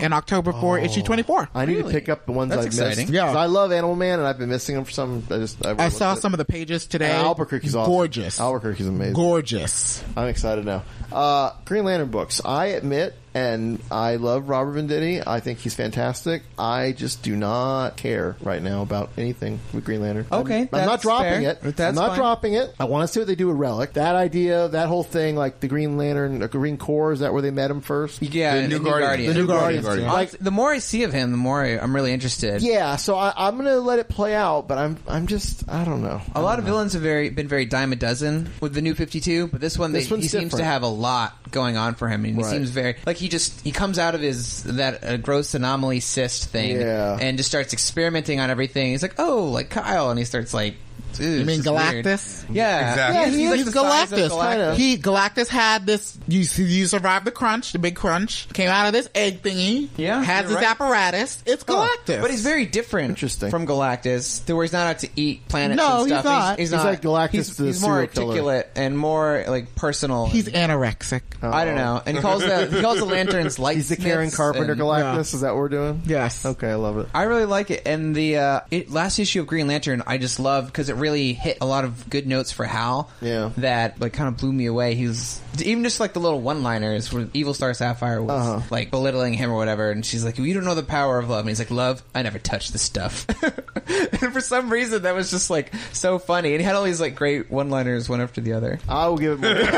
S7: in October for
S6: Oh.
S7: issue 24.
S1: I need to pick up the ones
S7: That's
S1: I've
S7: exciting.
S1: missed.
S7: Yeah.
S1: 'Cause I love Animal Man, and I've been missing them for some. I just I,
S7: I saw some of the pages today.
S1: And Albuquerque's awesome.
S7: gorgeous.
S1: Albuquerque's amazing.
S7: Gorgeous.
S1: I'm excited now. Uh, Green Lantern books. I admit, and I love Robert Venditti. I think he's fantastic. I just do not care right now about anything with Green Lantern. I'm-
S3: Okay,
S1: I'm, not
S3: that's
S1: dropping
S3: fair.
S1: it. I'm
S3: That's
S1: not
S3: fine.
S1: dropping it. I want to see what they do with Relic. That idea, that whole thing, like the Green Lantern, the Green Corps. Is that where they met him first?
S3: yeah, and- and
S1: The new Guardians. Like,
S3: Honestly, the more I see of him, the more I, I'm really interested.
S1: yeah, so I, I'm gonna let it play out, but I'm I'm just I don't know.
S3: A lot of villains have very been very dime a dozen with the new Fifty Two, but this one they,
S1: This one's
S3: he seems to
S1: different.
S3: have a lot going on for him, and
S1: Right.
S3: he seems very like he just he comes out of his that uh, gross anomaly cyst thing,
S1: Yeah.
S3: and just starts experimenting on everything. He's like, oh, like Kyle, and he starts like, "Ew,
S7: You
S3: this
S7: mean
S3: is weird."
S7: Galactus?
S3: Yeah,
S7: Yeah,
S3: He's,
S7: he's,
S3: like the size of
S7: Galactus.
S3: Galactus.
S7: He Galactus had this. You you survived the crunch, the big crunch. Came out of this egg thingy. Yeah, has his
S3: you're right.
S7: apparatus. It's Galactus.
S3: But he's very different from Galactus, to where he's not out to eat planets
S7: No,
S3: and
S7: he's
S3: stuff.
S7: not.
S3: He's,
S7: He's
S3: not.
S7: like Galactus
S3: He's,
S7: the
S3: he's more
S7: serial killer.
S3: articulate and more like personal.
S7: He's anorexic.
S3: I don't know. And he calls the he calls the lanterns light.
S1: He's the Karen Carpenter Galactus. Is that what we're doing?
S7: Yes.
S1: Okay, I love it.
S3: I really like it, and the uh, it, last issue of Green Lantern I just loved because it really hit a lot of good notes for Hal. Yeah, that like kind of blew me away. He was even just like the little one-liners where Evil Star Sapphire was
S1: Uh-huh.
S3: like belittling him or whatever, and she's like, "You don't know the power of love," and he's like, "Love, I never touch this stuff." and for some reason, that was just like so funny, and he had all these like great one-liners one after the other.
S1: I will give it.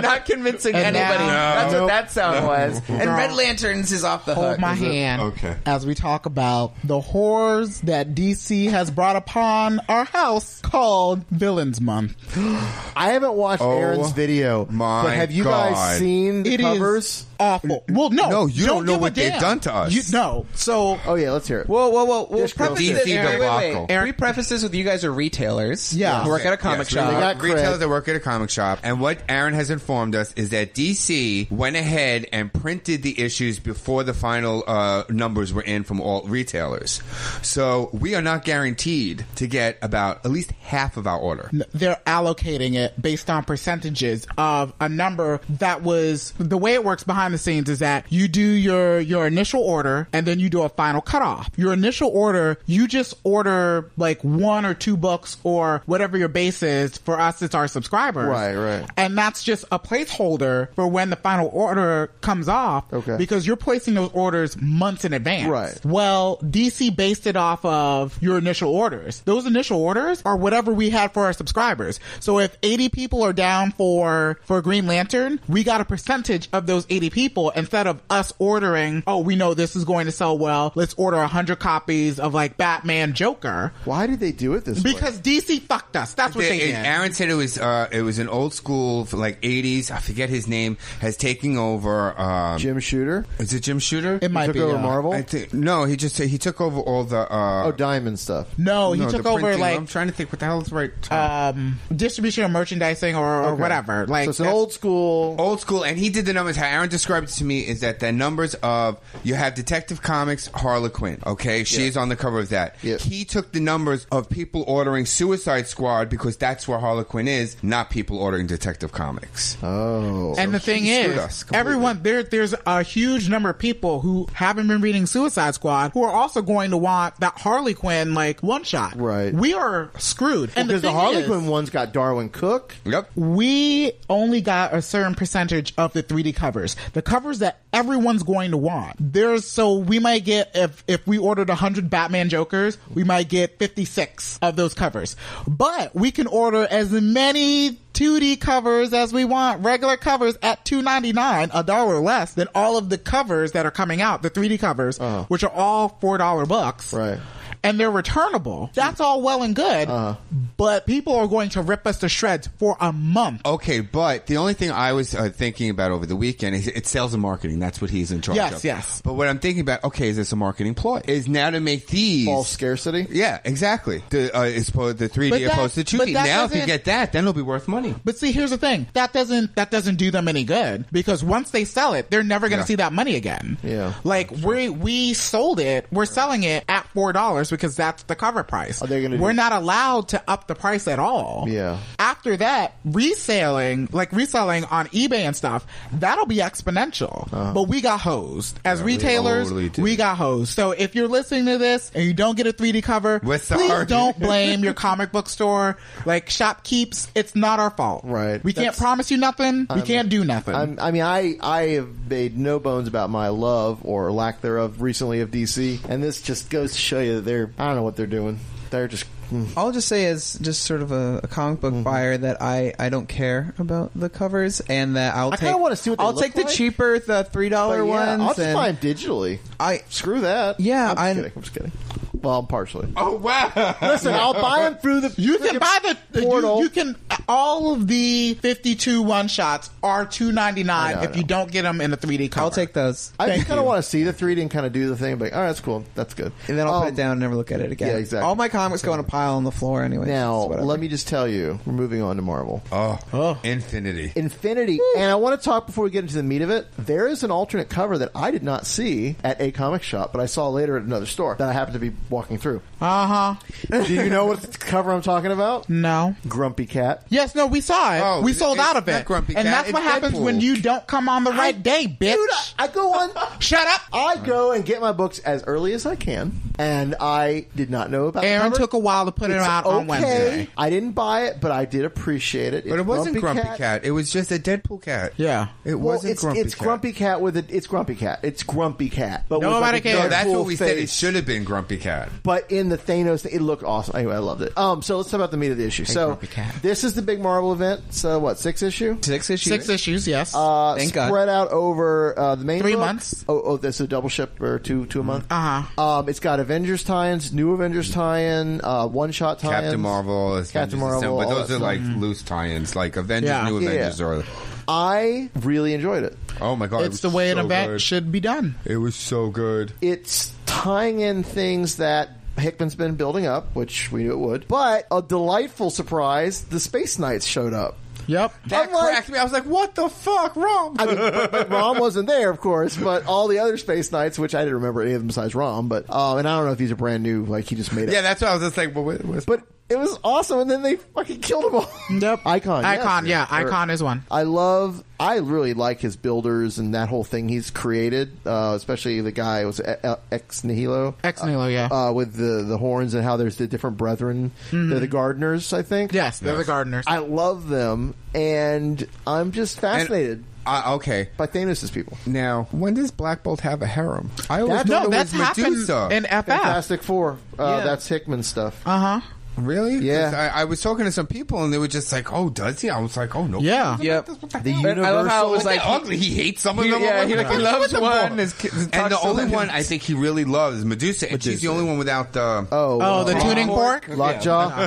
S3: Not convincing
S7: And
S3: anybody.
S7: now-
S3: That's
S7: Nope.
S3: what that sound
S7: No.
S3: was. And
S7: Girl.
S3: Red Lanterns is off the
S1: Uh,
S3: hook.
S7: Hold my hand.
S1: Oh,
S7: Okay. As we talk about the horrors that DC has brought upon our house called Villains Month.
S1: I haven't watched Aaron's video,
S7: my
S1: but have you guys seen the
S7: It is
S1: covers?
S7: awful. Well, no,
S1: No, you don't know
S7: give a
S1: what they've
S7: damn.
S1: done to us.
S7: You, no, so
S1: oh yeah, let's hear it.
S3: Whoa, whoa, whoa! whoa.
S1: Just
S3: Preface
S1: go.
S3: this,
S1: DC
S3: Aaron, wait, wait,
S6: debacle.
S3: Aaron, we preface this with you guys are retailers.
S6: Yeah.
S3: who work at a comic shop.
S6: They retailers that work at a comic shop. And what Aaron has informed us is that DC went ahead and printed the issues before the final uh, numbers were in from all retailers. So we are not guaranteed to get about about at least half of our order.
S7: They're allocating it based on percentages of a number that was the way it works behind the scenes is that you do your your initial order and then you do a final cutoff. Your initial order, you just order like one or two books or whatever your base is. For us, it's our subscribers,
S1: Right, right.
S7: and that's just a placeholder for when the final order comes off. Okay, because you're placing those orders months in advance. Right. Well, DC based it off of your initial orders. Those initial orders are whatever we had for our subscribers. So if 80 people are down for, for Green Lantern, we got a percentage of those 80 people instead of us ordering, oh, we know this is going to sell well. Let's order 100 copies of like Batman Joker.
S1: Why did they do it this
S7: way? Because DC fucked us. That's what they,
S6: It-
S7: did.
S6: Aaron said it was uh, it was an old school like 80s. I forget his name has taken over. Um, Jim
S1: Shooter
S6: is it Jim Shooter?
S7: It might Took be, over yeah. Marvel?
S6: I think, no, he just he took over all the uh, oh
S1: diamond stuff.
S7: No, he
S6: the
S7: took over
S6: printing.
S7: like
S6: I'm trying to think what the hell is right.
S7: Um, distribution or merchandising or, or
S6: Okay.
S7: whatever. Like uh, that's-
S1: school,
S6: old school, and he did the numbers. How Aaron described it to me is that the numbers of you have Detective Comics Harlequin. Okay, she is on the cover of that. He took the numbers of people ordering Suicide Squad because that's where Harlequin is, not people ordering Detective Comics.
S1: Oh,
S7: And the thing is, everyone there there's a huge number of people who haven't been reading Suicide Squad who are also going to want that Harley Quinn like one shot. Right. We are screwed. And
S1: because the,
S7: thing
S1: Harley
S7: is,
S1: Quinn one's got Darwin Cook.
S6: Yep.
S7: We only got a certain percentage of the 3D covers. The covers that everyone's going to want. There's so we might get if if we ordered 100 Batman Jokers, we might get 56 of those covers. But we can order as many 2D covers as we want, regular covers at 2.99, a dollar less than all of the covers that are coming out, the 3D covers, which are all $4 bucks.
S1: Right.
S7: And they're returnable. That's all well and good, but people are going to rip us to shreds for a month.
S6: Okay, but the only thing I was uh, thinking about over the weekend is it's sales and marketing. That's what he's in charge
S7: Yes,
S6: of.
S7: yes.
S6: But what I'm thinking about, okay, is this a marketing ploy? Is now to make these false
S1: scarcity?
S6: Yeah, exactly. The uh, it's po- the 3D
S7: But that-
S6: opposed to
S7: but
S6: 2D.
S7: that
S6: Now, if you
S7: doesn't-
S6: get that, then it'll be worth money.
S7: But see, here's the thing. That doesn't that doesn't do them any good because once they sell it, they're never going to
S6: Yeah.
S7: see that money again.
S1: Yeah.
S7: Like we we sold it, we're selling it at four dollars because that's the cover price. Are they
S1: gonna
S7: we're
S1: do-
S7: not allowed to up the price at all.
S1: Yeah.
S7: After that, reselling like reselling on eBay and stuff, that'll be exponential. But we got hosed as
S6: Yeah, we
S7: retailers.
S6: totally
S7: We,
S6: did.
S7: got hosed. So if you're listening to this and you don't get a 3D cover,
S6: We're
S7: please
S6: sorry.
S7: don't blame your comic book store. Like shopkeeps, it's not our fault.
S1: Right.
S7: We can't
S1: That's-
S7: promise you nothing. we
S1: I'm-
S7: can't do nothing.
S1: I'm, I mean, I I have made no bones about my love or lack thereof recently of DC, and this just goes to show you that they're I don't know what they're doing. They're just mm.
S3: I'll just say, as just sort of a, a comic
S1: Hmm.
S3: book buyer, that I, I don't care about the covers, and that I'll
S1: I
S3: take
S1: kinda wanna see what they
S3: I'll
S1: look
S3: take the
S1: like.
S3: cheaper the three dollar
S1: But yeah,
S3: ones.
S1: I'll just
S3: and
S1: buy 'em digitally.
S3: I
S1: screw that.
S3: Yeah,
S1: I'm just kidding. I'm just kidding. Well, I'm partially.
S6: Oh wow!
S1: Listen, I'll buy them through the.
S7: You can buy the portal. You, you can all of the 52 one shots are 2.99
S1: I know, I
S7: if you don't get them in the 3D cover. I'll take
S3: those.
S1: I
S7: Thank
S1: just kind of want to see the 3D and kind of do the thing. But all right, that's cool. That's good. Um,
S3: And then I'll put it down and never look at it again.
S1: Yeah, exactly.
S3: All my comics go in a pile on the floor anyway.
S1: Now, let me just tell you, we're moving on to Marvel.
S6: Oh, infinity.
S1: Infinity. And I want to talk before we get into the meat of it. There is an alternate cover that I did not see at a comic shop, but I saw later at another store that I happened to be walking through.
S7: Uh huh.
S1: Do you know what cover I'm talking about?
S7: No.
S1: Grumpy Cat.
S7: Yes, no, we saw it.
S1: Oh,
S7: we sold
S1: it's
S7: out of
S1: not
S7: it.
S1: Grumpy
S7: and
S1: Cat,
S7: that's what
S1: it's
S7: happens
S1: Deadpool.
S7: when you don't come on the right day,
S1: Ah,
S7: bitch.
S1: Dude, I- I go on.
S7: Shut up.
S1: I go and get my books as early as I can, and I did not know about. the
S7: Aaron
S1: cover.
S7: took a while to put it
S1: It's
S7: out on
S1: okay.
S7: Wednesday.
S1: I didn't buy it, but I did appreciate it.
S6: But it wasn't Grumpy Cat. It was just a Deadpool cat.
S7: Yeah,
S6: it
S1: Well,
S6: wasn't
S1: it's,
S6: Grumpy
S1: it's
S6: Cat.
S1: Grumpy Cat with a, it's Grumpy Cat. It's Grumpy Cat. But with
S6: Nobody
S1: like a
S6: cares. No, that's
S1: Deadpool
S6: what we said. It
S1: face.
S6: should have been Grumpy Cat.
S1: But in the Thanos, thing, it looked awesome. Anyway, I loved it. Um, so let's talk about the meat of the issue.
S6: Hey,
S1: so
S6: Grumpy Cat.
S1: this is the big Marvel event. So what? Six issue.
S3: Six issues.
S7: Six issues, yes.
S1: Uh,
S7: Thank God.
S1: spread out over uh, the main
S7: Three
S1: book.
S7: months.
S1: Oh, oh, that's a double ship or two, two a month.
S7: Uh huh.
S1: Um, it's got Avengers tie-ins, new Avengers tie-in, uh, one-shot tie-ins.
S6: Captain Marvel, is
S1: Captain Marvel,
S6: but
S1: all
S6: those
S1: that
S6: are like
S7: Mm-hmm.
S1: stuff. Mm.
S6: loose tie-ins, like Avengers,
S1: Yeah.
S6: New
S1: Yeah.
S6: Avengers, or
S1: I really enjoyed it.
S6: oh my god, it was
S7: it's the way
S6: so
S7: an event
S6: good.
S7: should be done.
S6: It was so good.
S1: It's tying in things that Hickman's been building up, which we knew it would. But a delightful surprise: the Space Knights showed up.
S7: Yep.
S6: That cracked me. I was like, "What the fuck, Rom?"
S1: I mean, but, but Rom wasn't there, of course. But all the other Space Knights, which I didn't remember any of them besides Rom. But um, and I don't know if these are brand new. Like he just made it.
S6: Yeah, that's why I was just like, "Well, what, what's
S1: But It was awesome, and then they fucking killed them all.
S7: Nope.
S1: Icon. yes,
S7: Icon, yeah,
S1: sure.
S7: Icon is one.
S1: I love. I really like his builders and that whole thing he's created, uh, especially the guy was uh, ex nihilo,
S7: ex nihilo, yeah,
S1: uh, with the the horns and how there's the different brethren.
S7: Mhm.
S1: They're the gardeners, I think.
S7: Yes, they're the gardeners.
S1: I love them, and I'm just fascinated.
S6: uh, okay,
S1: by Thanos' people.
S6: Now, when does Black Bolt have a harem? I always
S1: That's-
S6: thought it was Medusa.
S1: Fantastic Four. Uh,
S6: Yeah.
S1: That's Hickman stuff.
S7: Uh huh.
S6: Really? Yeah. I, I was talking to some people, and they were just like, "Oh, does he?" I was like, "Oh no."
S7: Yeah.
S6: Yep.
S1: The
S6: I love how
S3: universal-
S6: it was like
S3: Look at
S6: ugly. He hates some of
S3: He-
S6: them.
S3: yeah,
S6: I'm
S3: he, like, he
S6: "What's
S3: loves
S6: with them
S3: one,
S6: all?"
S3: his kid- his
S6: and
S3: talks
S6: the
S3: to
S6: only
S3: them.
S6: one I think he really loves is Medusa, and she's the only one without the
S1: oh,
S7: Oh, the tuning fork?
S1: Lockjaw.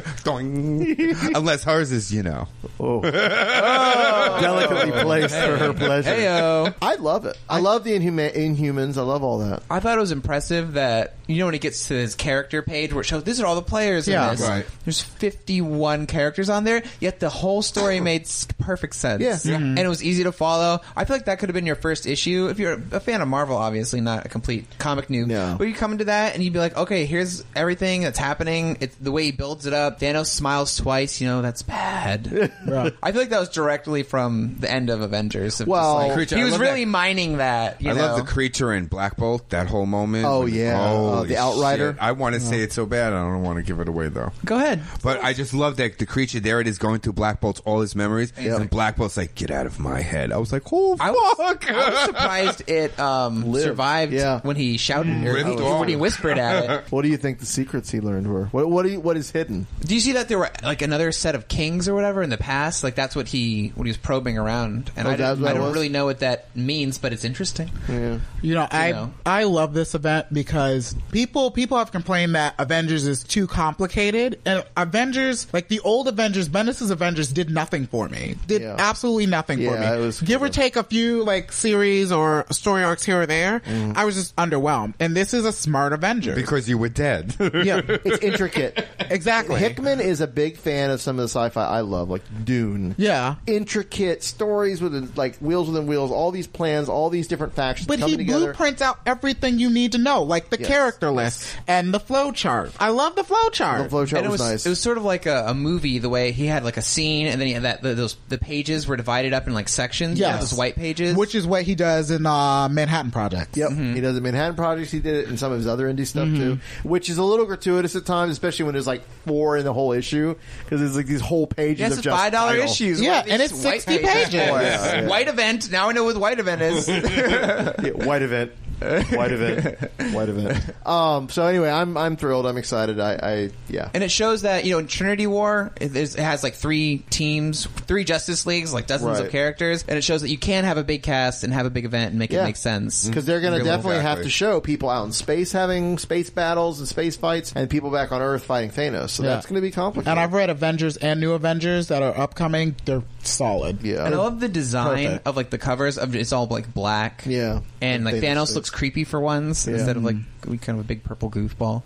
S6: Doing. Unless hers is, you know.
S1: Oh. Delicately placed for her pleasure.
S3: Heyo.
S1: I love it. I love the inhuma- Inhumans. I love all that.
S3: I thought it was impressive that you know when it gets to his character page where it shows these are all the players
S1: Yeah.
S3: in this.
S1: Right.
S3: There's 51 characters on there, yet the whole story made s- perfect sense.
S1: Yeah. Yeah.
S3: and it was easy to follow. I feel like that could have been your first issue if you're a fan of Marvel, obviously not a complete comic noob. But you come into that and you'd be like, okay, here's everything that's happening. It's the way he builds it up. Thanos smiles twice. You know that's bad.
S7: Right.
S3: I feel like that was directly from the end of Avengers. of just
S6: Well-
S3: like-
S6: Creature, I
S3: he was
S6: love
S3: really mining that. You
S6: I
S3: know?
S6: love the creature in Black Bolt. That whole moment.
S3: Oh,
S6: When-
S3: yeah. Uh,
S6: holy
S3: the Outrider.
S6: shit. I want to say it so bad. I don't want to give it away though.
S3: Go ahead.
S6: But I just love that the creature there. It is going through Black Bolt's all his memories, and Black Bolt's like, "Get out of my head." I was like, "Oh
S3: I was, I was surprised it um, survived when he shouted or
S1: Ripped
S3: when
S1: off.
S3: he whispered at it.
S1: What do you think the secrets he learned were? What what, do you, what is hidden?
S3: Do you see that there were like another set of kings or whatever in the past? Like that's what he when he was probing around, and
S1: Oh,
S3: I,
S1: that's
S3: didn't,
S1: what
S3: I
S1: it
S3: don't
S1: was?
S3: really know what that means, but it's interesting.
S1: Yeah.
S7: You know, I
S3: You know.
S7: I love this event because people people have complained that Avengers is too complicated, and Avengers like the old Avengers, Bendis's Avengers did nothing for me. Did
S1: Yeah.
S7: absolutely nothing for me.
S1: Yeah, it was-
S7: Give or take a few like series or story arcs here or there,
S1: Mm.
S7: I was just underwhelmed. And this is a smart Avenger
S6: because you were dead.
S7: yeah,
S1: it's intricate.
S7: Exactly.
S1: Hickman is a big fan of some of the sci-fi I love, like Dune.
S7: Yeah.
S1: Intricate stories with like wheels within wheels, all these plans, all these different factions
S7: But
S1: coming
S7: he
S1: together.
S7: blueprints out everything you need to know, like the
S1: Yes.
S7: character list and the flow chart. I love the flow chart.
S3: And it It was sort of like a, a movie, the way he had like a scene, and then he had that the, those the pages were divided up in like sections. Yeah,
S7: Yes.
S3: those white pages. Mm-hmm.
S7: which is what he does in uh, Manhattan Project.
S1: Yep. He does the Manhattan Projects. He did it in some of his other indie stuff too, which is a little gratuitous at times, especially when there's like four in the whole issue because it's like these whole pages
S3: Yes,
S1: of
S3: it's
S1: just
S3: five dollar
S1: title.
S3: issues. What are these white
S1: Yeah, yeah.
S3: White event. Now I know what white event is.
S1: Yeah, white event. White event. White event. Um, so anyway, I'm I'm thrilled. I'm excited. I, I yeah.
S3: And it shows that you know in Trinity War it, is- it has like three teams, three Justice Leagues, like dozens
S1: Right.
S3: of characters, and it shows that you can have a big cast and have a big event and make
S1: Yeah.
S3: it make sense
S1: Because they're going to
S3: Real
S1: definitely
S3: world.
S1: have to show people out in space having space battles and space fights, and people back on Earth fighting Thanos. So
S7: Yeah.
S1: that's going to be complicated.
S7: And I've read Avengers and New Avengers that are upcoming. They're solid.
S1: Yeah.
S3: And I love the design
S7: Perfect.
S3: of like the covers of it's all like black.
S1: Yeah.
S3: And like
S6: They
S3: Thanos
S6: just-
S3: looks creepy for once
S6: Yeah.
S3: instead of like kind of a big purple goofball.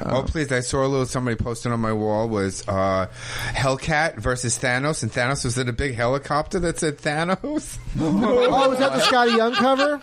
S3: Um,
S6: Oh please! I saw a little somebody posted on my wall was uh, Hellcat versus Thanos, and Thanos was in a big helicopter that said Thanos.
S1: oh, was that the Scotty Young cover?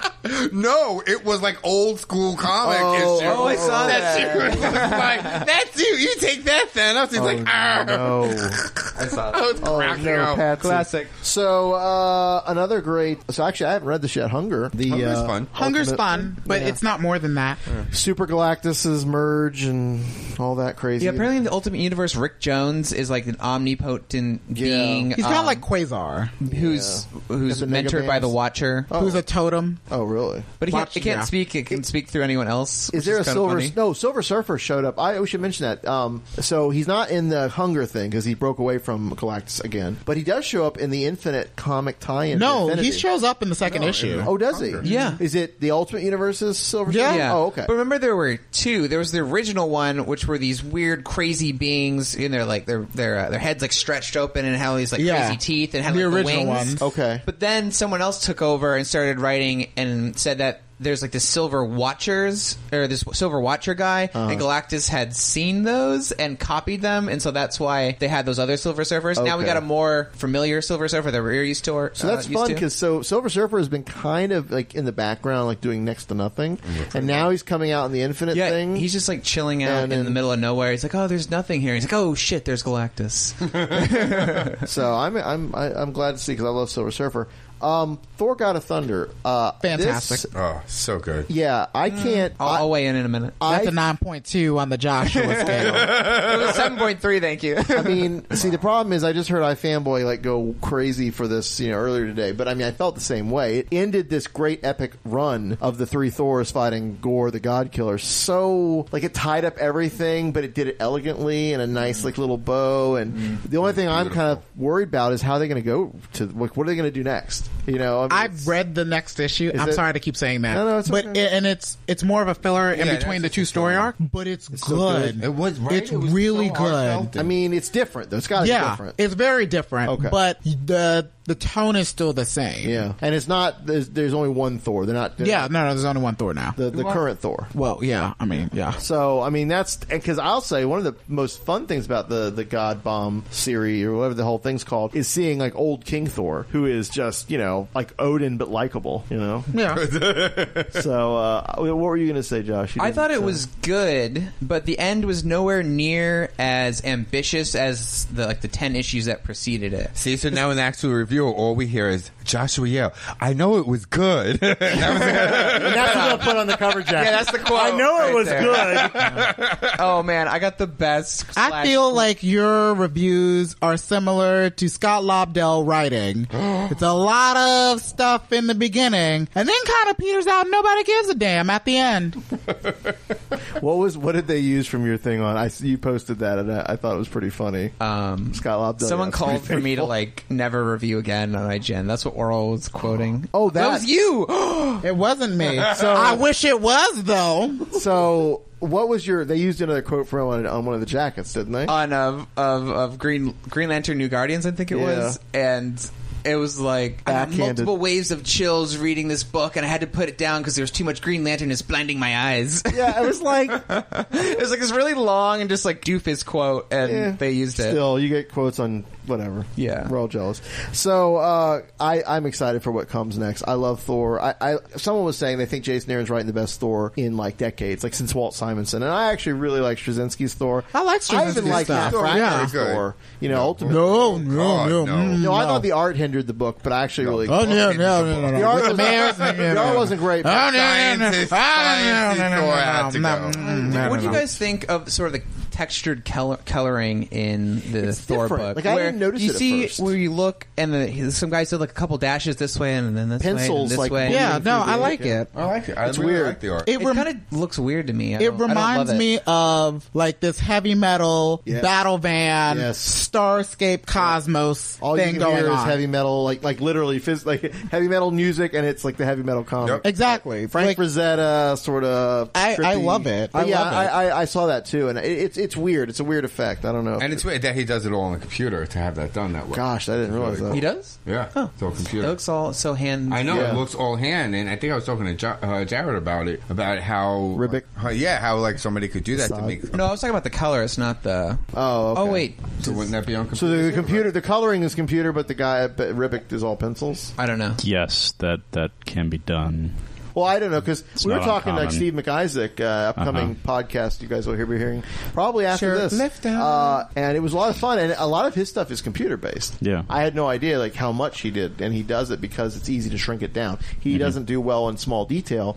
S6: No, it was like old school comic.
S1: Oh,
S6: issue.
S1: oh, I saw
S6: That's
S1: that.
S6: you. It was like, That's you. You take that, Thanos. He's like,
S1: Oh,
S6: ah.
S1: no.
S6: I saw. I was
S1: Oh
S6: cracking
S1: no,
S6: up.
S1: Patsy. So uh, another great. So actually, I haven't read this yet. Hunger. The
S7: Hunger's
S1: uh,
S7: fun. Hunger's
S1: ultimate-
S7: fun, but
S1: Yeah.
S7: it's not more than that.
S1: Super Galactus's merge and all that crazy.
S3: Yeah, apparently in the Ultimate Universe, Rick Jones is like an omnipotent being. um,
S7: He's kinda like Quasar,
S3: who's who's
S7: The Mega
S3: mentored by the
S7: Man's-
S3: Watcher,
S7: Who's a totem.
S1: Oh, really?
S3: but he can't,
S1: Watcher,
S3: it can't
S1: yeah.
S3: speak. It can speak through anyone else.
S1: Is
S3: which
S1: there a
S3: kinda
S1: silver?
S3: funny.
S1: No, Silver Surfer showed up. I we should mention that. Um, so he's not in the Hunger thing because he broke away from Galactus again, but he does show up in the Infinite comic tie-in.
S7: No,
S1: Infinity.
S7: he shows up in the second issue.
S1: Oh, does he?
S3: Yeah.
S1: Is it the Ultimate Universe's Silver? Surfer?
S3: Yeah.
S1: Oh, okay.
S3: But remember, there were two. There was the original one, which were these weird, crazy beings. You know, like their their uh, their heads like stretched open and had all these like
S7: Yeah.
S3: crazy teeth and had
S7: The
S3: like,
S7: original ones.
S3: wings.
S1: Okay.
S3: But then someone else took over and started writing and said that there's like the silver watchers or this silver watcher guy,
S1: Uh-huh.
S3: and Galactus had seen those and copied them, and so that's why they had those other Silver Surfers. Now we
S1: Okay.
S3: got a more familiar Silver Surfer that we're used to. Or,
S1: So
S3: uh,
S1: that's
S3: used
S1: fun
S3: to.
S1: because so Silver Surfer has been kind of like in the background, like doing next to nothing,
S7: Mm-hmm.
S1: and now he's coming out in the Infinite
S3: Yeah,
S1: thing.
S3: he's just like chilling out
S1: And
S3: in the middle of nowhere. He's like, "Oh, there's nothing here." He's like, "Oh shit, there's Galactus."
S1: so I'm I'm I, I'm glad to see because I love Silver Surfer. Um, Thor God of Thunder, uh,
S7: Fantastic.
S1: this-
S6: oh, so good.
S1: yeah, I can't.
S3: Mm, I'll, I'll weigh in in a minute.
S7: That's a 9.2 on the Joshua scale.
S3: Seven point three, thank you.
S1: I mean, see, the problem is I just heard iFanboy like go crazy for this, you know, earlier today. But I mean, I felt the same way. It ended this great epic run of the three Thors fighting Gore the God Killer. So like it tied up everything, but it did it elegantly in a nice like little bow. And the only thing I'm kind of worried about is how they're going to go to like what are they going to do next? You know, I mean,
S7: I've read the next issue.
S1: Is
S7: I'm
S1: it-
S7: sorry to keep saying that,
S1: No, no, it's
S7: but it, and it's it's more of a filler in
S1: Yeah,
S7: between
S1: that's
S7: the
S1: just
S7: two story arc, but it's, good.
S1: It was
S7: It's really good.
S1: I mean, it's different though. It's got to
S7: yeah,
S1: be different.
S7: it's very different.
S1: Okay.
S7: but the the tone is still the same.
S1: Yeah, and it's not. There's, there's only one Thor. They're not. they're
S7: yeah.
S1: not-
S7: No, no, there's only one Thor now.
S1: The, the current Thor.
S7: Well, yeah. I mean, yeah.
S1: So I mean that's because I'll say one of the most fun things about the the God Bomb series or whatever the whole thing's called is seeing like old King Thor who is just you know like Odin but likable you know
S3: Yeah.
S1: so uh, what were you gonna say Josh You
S3: I
S1: didn't
S3: thought it
S1: say.
S3: was good, but the end was nowhere near as ambitious as the like the ten issues that preceded it.
S6: See, so now in the actual review, all we hear is Joshua Yale. I know it was good. That was-
S1: And that's what I'll put on the cover jacket.
S3: Yeah, that's the quote.
S1: I know it was
S3: good. oh man, I got the best.
S7: I
S3: slash-
S7: feel like your reviews are similar to Scott Lobdell writing. it's a lot of stuff in the beginning, and then kind of peters out. and Nobody gives a damn at the end.
S1: what was what did they use from your thing on I you posted that and I, I thought it was pretty funny
S3: um
S1: Scott Lobdell
S3: Someone
S1: yeah, it's pretty
S3: called for me to
S1: faithful.
S3: like never review again on IGN. That's what Oral was quoting.
S1: Oh,
S3: that was you.
S7: it wasn't me.
S1: So-
S7: I wish it was though.
S1: so what was your they used another quote from on, on one of the jackets didn't they
S3: on of of of Green Green Lantern New Guardians, I think it was, and it was like I had
S1: Backhanded.
S3: multiple waves of chills reading this book, and I had to put it down because there was too much Green Lantern is blinding my eyes.
S1: yeah it was like
S3: it was like this really long and just like doofus quote, and
S1: Yeah.
S3: they used it.
S1: Still, you get quotes on whatever.
S3: Yeah,
S1: we're all jealous. So uh, I, I'm excited for what comes next. I love Thor. I, I someone was saying they think Jason Aaron's writing the best Thor in like decades, like since Walt Simonson. And I actually really like Straczynski's Thor.
S7: I like
S1: I even
S7: Straczynski's
S1: like
S7: stuff.
S1: Matt Fraction's
S7: Yeah.
S1: Thor. You know, ultimately.
S7: No, no, God, no, no. mm,
S1: I
S7: no.
S1: thought the art hindered the book, but I actually really.
S7: Oh no, no, no, no, no.
S1: The art,
S7: With
S1: was,
S7: the bears, no, no,
S1: the art
S7: no.
S1: wasn't great. but-
S7: Oh no, no, no.
S1: Scientist,
S7: Oh, no, no, no, no,
S1: Thor
S7: no,
S1: had to
S7: no,
S6: Mm,
S7: no, no, no,
S3: what do you
S7: no.
S3: guys think of sort of the textured color- coloring in the Thor
S1: different.
S3: book?
S1: Like, I
S3: where
S1: didn't notice
S3: you
S1: it at
S3: see
S1: first.
S3: where you look, and the, some guys did like a couple dashes this way, and then this way, and
S1: Pencils,
S3: this
S1: like,
S3: way.
S1: moving Yeah, no, through the- I like it.
S6: I like it. I
S1: It's
S6: really
S1: weird.
S6: like the art.
S3: It, kind of looks weird to me. I
S7: It
S3: don't- I don't love
S7: reminds
S3: it.
S7: me of like this heavy metal
S1: Yes.
S7: battle van
S1: Yes.
S7: starscape cosmos
S1: All
S7: thing
S1: you can
S7: going
S1: hear is
S7: on.
S1: heavy metal, like like literally, phys- like heavy metal music, and it's like the heavy metal comic.
S7: Exactly.
S1: Frank Rosetta, sort of.
S7: I- I
S1: trippy.
S7: love it.
S1: But
S7: I
S1: yeah,
S7: love it.
S1: I, I, I saw that too, and it, it's it's weird. It's a weird effect. I don't know.
S6: and it's weird that he does it all on the computer to have that done that way.
S1: Gosh, I didn't realize that.
S3: He does?
S6: Yeah, it's all computer.
S3: It looks all so hand.
S6: I know it looks all hand, and I think I was talking to jo- uh, Jared about it about how Ribic. yeah, how like somebody could do that to me.
S3: No, I was talking about the colors, not the.
S1: Oh, okay.
S3: oh wait.
S6: So wouldn't that be on
S1: So the, the computer, the coloring is computer, but the guy but Ribic is all pencils.
S3: I don't know.
S4: Yes, that that can be done.
S1: Well, I don't know because
S4: It's
S1: we were
S4: not
S1: talking like
S4: uncommon. Uh-huh.
S1: Steve McIsaac, uh, upcoming podcast. You guys will hear be hearing probably after
S4: Sure.
S1: this.
S4: Left out.
S1: Uh, and it was a lot of fun, and a lot of his stuff is computer based.
S4: Yeah.
S1: I had no idea like how much he did, and he does it because it's easy to shrink it down. He
S4: Mm-hmm.
S1: doesn't do well in small detail,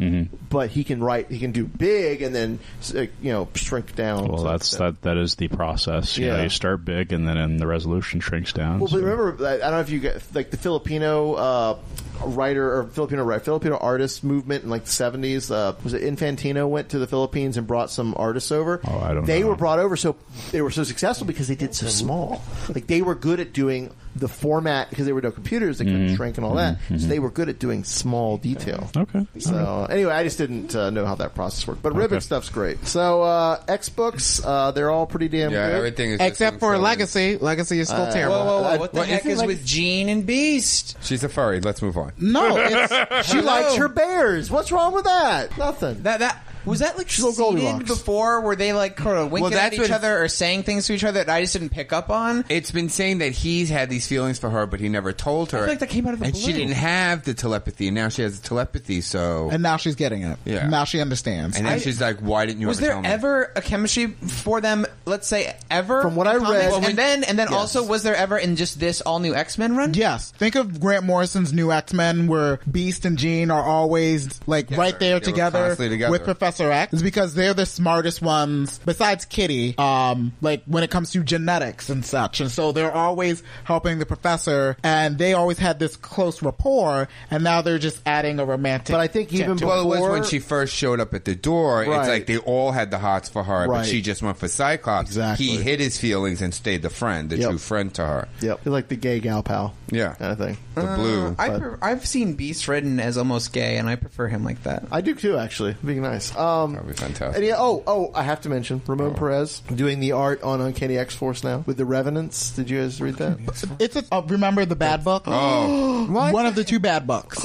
S1: but he can write. He can do big and then uh, you know shrink down.
S4: Well,
S1: So
S4: that's
S6: uh,
S4: that. That is the process. You know,
S1: Yeah.
S4: you start big, and then and the resolution shrinks down.
S1: Well, but remember, I I don't know if you get like the Filipino uh, writer or Filipino writer, Filipino artist movement in like the seventies. Uh, was it Infantino went to the Philippines and brought some artists over? Oh, I
S4: don't
S1: They
S4: know.
S1: were brought over, so they were so successful because they did so small. Like they were good at doing the format because there were no computers, they couldn't
S4: Mm-hmm.
S1: shrink and all that. So they were good at doing small detail.
S4: Okay.
S1: So anyway, I just didn't uh, know how that process worked, but Ribbit stuff's great. So uh, X books, uh, they're all pretty damn
S6: Yeah,
S1: good.
S6: everything is
S7: Except for Legacy. Legacy is still
S1: Uh,
S7: terrible.
S1: whoa, whoa, whoa,
S6: what the heck
S7: it
S6: is
S7: like-
S6: with
S3: Gene and Beast?
S6: She's a furry. Let's move on.
S7: No, it's,
S1: She likes her bears. What's wrong with that? Nothing.
S3: That that was that like
S1: Goldilocks.
S3: seeded before? Were they like kind of winking at
S6: that's
S3: each
S6: what-
S3: other or saying things to each other that I just didn't pick up on?
S6: It's been saying that he's had these feelings for her, but he never told her.
S3: I feel like that came out of the
S6: and she
S3: blue.
S6: didn't have the telepathy, and now she has the telepathy. So
S7: And now she's getting it.
S6: Yeah.
S7: Now she understands.
S6: and then she's like, "Why didn't you
S3: was
S6: ever
S3: there
S6: tell me?"
S3: ever a chemistry for them? Let's say ever from
S1: what I
S7: read-
S3: and then and then
S7: Yes.
S3: also was there ever in just this all new X Men run?
S7: Yes. Think of Grant Morrison's new X Men, where Beast and Jean are always like right there
S6: They were
S7: together,
S6: constantly together.
S7: with Professor X, It's because they're the smartest ones besides Kitty. Um, like when it comes to genetics and such, and so they're always helping the professor, and they always had this close rapport, and now they're just adding a romantic. But I think
S6: well, it was when she first showed up at the door.
S7: Right.
S6: It's like they all had the hearts for her,
S7: Right.
S6: but she just went for Cyclops.
S1: Exactly.
S6: He hid his feelings and stayed the friend, the true friend to her.
S1: Yep. They're like the gay gal pal.
S6: Yeah,
S1: kind of thing.
S7: Uh,
S6: The blue.
S3: Uh, I pre- I've seen Beast written as almost gay, and I prefer him like that.
S1: I do too, actually. Being nice. Um,
S6: That'd be fantastic.
S1: And yeah, oh, oh, I have to mention Ramon Perez doing the art on Uncanny X Force now with the Revenants. Did you guys read that?
S7: It's a, uh, remember the bad book?
S1: Oh.
S7: one of the two bad books.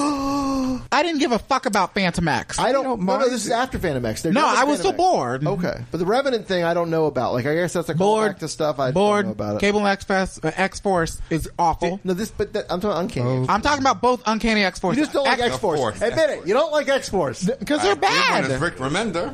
S7: I didn't give a fuck about Phantom X.
S1: I don't. no, no, this is after Phantom X. They're
S7: No,
S1: doing
S7: I
S1: Phantom
S7: was still
S1: X.
S7: bored.
S1: Okay, but the Revenant thing I don't know about. Like, I guess that's a callback to stuff I
S7: bored.
S1: don't know about. It.
S7: Cable X Fest, uh, X Force is awful.
S1: no, this, but that, I'm talking Uncanny.
S7: I'm talking about both Uncanny X Force.
S1: You just don't like X Force. Admit it. You don't like X Force
S7: because they're bad.
S6: Rick Remender.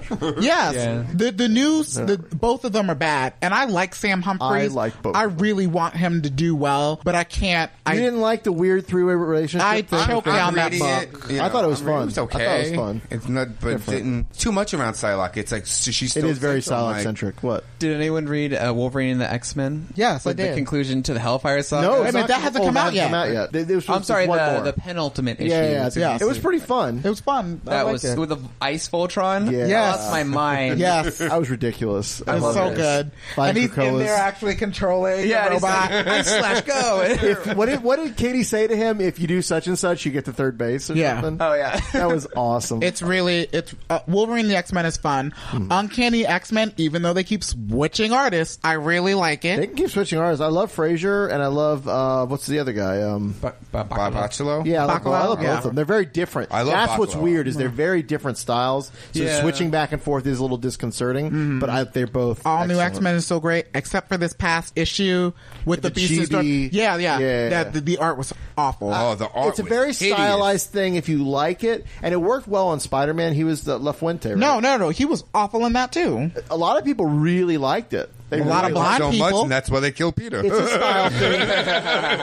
S7: Yes, the the news, the, both of them are bad, and I like Sam Humphries.
S1: I like both
S7: I really want him to do well, but I can't. I
S1: You didn't like the weird three-way relationship.
S7: I
S1: thing?
S7: choked on that book.
S6: you
S1: I thought it was
S6: I'm reading-
S1: fun.
S6: It's okay.
S1: I thought it was fun.
S6: It's not, but
S1: Different.
S6: didn't too much around Psylocke. It's like so she's.
S1: It
S6: so
S1: is very
S6: central,
S1: Psylocke
S6: like-
S1: centric. What?
S3: Did anyone read uh, Wolverine and the X Men?
S7: Yes, I
S3: like
S7: did.
S3: The conclusion to the Hellfire saga.
S1: No, Wait a it's minute, not- that hasn't oh, come that out hasn't yet. come out yet. They- they were supposed
S3: I'm
S1: to
S3: sorry,
S1: do one
S3: the,
S1: more.
S3: the penultimate
S1: Yeah,
S3: issue.
S1: yeah, yeah. It was pretty fun.
S7: It was fun.
S3: That was with the ice Voltron.
S1: Yeah.
S3: I lost my mind.
S1: I was ridiculous. I
S3: It was
S1: love
S3: so
S1: it.
S3: good.
S1: Five
S7: and he's in
S1: Krakoas.
S7: there actually controlling
S3: Yeah,
S7: the
S3: and he's
S7: robot.
S3: like, "I slash go."
S1: if, what, did, what did Katie say to him? If you do such and such, you get to third base or
S7: Yeah.
S1: something?
S3: Oh, yeah.
S1: that was awesome. Hmm.
S7: It's really it's uh, Wolverine and the X Men is fun. Uncanny X Men, even though they keep switching artists, I really like it.
S1: They can keep switching ours. I love Frazier and I love, uh, what's the other guy? Um,
S6: Bob Bachello.
S1: yeah, I love, I love
S6: Yeah.
S1: both of them. They're very different.
S6: I love
S1: That's what's
S6: Bacalao.
S3: Mm.
S1: weird is they're very different styles. So
S7: Yeah.
S1: switching back and forth is a little disconcerting, but I, they're both
S7: All new
S1: excellent.
S7: X Men is so great, except for this past issue with the,
S1: The
S7: Beast. and
S1: chibi.
S7: Storm- Yeah, yeah,
S1: Yeah.
S7: That the, the art was awful.
S6: Oh, the art.
S1: It's a
S6: was
S1: very
S6: hideous.
S1: stylized thing if you like it, and it worked well on Spider Man. He was the La Fuente. Right?
S7: No, no, no. He was awful in that too.
S1: A lot of people really liked it. They
S6: They
S1: really
S6: liked it so much, and that's why they killed Peter.
S1: It's a style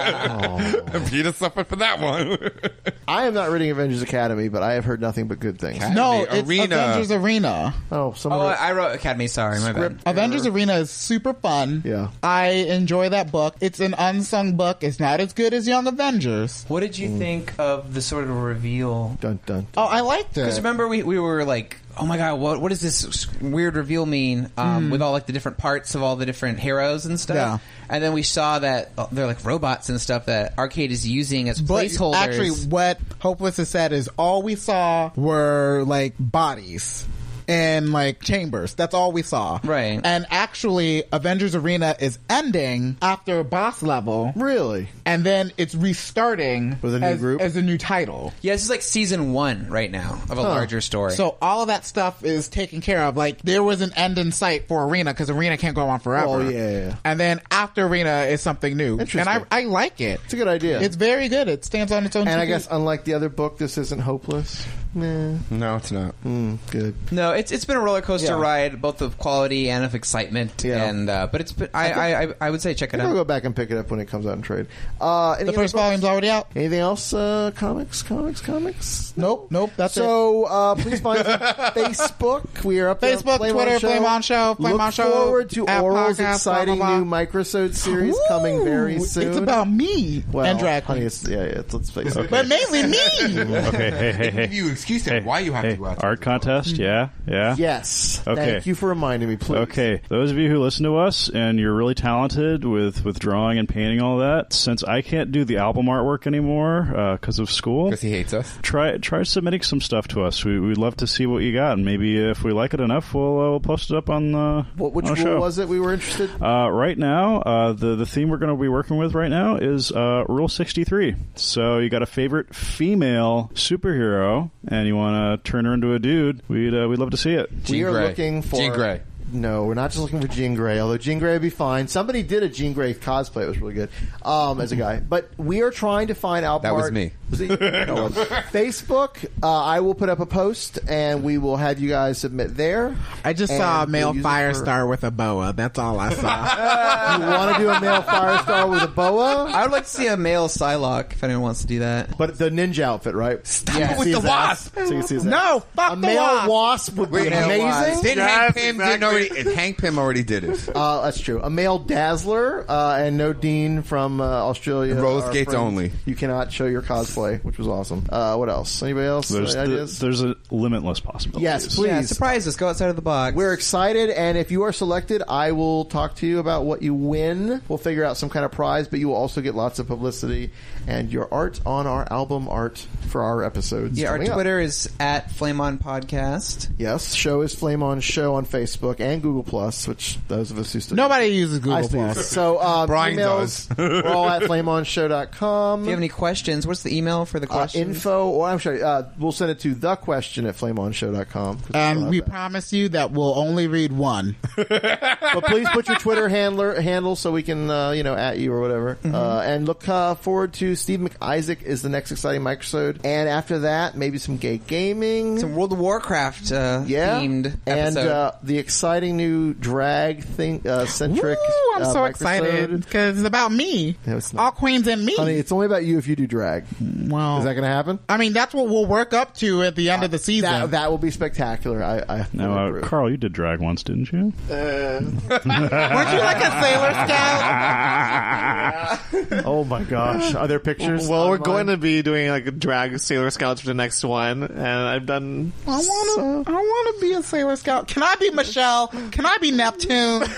S6: Peter suffered for that one.
S1: I am not reading Avengers Academy, but I have heard nothing but good things.
S7: No, it's Avengers Arena.
S1: Oh, someone.
S3: Oh, I wrote Academy. Sorry, my bad.
S7: Avengers Arena is super fun.
S1: Yeah.
S7: I enjoy that book. It's an unsung book. It's not as good as Young Avengers.
S3: What did you think of the sort of reveal?
S1: Dun dun.
S7: Mm. Oh, I liked
S3: Because
S7: it.
S3: remember, we, we were like, oh my god, what what does this weird reveal mean? Um,
S7: Mm.
S3: With all like the different parts of all the different heroes and stuff.
S7: Yeah.
S3: And then we saw that uh, they're like robots and stuff that Arcade is using as
S7: But
S3: placeholders.
S7: actually, what Hopeless has said is all we saw were like bodies and like chambers. That's all we saw. Right. And actually, Avengers Arena is ending after a boss level.
S1: Really?
S7: And then it's restarting
S3: With a new
S7: as-
S3: group?
S7: as a new title.
S3: yeah, this is like season one right now of a
S7: Huh.
S3: larger story.
S7: So all of that stuff is taken care of. Like there was an end in sight for Arena because Arena can't go on forever.
S1: Oh, yeah, yeah, yeah.
S7: And then after Arena is something new.
S1: Interesting.
S7: And I, I like it.
S1: It's a good idea.
S7: It's very good. It stands on its own.
S1: and
S7: two
S1: I guess
S7: feet.
S1: unlike the other book, this isn't hopeless. Meh.
S6: No, it's not.
S1: Mm, good.
S3: No, it's it's been a roller coaster
S1: Yeah.
S3: ride, both of quality and of excitement. And uh, but it's been, I, I, I I would say check it
S1: Maybe I'll
S3: out.
S1: go back and pick it up when it comes out in trade. Uh, the
S7: first volume's already out.
S1: Anything else? Uh, comics, comics, comics.
S7: Nope, nope. That's
S1: so. Uh, please find us on Facebook. We are up there.
S7: Facebook,
S1: Flame
S7: Twitter,
S1: on show.
S7: Flame On Show, Flame
S1: Look
S7: On Show,
S1: forward to
S7: at
S1: Oral's
S7: podcast, blah,
S1: exciting
S7: blah, blah.
S1: new microsode series coming very
S7: Ooh,
S1: soon.
S7: It's about me
S1: well,
S7: and drag
S1: honey, it's, yeah, yeah. It's, let's face it.
S7: But mainly me.
S4: Okay, hey, hey, hey.
S6: You excuse to why you have
S4: Hey,
S6: to go out.
S4: art contest, yeah, yeah.
S1: Hmm. Yes.
S4: Okay.
S1: Thank you for reminding me, please.
S4: Okay, those of you who listen to us and you're really talented with, with drawing and painting all that, since I can't do the album artwork anymore because of school, because
S6: he hates us,
S4: try try submitting some stuff to us. We, we'd love to see what you got, and maybe if we like it enough, we'll, uh, we'll post it up on the
S1: What which
S4: on
S1: rule
S4: the show.
S1: was it we were interested?
S4: Uh, right now, uh, the the theme we're going to be working with right now is uh, Rule sixty three. So you got a favorite female superhero, and you want to turn her into a dude. We'd uh, we'd love to see it.
S1: we are looking for No, we're not just looking for Jean Grey. Although Jean Grey would be fine. Somebody did a Jean Grey cosplay. It was really good um, as a guy. But we are trying to find out.
S6: That was
S1: part-
S6: me.
S1: Was it? No, it was. Facebook. Uh, I will put up a post, and we will have you guys submit there.
S7: I just
S1: And
S7: saw a male
S1: we'll use it for-
S7: Firestar with a boa. That's all I saw.
S1: you want to do a male Firestar with a boa?
S3: I would like to see a male Psylocke if anyone wants to do that.
S1: But the ninja outfit, right?
S3: Stop
S1: it with the wasp.
S7: No,
S1: a male wasp, would be
S6: Wait, no,
S1: amazing.
S6: why? Didn't Hank Pym didn't already? Hank Pym already did it.
S1: Uh, that's true. A male dazzler uh, and no Dean from uh, Australia.
S6: Rose
S1: Our
S6: Gates
S1: friends.
S6: only.
S1: You cannot show your cosplay, which was awesome. Uh, what else? Anybody else?
S4: There's
S1: Any
S4: the-
S1: ideas?
S4: there's a limitless possibility.
S1: yes, please.
S3: surprise us. Go outside of the box.
S1: We're excited, and if you are selected, I will talk to you about what you win. We'll figure out some kind of prize, but you will also get lots of publicity and your art on our album art for our episodes.
S3: Yeah, our
S1: coming up.
S3: Twitter is at Flame On Podcast.
S1: Yes, show is Flame On Show on Facebook and Google Plus, which those of us who still
S7: Nobody uses Google
S1: I still
S7: Plus.
S1: use it. So uh,
S3: Brian
S1: emails,
S3: does.
S1: we're all at flameonshow.com.
S3: If you have any questions, what's the email for the
S1: uh,
S3: questions?
S1: info, or I'm sorry, uh, we'll send it to the question at flameonshow.com.
S7: And we promise you that we'll only read one.
S1: but please put your Twitter handler handle so we can uh, you know at you or whatever.
S7: Mm-hmm.
S1: Uh, and look uh, forward to Steve McIsaac is the next exciting microsode, and after that maybe some gay gaming, some
S3: World of Warcraft uh,
S1: yeah,
S3: themed
S1: and
S3: episode.
S1: uh, the exciting new drag thing uh, centric.
S7: Ooh, I'm
S1: uh,
S7: so
S1: microsode.
S7: excited because it's about me.
S1: No, it's not.
S7: All queens and me.
S1: Honey, it's only about you if you do drag.
S7: Wow.
S1: Is that going to happen?
S7: I mean, that's what we'll work up to at the end of the season.
S1: That, that will be spectacular. I, I
S4: Now, uh, Carl, you did drag once, didn't you?
S1: Uh.
S7: Weren't you like a sailor
S4: scout?
S1: oh my gosh! Are there pictures?
S9: Well, we're
S1: online?
S9: going to be doing like drag sailor scouts for the next one, and I've done.
S7: I wanna, I wanna be a sailor scout. Can I be Michelle? Can I be Neptune?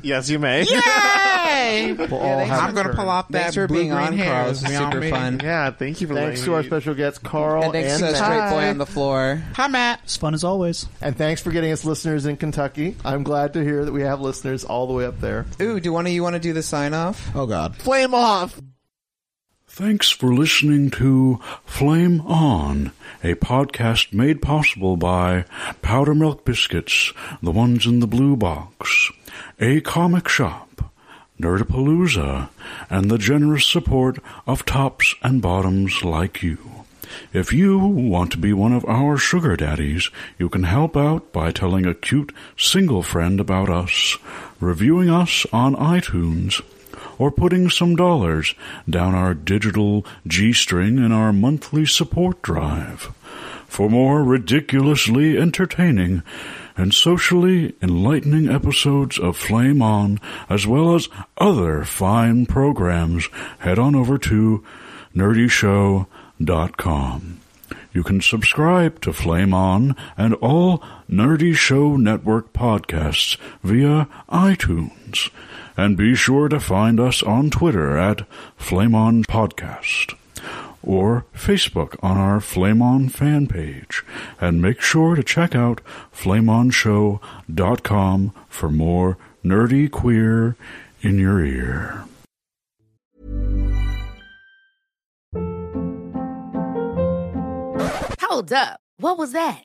S9: Yes, you may.
S7: Yay!
S9: all have
S7: I'm gonna
S9: turn.
S7: pull off that
S9: Thanks for
S7: blue
S9: being
S7: green
S9: on,
S7: hair.
S9: Carl. This was
S7: You know what
S9: super
S7: I mean?
S9: fun. Yeah, thank you for
S1: Thanks
S9: letting
S1: to our
S9: me-
S1: special guest Carl
S3: And thanks to
S1: Matt.
S3: Straight Boy on the floor.
S7: Hi, Matt.
S1: It's fun as always. And thanks for getting us listeners in Kentucky. I'm glad to hear that we have listeners all the way up there.
S3: Ooh, do one of you want to do the sign off?
S7: Oh God.
S1: Flame off.
S15: Thanks for listening to Flame On, a podcast made possible by Powder Milk Biscuits, the ones in the blue box, a comic shop, Nerdapalooza, and the generous support of tops and bottoms like you. If you want to be one of our sugar daddies, you can help out by telling a cute single friend about us, reviewing us on iTunes, or putting some dollars down our digital G string in our monthly support drive. For more ridiculously entertaining and socially enlightening episodes of Flame On, as well as other fine programs, head on over to nerdyshow.com. You can subscribe to Flame On and all Nerdy Show Network podcasts via iTunes. And be sure to find us on Twitter at Flame On Podcast or Facebook on our Flame On fan page. And make sure to check out flameonshow.com for more nerdy queer in your ear.
S16: Hold up. What was that?